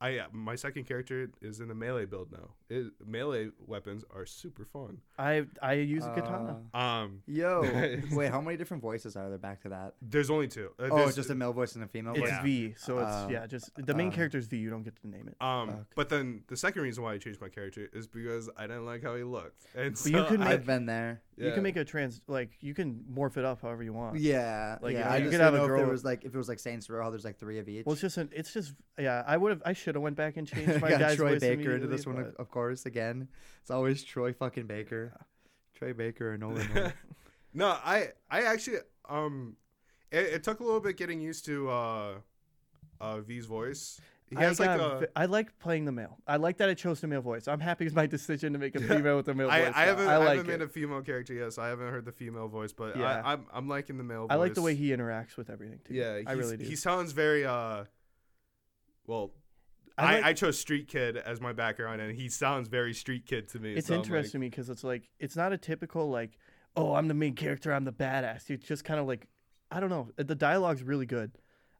Speaker 3: I uh, my second character is in the melee build now. it, melee weapons are super fun.
Speaker 2: I I use
Speaker 3: Uh,
Speaker 2: a katana.
Speaker 3: Um,
Speaker 1: Uh, Yo, wait, how many different voices are there back to that?
Speaker 3: there's only two. Uh,
Speaker 1: Oh,
Speaker 3: there's-
Speaker 1: it's just a male voice and a female
Speaker 2: It's
Speaker 1: voice.
Speaker 3: yeah.
Speaker 2: V, so it's
Speaker 1: Uh,
Speaker 2: yeah, just the main
Speaker 1: uh,
Speaker 2: character's V. You don't get to name it.
Speaker 3: Um,
Speaker 1: Okay.
Speaker 3: but then the second reason why I changed my character is because I didn't like how he looked, and so
Speaker 2: you can
Speaker 3: I-
Speaker 1: I've been there.
Speaker 2: You
Speaker 3: yeah.
Speaker 2: can make a trans like you can morph it up however you want.
Speaker 1: Yeah,
Speaker 2: Like,
Speaker 1: yeah.
Speaker 2: you
Speaker 1: I
Speaker 2: could
Speaker 1: just
Speaker 2: have
Speaker 1: didn't
Speaker 2: a
Speaker 1: know if there
Speaker 2: girl-
Speaker 1: was like if it was like Saints Row, how there's like three of each.
Speaker 2: Well, it's just an, it's just yeah. I would have I should have went back and changed my
Speaker 1: got
Speaker 2: guy's
Speaker 1: Troy
Speaker 2: voice
Speaker 1: Baker into this one,
Speaker 2: immediately,
Speaker 1: of, of course. Again, it's always Troy fucking Baker, Troy Baker, and Nolan. North.
Speaker 3: no, I I actually um, it, it took a little bit getting used to uh, uh V's voice. He
Speaker 2: but I,
Speaker 3: has like
Speaker 2: got
Speaker 3: a.
Speaker 2: v- I like playing the male. I like that I chose the male voice. I'm happy with my decision to make a female with a male
Speaker 3: I,
Speaker 2: voice.
Speaker 3: I
Speaker 2: now.
Speaker 3: haven't,
Speaker 2: I
Speaker 3: I
Speaker 2: like
Speaker 3: haven't made
Speaker 2: it.
Speaker 3: a female character yet, so I haven't heard the female voice, but
Speaker 2: Yeah.
Speaker 3: I, I'm, I'm liking the male voice.
Speaker 2: I like the way he interacts with everything too.
Speaker 3: Yeah,
Speaker 2: I
Speaker 3: he's-
Speaker 2: really do.
Speaker 3: He sounds very uh, well.
Speaker 2: I
Speaker 3: I,
Speaker 2: like-
Speaker 3: I chose Street Kid as my background, and he sounds very Street Kid to me.
Speaker 2: it's
Speaker 3: so I'm like-
Speaker 2: interesting to me because it's like it's not a typical like oh I'm the main character I'm the badass. It's just kind of like I don't know. The dialogue's really good.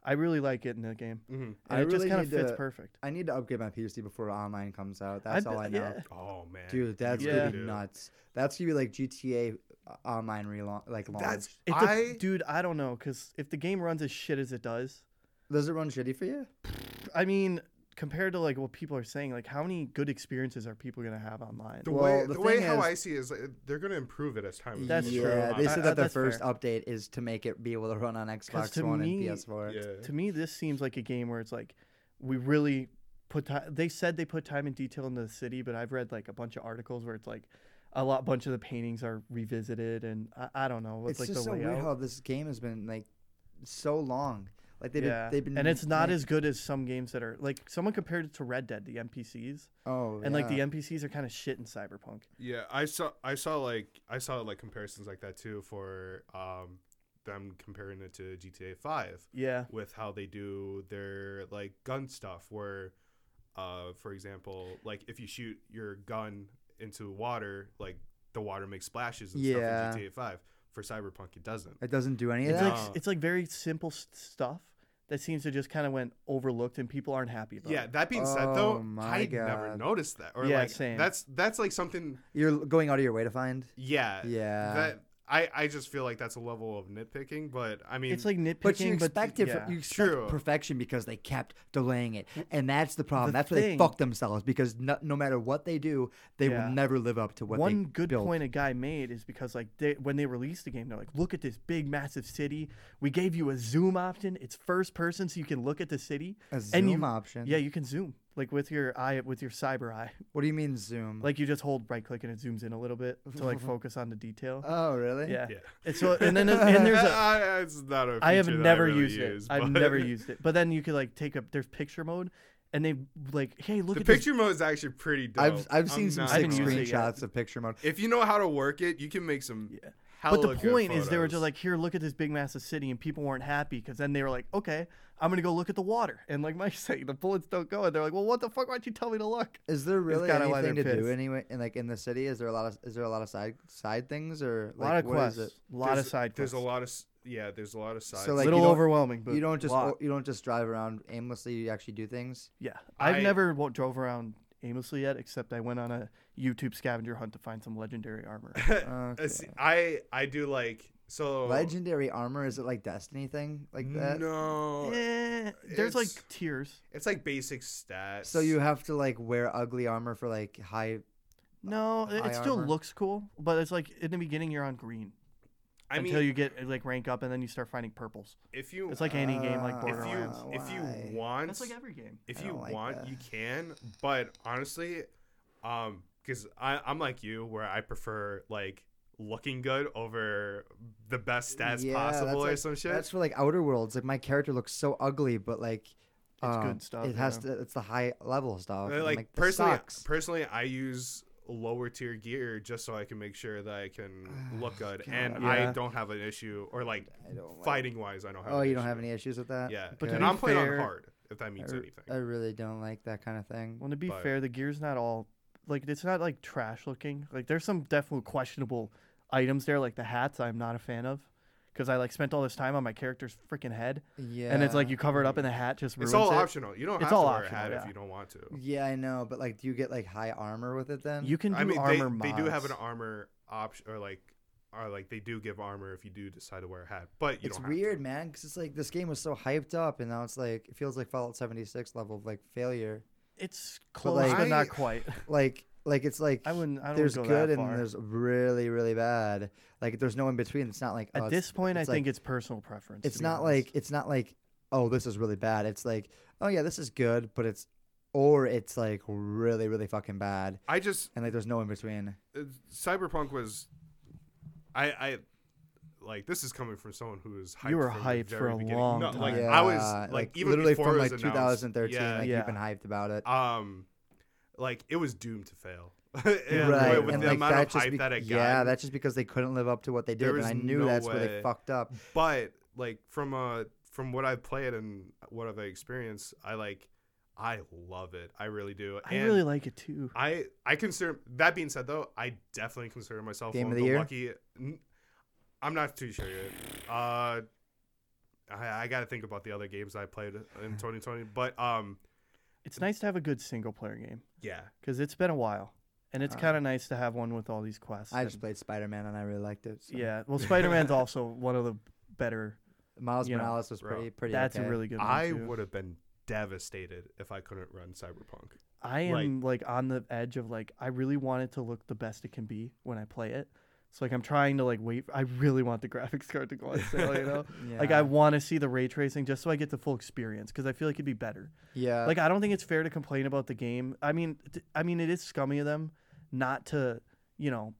Speaker 2: I really like it in the game.
Speaker 3: Mhm.
Speaker 2: And
Speaker 1: I
Speaker 2: it just
Speaker 1: really
Speaker 2: kind of
Speaker 1: need
Speaker 2: fits
Speaker 1: to-
Speaker 2: perfect.
Speaker 1: I need to upgrade my PC before online comes out. That's
Speaker 2: I'd-
Speaker 1: all I know.
Speaker 2: yeah.
Speaker 3: Oh man,
Speaker 1: Dude, that's
Speaker 3: You
Speaker 2: Yeah.
Speaker 1: gonna
Speaker 3: really
Speaker 1: be
Speaker 3: do.
Speaker 1: nuts. That's gonna be like GTA uh, online relaunch, like launched.
Speaker 3: That's
Speaker 2: It dep-
Speaker 3: I.
Speaker 2: dude, I don't know, cause if the game runs as shit as it does,
Speaker 1: Does it run shitty for you?
Speaker 2: I mean, compared to like what people are saying, like how many good experiences are people gonna have online?
Speaker 3: The
Speaker 1: Well,
Speaker 3: way
Speaker 1: the
Speaker 3: the, way
Speaker 1: thing
Speaker 3: how
Speaker 1: is-
Speaker 3: I see it is like, they're gonna improve it as time. goes
Speaker 2: That's
Speaker 3: on.
Speaker 2: true.
Speaker 1: yeah,
Speaker 2: I-
Speaker 1: They
Speaker 2: I-
Speaker 1: said that the
Speaker 2: that's
Speaker 1: first
Speaker 2: fair.
Speaker 1: update is to make it be able to run on Xbox
Speaker 2: to
Speaker 1: One
Speaker 2: me-
Speaker 1: and PS4.
Speaker 3: yeah.
Speaker 2: To me, this seems like a game where it's like we really put time. They said they put time and detail into the city, but I've read like a bunch of articles where it's like a lot bunch of the paintings are revisited, and I, I don't know.
Speaker 1: It's
Speaker 2: It's like
Speaker 1: just
Speaker 2: the
Speaker 1: so weird
Speaker 2: layout.
Speaker 1: how this game has been like so long. Like they've
Speaker 2: yeah,
Speaker 1: been, they've been
Speaker 2: and it's not
Speaker 1: ma-
Speaker 2: as good as some games that are like someone compared it to Red Dead, the NPCs,
Speaker 1: oh
Speaker 2: and like the
Speaker 1: yeah.
Speaker 2: NPCs are kind of shit in Cyberpunk.
Speaker 3: Yeah, I saw I saw like I saw like comparisons like that too for um them comparing it to GTA 5
Speaker 2: Yeah,
Speaker 3: with how they do their like gun stuff where uh for example, like if you shoot your gun into water, like the water makes splashes and
Speaker 1: Yeah.
Speaker 3: stuff in GTA 5. For Cyberpunk it doesn't.
Speaker 1: it doesn't do any of
Speaker 2: It's
Speaker 1: that.
Speaker 2: like s-
Speaker 3: No.
Speaker 2: it's like very simple s- stuff that seems to just kind of went overlooked and people aren't happy about.
Speaker 3: Yeah,
Speaker 2: it.
Speaker 3: that being said
Speaker 1: Oh
Speaker 3: though,
Speaker 1: my
Speaker 3: I never
Speaker 1: God.
Speaker 3: noticed that. Or
Speaker 2: Yeah,
Speaker 3: like
Speaker 2: same.
Speaker 3: that's that's like something
Speaker 1: You're going out of your way to find.
Speaker 3: yeah.
Speaker 1: Yeah.
Speaker 3: That I, I just feel like that's a level of nitpicking, but I mean
Speaker 2: it's like nitpicking,
Speaker 1: But you
Speaker 2: but
Speaker 1: expect it.
Speaker 2: yeah.
Speaker 1: From, you expect
Speaker 3: True.
Speaker 1: perfection because they kept delaying it, and that's the problem.
Speaker 2: The
Speaker 1: that's where they
Speaker 2: thing-
Speaker 1: fuck themselves because no, no matter what they do, they
Speaker 2: Yeah.
Speaker 1: will never live up to what
Speaker 2: One
Speaker 1: they
Speaker 2: good
Speaker 1: built.
Speaker 2: point a guy made is because like they, when they released the game, they're like, "Look at this big, massive city. We gave you a zoom option. It's first person, so you can look at the city.
Speaker 1: A
Speaker 2: and
Speaker 1: zoom
Speaker 2: you-
Speaker 1: option.
Speaker 2: Yeah, you can zoom like with your eye, with your cyber eye.
Speaker 1: What do you mean zoom?
Speaker 2: Like you just hold right click and it zooms in a little bit to like focus on the detail.
Speaker 3: Uh,
Speaker 1: oh really?
Speaker 2: yeah.
Speaker 3: Yeah.
Speaker 2: And so and then and there's a,
Speaker 3: I, I- it's not a
Speaker 2: I have
Speaker 3: feature that
Speaker 2: never
Speaker 3: really
Speaker 2: used
Speaker 3: use,
Speaker 2: it. I've
Speaker 3: but-
Speaker 2: never used it. But then you could like take up there's picture mode, and they like hey look
Speaker 3: The
Speaker 2: at
Speaker 3: picture mode is actually pretty dope.
Speaker 1: I've I've seen
Speaker 3: I'm
Speaker 1: some
Speaker 3: not
Speaker 1: sick
Speaker 2: haven't
Speaker 3: gonna lie.
Speaker 2: used it yet.
Speaker 1: screenshots of picture mode.
Speaker 3: If you know how to work it, you can make some.
Speaker 2: Yeah.
Speaker 3: Hella
Speaker 2: This. But the
Speaker 3: good
Speaker 2: point is they were just
Speaker 3: photos.
Speaker 2: like here look at this big massive city, and people weren't happy because then they were like okay I'm gonna go look at the water, and like Mike's saying the bullets don't go, and they're like well what the fuck why'd you tell me to look?
Speaker 1: Is there really
Speaker 2: kinda why
Speaker 1: anything to
Speaker 2: they're
Speaker 1: do
Speaker 2: pissed.
Speaker 1: anyway? And like in the city, is there a lot of is there a lot of side side things or
Speaker 2: A
Speaker 1: like,
Speaker 2: lot of
Speaker 1: what is
Speaker 2: quests, a lot
Speaker 3: There's-
Speaker 2: of side
Speaker 3: There's
Speaker 2: quests.
Speaker 3: a lot of s- yeah. There's a lot of sides.
Speaker 1: So like
Speaker 2: little
Speaker 1: you don't-
Speaker 2: overwhelming, but
Speaker 1: it? You don't just
Speaker 2: lot.
Speaker 1: you don't just drive around aimlessly. You actually do things.
Speaker 2: yeah. I've
Speaker 3: I-
Speaker 2: never wa- drove around aimlessly yet, except I went on a YouTube scavenger hunt to find some legendary armor.
Speaker 3: Uh, see, I I do like so
Speaker 1: Legendary armor is it like Destiny thing like that?
Speaker 3: No,
Speaker 2: Eh, there's like
Speaker 3: it's-
Speaker 2: tiers.
Speaker 3: it's like basic stats.
Speaker 1: So you have to like wear ugly armor for like high.
Speaker 2: No, it,
Speaker 1: eye
Speaker 2: it still
Speaker 1: armor.
Speaker 2: looks cool, but it's like in the beginning you're on green
Speaker 3: I mean,
Speaker 2: until you get uh, like rank up and then you start finding purples.
Speaker 3: if you
Speaker 2: It's like any game
Speaker 1: Ah.
Speaker 2: like
Speaker 1: If
Speaker 3: if you
Speaker 2: Borderlands.
Speaker 3: if
Speaker 1: Why?
Speaker 3: you want
Speaker 2: That's like every game.
Speaker 3: if
Speaker 1: I
Speaker 3: you
Speaker 1: don't like
Speaker 3: want
Speaker 1: that.
Speaker 3: you can but honestly um because i'm like you where i prefer like looking good over the best stats
Speaker 1: Yeah,
Speaker 3: possible
Speaker 1: that's
Speaker 3: or
Speaker 1: like-
Speaker 3: some shit
Speaker 1: That's for like Outer Worlds. Like my character looks so ugly, but like
Speaker 2: It's good
Speaker 1: um,
Speaker 2: stuff,
Speaker 1: It has
Speaker 2: yeah.
Speaker 1: to. It's the high level stuff.
Speaker 3: Uh,
Speaker 1: and I'm
Speaker 3: like,
Speaker 1: like this
Speaker 3: personally
Speaker 1: sucks.
Speaker 3: personally i use lower tier gear just so i can make sure that i can look good and i
Speaker 2: Yeah.
Speaker 3: don't have an issue or like
Speaker 1: I don't like-
Speaker 3: fighting wise i don't have
Speaker 1: Oh,
Speaker 3: an
Speaker 1: you don't
Speaker 3: issue.
Speaker 1: have any issues with that?
Speaker 3: yeah
Speaker 2: But
Speaker 3: but
Speaker 2: to
Speaker 3: and
Speaker 2: be
Speaker 3: i'm playing
Speaker 2: fair-
Speaker 3: on hard if that
Speaker 1: I,
Speaker 3: means
Speaker 1: re-
Speaker 3: anything
Speaker 1: I really don't like that kind of thing.
Speaker 2: Well, to be
Speaker 3: But-
Speaker 2: fair, the gear's not all like it's not like trash looking. Like there's some definitely questionable items there, like the hats I'm not a fan of because I like spent all this time on my character's freaking head,
Speaker 1: Yeah.
Speaker 2: and it's like you cover it up in the hat just ruins
Speaker 3: It's all
Speaker 2: it.
Speaker 3: optional. You don't
Speaker 2: It's
Speaker 3: have to
Speaker 2: all
Speaker 3: wear a
Speaker 2: optional,
Speaker 3: hat
Speaker 2: yeah.
Speaker 3: if you don't want to.
Speaker 1: Yeah, I know, but like, do you get like high armor with it then?
Speaker 2: You can do
Speaker 3: I mean,
Speaker 2: armor
Speaker 3: they, they do have an
Speaker 2: mods.
Speaker 3: armor option, or like, or like they do give armor if you do decide to wear a hat. But you
Speaker 1: it's
Speaker 3: don't have to.
Speaker 1: weird, man, because it's like this game was so hyped up, and now it's like it feels like Fallout 76 level of like failure.
Speaker 2: It's close, but,
Speaker 1: like-
Speaker 2: not
Speaker 3: I-
Speaker 2: quite.
Speaker 1: Like, like it's like
Speaker 2: I wouldn't. I don't
Speaker 1: there's
Speaker 2: go
Speaker 1: good
Speaker 2: that
Speaker 1: and
Speaker 2: far.
Speaker 1: there's really, really bad. Like, there's no in between. It's not like
Speaker 2: At
Speaker 1: oh, it's-
Speaker 2: this point,
Speaker 1: it's
Speaker 2: I
Speaker 1: like-
Speaker 2: think it's personal preference. to
Speaker 1: it's
Speaker 2: be
Speaker 1: not
Speaker 2: honest.
Speaker 1: like it's not like oh this is really bad it's like oh yeah this is good but it's or it's like really really fucking bad
Speaker 3: I just
Speaker 1: and like there's no in between
Speaker 3: uh, Cyberpunk was, I I. Like this is coming from someone who was hyped.
Speaker 2: You were
Speaker 3: from the
Speaker 2: hyped
Speaker 3: very
Speaker 2: for a
Speaker 3: beginning.
Speaker 2: long
Speaker 3: No, Like
Speaker 1: yeah,
Speaker 3: I was like, even
Speaker 1: literally
Speaker 3: before
Speaker 1: from
Speaker 3: it was
Speaker 1: like
Speaker 3: announced.
Speaker 1: 2013
Speaker 3: Yeah.
Speaker 1: like you've been
Speaker 2: Yeah.
Speaker 1: hyped about it
Speaker 3: um like it was doomed to fail And,
Speaker 1: right
Speaker 3: like, with
Speaker 1: and
Speaker 3: the
Speaker 1: like
Speaker 3: amount
Speaker 1: that
Speaker 3: of
Speaker 1: just
Speaker 3: hype
Speaker 1: be-
Speaker 3: that it got
Speaker 1: yeah that's just because they couldn't live up to what they did
Speaker 3: There
Speaker 1: and
Speaker 3: is
Speaker 1: i knew
Speaker 3: no
Speaker 1: that's where they
Speaker 3: way.
Speaker 1: fucked up
Speaker 3: but like from uh from what i've played and what i've experienced i like i love it i really do
Speaker 2: I
Speaker 3: and
Speaker 2: really like it too.
Speaker 3: i i consider that being said though i definitely consider myself
Speaker 1: Game
Speaker 3: one
Speaker 1: of the year?
Speaker 3: lucky n- i'm not too sure yet uh I, I gotta think about the other games I played in 2020, but um,
Speaker 2: It's nice to have a good single player game
Speaker 3: yeah,
Speaker 2: because it's been a while, and it's
Speaker 1: Uh,
Speaker 2: kind of nice to have one with all these quests.
Speaker 1: i
Speaker 2: and-
Speaker 1: just played spider-man and i really liked it so.
Speaker 2: Yeah, well, Spider Man's also one of the better.
Speaker 1: miles
Speaker 2: You know,
Speaker 1: morales was
Speaker 3: bro,
Speaker 1: pretty pretty
Speaker 2: that's
Speaker 1: okay.
Speaker 2: a really good. One
Speaker 3: I
Speaker 2: too.
Speaker 3: would have been devastated if I couldn't run Cyberpunk.
Speaker 2: I
Speaker 3: like-
Speaker 2: am like, on the edge of like I really want it to look the best it can be when I play it. So like I'm trying to like wait. I really want the graphics card to go on sale. You know, like
Speaker 1: Yeah.
Speaker 2: I want to see the ray tracing just so I get the full experience because I feel like it'd be better.
Speaker 3: Uh,
Speaker 1: yeah
Speaker 2: like I don't think it's fair to complain about the game. I mean, t- I mean it is scummy of them not to, you know,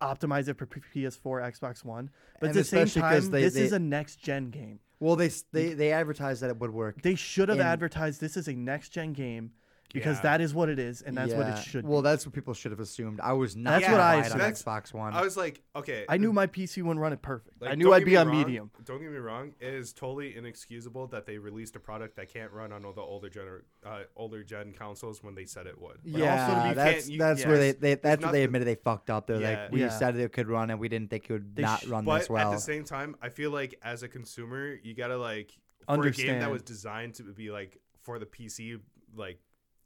Speaker 2: optimize it for P- PS4, Xbox One. But at
Speaker 1: And
Speaker 2: the same
Speaker 1: especially 'cause
Speaker 2: time,
Speaker 1: they-
Speaker 2: this is
Speaker 1: they-
Speaker 2: a next gen game.
Speaker 1: well they s- they they advertised that it would work
Speaker 2: They should have
Speaker 1: And-
Speaker 2: advertised this is a next gen game because
Speaker 3: Yeah.
Speaker 2: that is what it is and that's what
Speaker 1: Yeah.
Speaker 2: it should.
Speaker 1: Well,
Speaker 2: be.
Speaker 1: that's what people should have assumed. I was not.
Speaker 2: That's
Speaker 1: That's
Speaker 2: what
Speaker 1: what
Speaker 2: I
Speaker 1: I on
Speaker 3: assumed.
Speaker 1: Xbox One.
Speaker 3: I was like, okay,
Speaker 2: I knew my PC wouldn't run it perfect.
Speaker 3: Like,
Speaker 2: I knew
Speaker 3: don't
Speaker 2: I'd
Speaker 3: get
Speaker 2: be
Speaker 3: me
Speaker 2: on
Speaker 3: wrong-
Speaker 2: medium.
Speaker 3: Don't get me wrong; it is totally inexcusable that they released a product that can't run on all the older gener- uh, older gen consoles when they said it would. But also,
Speaker 1: yeah,
Speaker 3: you
Speaker 1: that's
Speaker 3: can't- you-
Speaker 1: that's where they,
Speaker 3: yes,
Speaker 1: they that's what they
Speaker 3: nothing-
Speaker 1: admitted they fucked up. They're
Speaker 3: Yeah.
Speaker 1: like, we
Speaker 2: Yeah.
Speaker 1: decided it could run, and we didn't think it would
Speaker 2: They
Speaker 1: not
Speaker 2: sh-
Speaker 1: run
Speaker 3: But
Speaker 1: this well.
Speaker 3: at the same time, I feel like as a consumer, you gotta like for a game that
Speaker 2: Understand.
Speaker 3: was designed to be like for the PC, like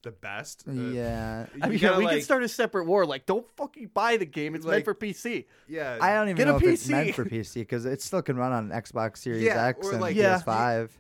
Speaker 3: the best. uh,
Speaker 1: yeah,
Speaker 3: you
Speaker 2: I mean,
Speaker 3: gotta,
Speaker 2: yeah, we can
Speaker 3: like-
Speaker 2: start a separate war. Like, don't fucking buy the game. It's meant
Speaker 3: Like-
Speaker 2: for PC.
Speaker 3: Yeah,
Speaker 1: I don't even
Speaker 2: Get a
Speaker 1: know if it's
Speaker 2: PC.
Speaker 1: meant for PC because it still can run on Xbox Series
Speaker 3: Yeah,
Speaker 1: X
Speaker 3: or
Speaker 1: and
Speaker 3: like-
Speaker 2: Yeah.
Speaker 1: PS5.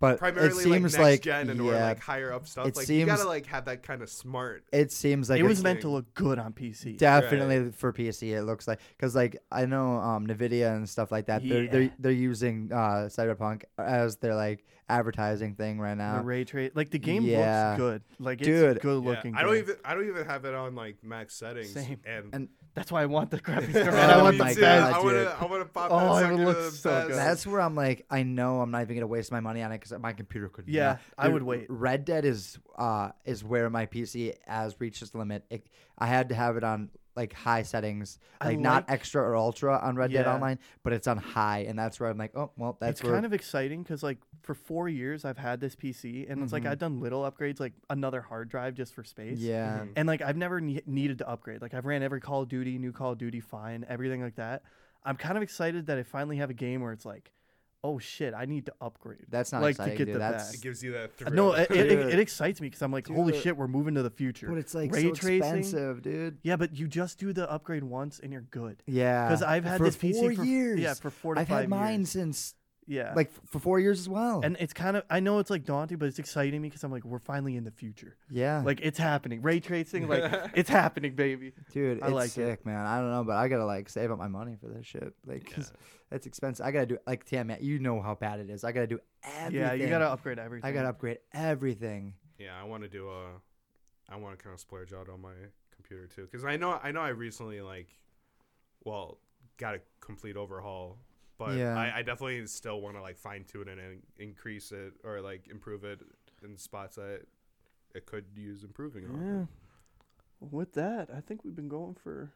Speaker 1: But
Speaker 3: primarily
Speaker 1: it seems
Speaker 3: like next
Speaker 1: like,
Speaker 3: gen and or
Speaker 1: yeah,
Speaker 3: like higher up stuff.
Speaker 1: It
Speaker 3: like you gotta
Speaker 1: seems-
Speaker 3: like have that kind of smart.
Speaker 1: it seems like
Speaker 2: it
Speaker 1: it's
Speaker 2: was meant to
Speaker 3: thing.
Speaker 2: look good on PC.
Speaker 1: definitely for PC. It looks like because like I know um, Nvidia and stuff like that. They're
Speaker 2: Yeah.
Speaker 1: they're they're using uh, Cyberpunk as their like advertising thing right now.
Speaker 2: The ray trace, like the game
Speaker 1: Yeah.
Speaker 2: looks good. Like it's
Speaker 1: Dude.
Speaker 2: good
Speaker 3: Yeah,
Speaker 2: looking.
Speaker 3: I don't
Speaker 2: game.
Speaker 3: even I don't even have it on like max settings.
Speaker 2: Same.
Speaker 3: And
Speaker 1: And
Speaker 2: That's why I want the graphics card.
Speaker 1: Oh
Speaker 2: I want
Speaker 1: my
Speaker 2: the
Speaker 3: Yeah,
Speaker 1: God,
Speaker 3: I
Speaker 1: dude.
Speaker 3: want to. I want to pop.
Speaker 2: Oh, it
Speaker 3: that sucker
Speaker 2: would look
Speaker 3: to the
Speaker 2: so
Speaker 3: best.
Speaker 2: good.
Speaker 1: That's where I'm like, I know I'm not even gonna waste my money on it because my computer could.
Speaker 2: Yeah,
Speaker 1: not-
Speaker 2: I would wait.
Speaker 1: Red Dead is uh is where my PC has reached its limit. It, I had to have it on like high settings,
Speaker 2: I
Speaker 1: like not
Speaker 2: like-
Speaker 1: extra or ultra on Red Dead
Speaker 2: Yeah.
Speaker 1: Online, but it's on high, and that's where I'm like, oh well, that's
Speaker 2: It's
Speaker 1: where
Speaker 2: kind of exciting because like for four years I've had this PC and it's like I've done little upgrades, like another hard drive just for space.
Speaker 1: yeah.
Speaker 2: And like I've never ne- needed to upgrade. Like I've ran every Call of Duty, new Call of Duty, fine, everything like that. I'm kind of excited that I finally have a game where it's like, oh shit, I need to upgrade.
Speaker 1: That's not
Speaker 2: like
Speaker 1: exciting,
Speaker 2: to get
Speaker 1: dude.
Speaker 2: the
Speaker 1: That's-
Speaker 2: best.
Speaker 3: It gives you that.
Speaker 2: Uh, No,
Speaker 3: thrill.
Speaker 2: it, it,
Speaker 1: Dude.
Speaker 2: it excites me because I'm like, holy
Speaker 1: Dude.
Speaker 2: shit, we're moving to the future.
Speaker 1: But it's like
Speaker 2: ray
Speaker 1: so
Speaker 2: tracing.
Speaker 1: expensive, dude.
Speaker 2: Yeah, but you just do the upgrade once and you're good.
Speaker 1: Yeah,
Speaker 2: Because I've had
Speaker 1: for
Speaker 2: this PC
Speaker 1: four
Speaker 2: for
Speaker 1: years.
Speaker 2: Yeah, for four to
Speaker 1: I've
Speaker 2: five
Speaker 1: had mine
Speaker 2: years.
Speaker 1: since
Speaker 2: Yeah,
Speaker 1: like oh. f- for four years as well.
Speaker 2: and it's kind of I know it's like daunting, but it's exciting me because I'm like we're finally in the future.
Speaker 1: yeah,
Speaker 2: Like it's happening, ray tracing. Like it's happening, baby.
Speaker 1: Dude,
Speaker 2: I
Speaker 1: it's
Speaker 2: like it.
Speaker 1: sick, man. I don't know, but I gotta like save up my money for this shit. Like, 'cause that's expensive. I gotta do like, damn, man, you know how bad it is. I gotta do everything.
Speaker 2: Yeah, you gotta upgrade everything.
Speaker 1: I gotta upgrade everything.
Speaker 3: yeah, I want to do a. I want to kind of splurge out on my computer too, because I know I know I recently like, well, got a complete overhaul, but
Speaker 1: Yeah.
Speaker 3: I, I definitely still want to like fine tune it and increase it or like improve it in spots that it could use improving
Speaker 2: Yeah.
Speaker 3: on.
Speaker 2: With that, I think we've been going for.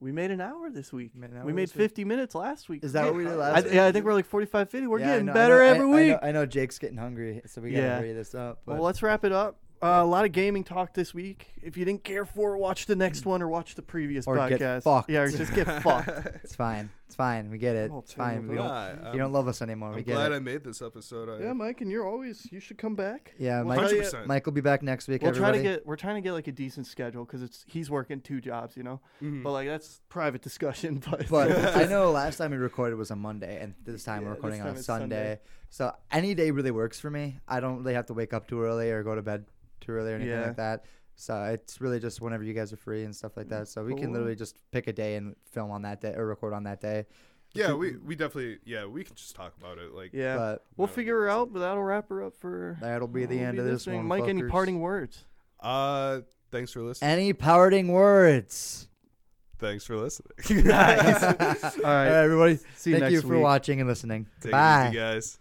Speaker 2: We made an hour this week.
Speaker 1: Made an hour
Speaker 2: we made
Speaker 1: this week.
Speaker 2: 50 minutes last week.
Speaker 1: Is that what we did
Speaker 2: I,
Speaker 1: last?
Speaker 2: yeah, I think we're like 45, 50. We're
Speaker 1: Yeah, I
Speaker 2: getting
Speaker 1: know- I
Speaker 2: better
Speaker 1: know- I-
Speaker 2: every
Speaker 1: I
Speaker 2: week.
Speaker 1: know, I know Jake's getting hungry, so we gotta
Speaker 2: Yeah.
Speaker 1: hurry this up. But
Speaker 2: Well, let's wrap it up. Uh, a lot of gaming talk this week. If you didn't care for, it, watch the next one or watch the previous
Speaker 1: Or
Speaker 2: podcast.
Speaker 1: get fucked.
Speaker 2: Yeah, or just get fucked.
Speaker 1: it's fine. It's It's fine. We get it.
Speaker 2: I'll
Speaker 1: It's
Speaker 2: tell you
Speaker 1: fine. We
Speaker 2: what.
Speaker 1: don't.
Speaker 3: Yeah,
Speaker 1: You don't love us anymore.
Speaker 3: I'm
Speaker 1: we get
Speaker 3: glad
Speaker 1: it.
Speaker 3: I made this episode. I,
Speaker 2: Yeah, Mike, and you're always you should come back.
Speaker 1: yeah,
Speaker 2: We'll
Speaker 1: Mike.
Speaker 2: try to-
Speaker 3: 100%.
Speaker 1: Mike will be back next week.
Speaker 2: We'll try
Speaker 1: everybody.
Speaker 2: to get we're trying to get like a decent schedule because it's he's working two jobs, you know. But like that's private discussion. But
Speaker 1: Mm-hmm. But I know last time we recorded was a Monday, and this time
Speaker 2: Yeah,
Speaker 1: we're
Speaker 2: this
Speaker 1: recording on
Speaker 2: time
Speaker 1: a
Speaker 2: it's
Speaker 1: Sunday.
Speaker 2: Sunday.
Speaker 1: So any day really works for me. I don't really have to wake up too early or go to bed too early or anything
Speaker 2: Yeah.
Speaker 1: like that. So it's really just whenever you guys are free and stuff like that. So we can
Speaker 2: Mm, Cool.
Speaker 1: literally just pick a day and film on that day or record on that day.
Speaker 3: yeah, we we definitely yeah we can just talk about it. Like
Speaker 2: yeah,
Speaker 1: But
Speaker 2: we'll
Speaker 3: No,
Speaker 2: figure her out. But that'll wrap her up for
Speaker 1: that'll be the
Speaker 2: that'll
Speaker 1: end of this,
Speaker 2: thing.
Speaker 1: one.
Speaker 2: Mike, any
Speaker 1: fuckers.
Speaker 2: parting words?
Speaker 3: Uh, thanks for listening.
Speaker 1: Any parting words?
Speaker 3: Thanks for listening.
Speaker 2: Nice. All
Speaker 1: All right,
Speaker 2: right.
Speaker 1: everybody.
Speaker 2: See you
Speaker 1: thank
Speaker 2: next
Speaker 1: you for
Speaker 2: week.
Speaker 1: watching and listening.
Speaker 3: Take it
Speaker 1: Bye.
Speaker 3: easy, guys.